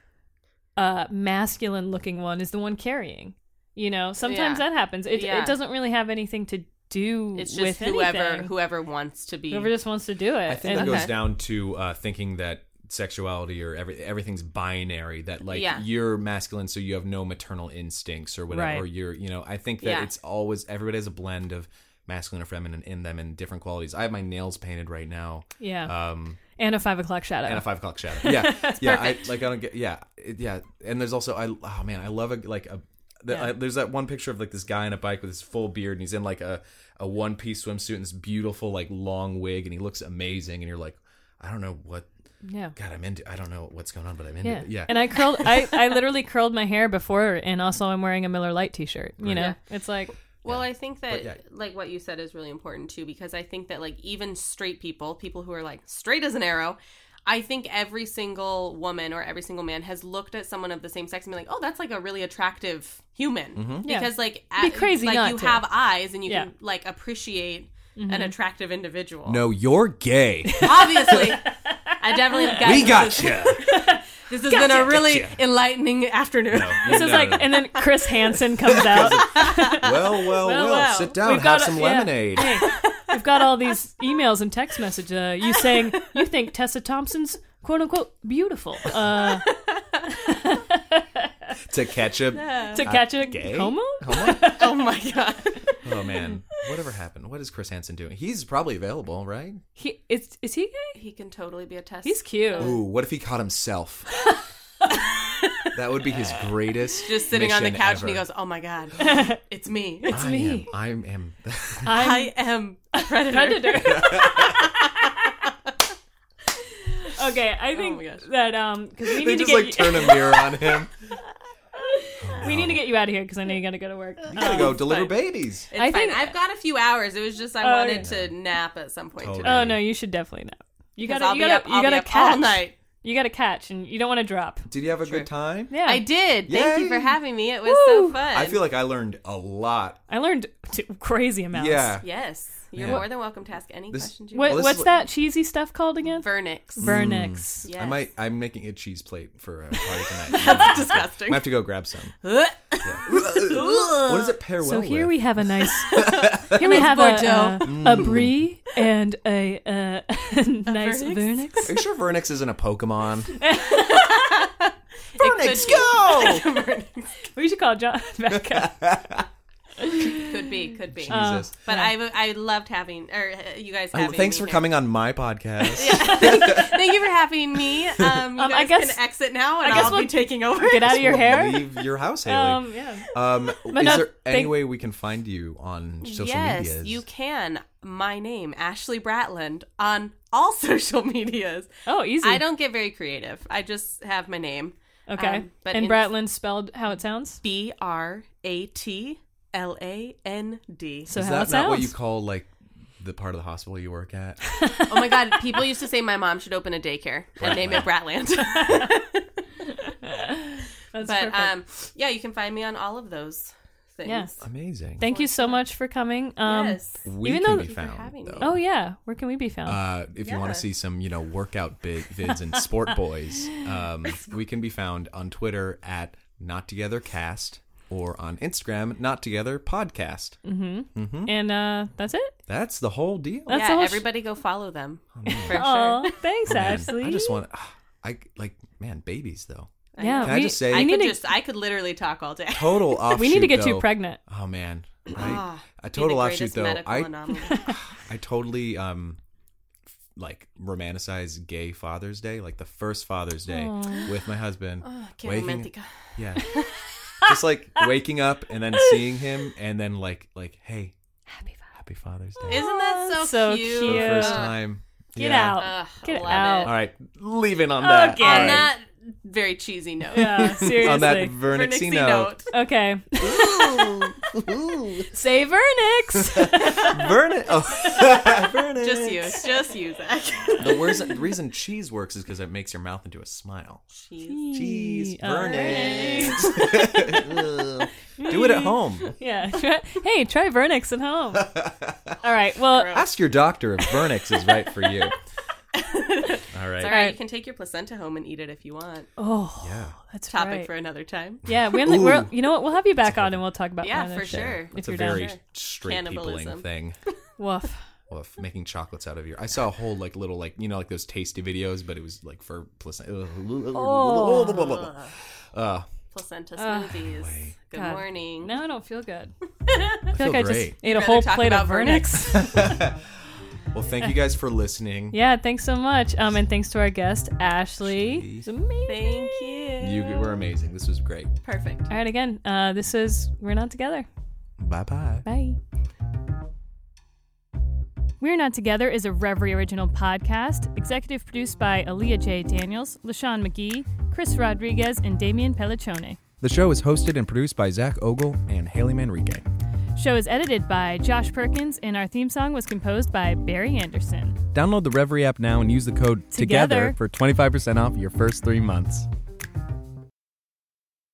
[SPEAKER 3] uh, masculine looking one is the one carrying. You know, sometimes
[SPEAKER 2] Yeah.
[SPEAKER 3] that happens. It,
[SPEAKER 2] Yeah.
[SPEAKER 3] it doesn't really have anything to do
[SPEAKER 2] it's
[SPEAKER 3] with
[SPEAKER 2] just whoever
[SPEAKER 3] anything.
[SPEAKER 2] whoever wants to be.
[SPEAKER 3] Whoever just wants to do it.
[SPEAKER 1] I think that
[SPEAKER 3] And-
[SPEAKER 1] goes
[SPEAKER 2] Okay.
[SPEAKER 1] down to uh, thinking that sexuality or every, everything's binary. That like
[SPEAKER 2] Yeah.
[SPEAKER 1] you're masculine, so you have no maternal instincts or whatever.
[SPEAKER 3] Right.
[SPEAKER 1] Or you're, you know, I think that
[SPEAKER 2] Yeah.
[SPEAKER 1] it's always everybody has a blend of masculine or feminine in them and different qualities. I have my nails painted right now.
[SPEAKER 3] yeah,
[SPEAKER 1] Um,
[SPEAKER 3] and a five o'clock shadow.
[SPEAKER 1] and a five o'clock shadow. Yeah, yeah. I, like I don't get. Yeah, it- yeah. And there's also I. Oh man, I love a like a. The,
[SPEAKER 3] Yeah.
[SPEAKER 1] I, there's that one picture of like this guy on a bike with his full beard, and he's in like a a one piece swimsuit and this beautiful like long wig, and he looks amazing. And you're like, I don't know what.
[SPEAKER 3] yeah.
[SPEAKER 1] God, I'm into. I don't know what's going on, but I'm into.
[SPEAKER 3] Yeah.
[SPEAKER 1] it. yeah.
[SPEAKER 3] And I curled I, I literally curled my hair before and also I'm wearing a Miller Lite t shirt. You know?
[SPEAKER 2] Yeah.
[SPEAKER 3] It's like
[SPEAKER 2] Well, I think that
[SPEAKER 1] yeah.
[SPEAKER 2] like what you said is really important too because I think that like even straight people, people who are like straight as an arrow, I think every single woman or every single man has looked at someone of the same sex and been like, "Oh, that's like a really attractive human."
[SPEAKER 1] Mm-hmm.
[SPEAKER 3] Yeah.
[SPEAKER 2] Because like
[SPEAKER 3] Be crazy
[SPEAKER 2] like
[SPEAKER 3] not
[SPEAKER 2] you
[SPEAKER 3] to.
[SPEAKER 2] have eyes and you
[SPEAKER 3] Yeah. Mm-hmm.
[SPEAKER 2] can like appreciate an attractive individual.
[SPEAKER 1] no, you're gay.
[SPEAKER 2] Obviously. I definitely got
[SPEAKER 1] we
[SPEAKER 2] this is-
[SPEAKER 1] got you. No,
[SPEAKER 2] This has been a really enlightening afternoon.
[SPEAKER 3] this is like and then Chris Hansen comes out.
[SPEAKER 1] well, well, well,
[SPEAKER 3] well.
[SPEAKER 1] Sit down,
[SPEAKER 3] We've
[SPEAKER 1] have
[SPEAKER 3] got a-
[SPEAKER 1] some
[SPEAKER 3] yeah.
[SPEAKER 1] lemonade.
[SPEAKER 3] Hey, I've got all these emails and text messages. Uh, you saying you think Tessa Thompson's quote unquote beautiful. Uh,
[SPEAKER 1] To catch a
[SPEAKER 3] to catch a
[SPEAKER 1] gay?
[SPEAKER 3] homo?
[SPEAKER 1] homo.
[SPEAKER 2] Oh my god.
[SPEAKER 1] Oh man, whatever happened? What is Chris Hansen doing? He's probably available, right?
[SPEAKER 3] He is is he gay?
[SPEAKER 2] He can totally be a test.
[SPEAKER 3] He's cute.
[SPEAKER 1] Ooh, what if he caught himself? that would be his greatest.
[SPEAKER 2] just sitting on the
[SPEAKER 1] mission
[SPEAKER 2] couch and he
[SPEAKER 1] ever.
[SPEAKER 2] goes, "Oh my god, it's me.
[SPEAKER 1] "I
[SPEAKER 3] me."
[SPEAKER 1] am. I am.
[SPEAKER 3] I'm
[SPEAKER 2] I am a predator."
[SPEAKER 3] predator. okay, I think
[SPEAKER 2] my gosh.
[SPEAKER 3] that um because we
[SPEAKER 1] Oh they
[SPEAKER 3] need to
[SPEAKER 1] just
[SPEAKER 3] get
[SPEAKER 1] like
[SPEAKER 3] you-
[SPEAKER 1] turn a mirror on him.
[SPEAKER 3] we need to get you out of here because I know you gotta go to work.
[SPEAKER 1] You gotta go deliver babies.
[SPEAKER 2] It's
[SPEAKER 3] I
[SPEAKER 2] fine.
[SPEAKER 3] think-
[SPEAKER 2] I've got a few hours. It was just I
[SPEAKER 3] Oh,
[SPEAKER 2] wanted to nap at some point
[SPEAKER 1] Totally.
[SPEAKER 2] today.
[SPEAKER 3] Oh no, you should definitely not. You
[SPEAKER 2] 'Cause
[SPEAKER 3] gotta,
[SPEAKER 2] I'll
[SPEAKER 3] you
[SPEAKER 2] be
[SPEAKER 3] gotta,
[SPEAKER 2] up,
[SPEAKER 3] you
[SPEAKER 2] I'll be
[SPEAKER 3] gotta
[SPEAKER 2] up
[SPEAKER 3] catch.
[SPEAKER 2] all night.
[SPEAKER 3] You gotta catch, and you don't want to drop.
[SPEAKER 1] Did you have a good time?
[SPEAKER 3] Yeah,
[SPEAKER 2] I did. Thank you
[SPEAKER 1] Yay.
[SPEAKER 2] for having me. It was so
[SPEAKER 3] Woo.
[SPEAKER 2] fun.
[SPEAKER 1] I feel like I learned a lot.
[SPEAKER 3] I learned t- crazy amounts.
[SPEAKER 1] Yeah.
[SPEAKER 2] yes. You're
[SPEAKER 1] Yeah.
[SPEAKER 2] more than welcome to ask any
[SPEAKER 1] This-
[SPEAKER 2] questions you
[SPEAKER 3] What,
[SPEAKER 1] Well, this
[SPEAKER 3] what's
[SPEAKER 1] is- Mm.
[SPEAKER 3] that cheesy stuff called again?
[SPEAKER 2] want. Vernix.
[SPEAKER 3] Vernix.
[SPEAKER 2] yes.
[SPEAKER 1] I might. I'm making a cheese plate for a party tonight.
[SPEAKER 2] That's
[SPEAKER 1] I
[SPEAKER 2] disgusting.
[SPEAKER 1] have to go grab some.
[SPEAKER 2] Ugh.
[SPEAKER 1] What does it Mm. pair well
[SPEAKER 3] So here
[SPEAKER 1] with?
[SPEAKER 3] we have a nice. Here we have a, uh,
[SPEAKER 2] Bordeaux.
[SPEAKER 3] a brie and a, uh, nice
[SPEAKER 2] Vernix?
[SPEAKER 3] vernix.
[SPEAKER 1] Are you sure Vernix isn't a Pokemon?
[SPEAKER 2] Vernix, go. Vernix.
[SPEAKER 3] We should call John back up.
[SPEAKER 2] Could be. Could be.
[SPEAKER 3] Uh,
[SPEAKER 1] Jesus.
[SPEAKER 2] but I, I loved having or uh, you guys.
[SPEAKER 1] Oh,
[SPEAKER 2] Having
[SPEAKER 1] thanks
[SPEAKER 2] me
[SPEAKER 1] for
[SPEAKER 2] here.
[SPEAKER 1] coming on my podcast.
[SPEAKER 2] Thank you for having me. Um, you
[SPEAKER 3] Um,
[SPEAKER 2] guys
[SPEAKER 3] I guess-
[SPEAKER 2] can exit now, and
[SPEAKER 3] I guess
[SPEAKER 2] I'll
[SPEAKER 3] we'll
[SPEAKER 2] be taking over.
[SPEAKER 3] Get out of your hair.
[SPEAKER 1] Leave your house, Haley.
[SPEAKER 3] Um, yeah.
[SPEAKER 1] Um, is
[SPEAKER 3] no,
[SPEAKER 1] there any
[SPEAKER 3] thank-
[SPEAKER 1] way we can find you on social
[SPEAKER 2] yes,
[SPEAKER 1] medias?
[SPEAKER 2] you can. My name, Ashley Bratland, on all social medias.
[SPEAKER 3] Oh, easy.
[SPEAKER 2] I don't get very creative. I just have my name.
[SPEAKER 3] Okay.
[SPEAKER 2] um, but
[SPEAKER 3] and
[SPEAKER 2] in-
[SPEAKER 3] Bratland spelled how it sounds.
[SPEAKER 2] B R A T L A N D.
[SPEAKER 3] So
[SPEAKER 1] Is
[SPEAKER 3] how
[SPEAKER 1] that
[SPEAKER 3] it
[SPEAKER 1] not
[SPEAKER 3] sounds.
[SPEAKER 1] what you call like the part of the hospital you work at?
[SPEAKER 2] Oh my God, people used to say my mom should open a daycare and name it Bratland.
[SPEAKER 3] That's
[SPEAKER 2] but
[SPEAKER 3] perfect.
[SPEAKER 2] um, yeah, you can find me on all of those things.
[SPEAKER 3] Yeah.
[SPEAKER 1] Amazing.
[SPEAKER 3] Thank you so much for coming. Um,
[SPEAKER 2] Yes.
[SPEAKER 1] we
[SPEAKER 3] even
[SPEAKER 1] can
[SPEAKER 3] though-
[SPEAKER 1] be
[SPEAKER 2] Thank you for
[SPEAKER 1] found
[SPEAKER 2] having
[SPEAKER 1] though.
[SPEAKER 2] me.
[SPEAKER 3] Oh yeah, where can we be found?
[SPEAKER 1] Uh, if you want
[SPEAKER 2] Yeah.
[SPEAKER 1] to see some, you know, workout bi- vids and sport boys, um, we can be found on Twitter at Not Together Cast or on Instagram Not Together Podcast.
[SPEAKER 3] Mm. and uh, that's it.
[SPEAKER 1] That's the whole deal.
[SPEAKER 3] That's
[SPEAKER 2] yeah,
[SPEAKER 3] all sh-
[SPEAKER 2] everybody go follow them for sure.
[SPEAKER 3] Oh, thanks,
[SPEAKER 1] Man,
[SPEAKER 3] Ashley.
[SPEAKER 1] I just want, I like, man, babies though.
[SPEAKER 3] yeah.
[SPEAKER 1] Can I
[SPEAKER 3] we,
[SPEAKER 1] just say-
[SPEAKER 2] I
[SPEAKER 3] we need
[SPEAKER 2] could
[SPEAKER 3] to
[SPEAKER 2] just I could literally talk all day.
[SPEAKER 1] Total offshoot.
[SPEAKER 3] we need to get
[SPEAKER 1] though.
[SPEAKER 3] you pregnant.
[SPEAKER 1] Oh man, right?
[SPEAKER 2] Ah,
[SPEAKER 1] a
[SPEAKER 2] Be the
[SPEAKER 1] total offshoot
[SPEAKER 2] greatest
[SPEAKER 1] though.
[SPEAKER 2] medical
[SPEAKER 1] I
[SPEAKER 2] anomaly.
[SPEAKER 1] I totally um like romanticize gay Father's Day, like the first Father's Day
[SPEAKER 3] Aw.
[SPEAKER 1] with my husband.
[SPEAKER 2] Oh, que
[SPEAKER 1] Waving-
[SPEAKER 2] romántica.
[SPEAKER 1] Yeah. Just like waking up and then seeing him and then like like hey,
[SPEAKER 3] Happy Father.
[SPEAKER 1] happy Father's Day.
[SPEAKER 2] Isn't that so,
[SPEAKER 3] So
[SPEAKER 2] cute?
[SPEAKER 1] for the
[SPEAKER 3] cute.
[SPEAKER 1] first
[SPEAKER 3] Yeah.
[SPEAKER 1] time.
[SPEAKER 3] Get
[SPEAKER 1] Yeah.
[SPEAKER 3] out.
[SPEAKER 2] Ugh, I
[SPEAKER 3] Get
[SPEAKER 2] love
[SPEAKER 3] out.
[SPEAKER 2] it.
[SPEAKER 1] All right, leaving on that.
[SPEAKER 3] Okay.
[SPEAKER 1] All
[SPEAKER 2] On
[SPEAKER 1] right.
[SPEAKER 2] that very cheesy note.
[SPEAKER 3] Yeah, seriously.
[SPEAKER 1] on that Vernixy
[SPEAKER 2] Vernixy
[SPEAKER 1] note.
[SPEAKER 3] Okay. Say Vernix.
[SPEAKER 1] Verni- oh. Vernix.
[SPEAKER 2] Just you. Just you, Zach.
[SPEAKER 1] The, worst, the reason cheese works is because it makes your mouth into a smile.
[SPEAKER 2] Jeez.
[SPEAKER 1] Cheese.
[SPEAKER 3] Uh,
[SPEAKER 1] Vernix. Do it at home.
[SPEAKER 3] Yeah. Try, hey, try Vernix at home. All right. Well,
[SPEAKER 2] Gross.
[SPEAKER 1] Ask your doctor if Vernix is right for you. All
[SPEAKER 2] It's
[SPEAKER 1] right.
[SPEAKER 2] all right.
[SPEAKER 3] Alright.
[SPEAKER 2] You can take your placenta home and eat it if you want.
[SPEAKER 3] oh,
[SPEAKER 1] Yeah.
[SPEAKER 3] that's
[SPEAKER 2] Topic
[SPEAKER 3] right.
[SPEAKER 2] for another time.
[SPEAKER 3] Yeah, we only, we're,
[SPEAKER 1] Ooh.
[SPEAKER 3] you know what? We'll have you back on and we'll talk about
[SPEAKER 2] Yeah,
[SPEAKER 3] another
[SPEAKER 2] for
[SPEAKER 3] show,
[SPEAKER 2] sure.
[SPEAKER 3] If
[SPEAKER 1] It's a
[SPEAKER 3] you're
[SPEAKER 1] very
[SPEAKER 3] down.
[SPEAKER 1] straight peopling
[SPEAKER 2] Cannibalism.
[SPEAKER 1] thing.
[SPEAKER 3] Woof.
[SPEAKER 1] Of making chocolates out of your. I saw a whole like little like you know like those tasty videos, but it was like for placenta.
[SPEAKER 3] Oh.
[SPEAKER 1] Uh,
[SPEAKER 2] Placenta smoothies.
[SPEAKER 1] way.
[SPEAKER 2] Good
[SPEAKER 3] God.
[SPEAKER 2] morning.
[SPEAKER 3] Now I don't feel good. I
[SPEAKER 1] I
[SPEAKER 3] feel
[SPEAKER 1] feel
[SPEAKER 3] like I
[SPEAKER 1] great.
[SPEAKER 3] just ate a
[SPEAKER 2] Rather
[SPEAKER 3] whole
[SPEAKER 2] talk
[SPEAKER 3] plate of
[SPEAKER 2] about
[SPEAKER 3] Vernix.
[SPEAKER 1] Well, thank you guys for listening.
[SPEAKER 3] yeah, thanks so much. Um, and thanks to our guest, Ashley. It's amazing.
[SPEAKER 2] Thank you.
[SPEAKER 1] You were amazing. This was great.
[SPEAKER 2] Perfect.
[SPEAKER 3] All right, again, uh, this is We're Not Together.
[SPEAKER 1] Bye bye.
[SPEAKER 3] Bye. We're Not Together is a Reverie original podcast, executive produced by Aaliyah J. Daniels, LaShawn McGee, Chris Rodriguez, and Damian Pelliccione.
[SPEAKER 1] The show is hosted and produced by Zach Ogle and Haley Manrique.
[SPEAKER 3] Show is edited by Josh Perkins, and our theme song was composed by Barry Anderson.
[SPEAKER 1] Download the Reverie app now and use the code
[SPEAKER 3] Together.
[SPEAKER 1] TOGETHER for 25% off your first three months.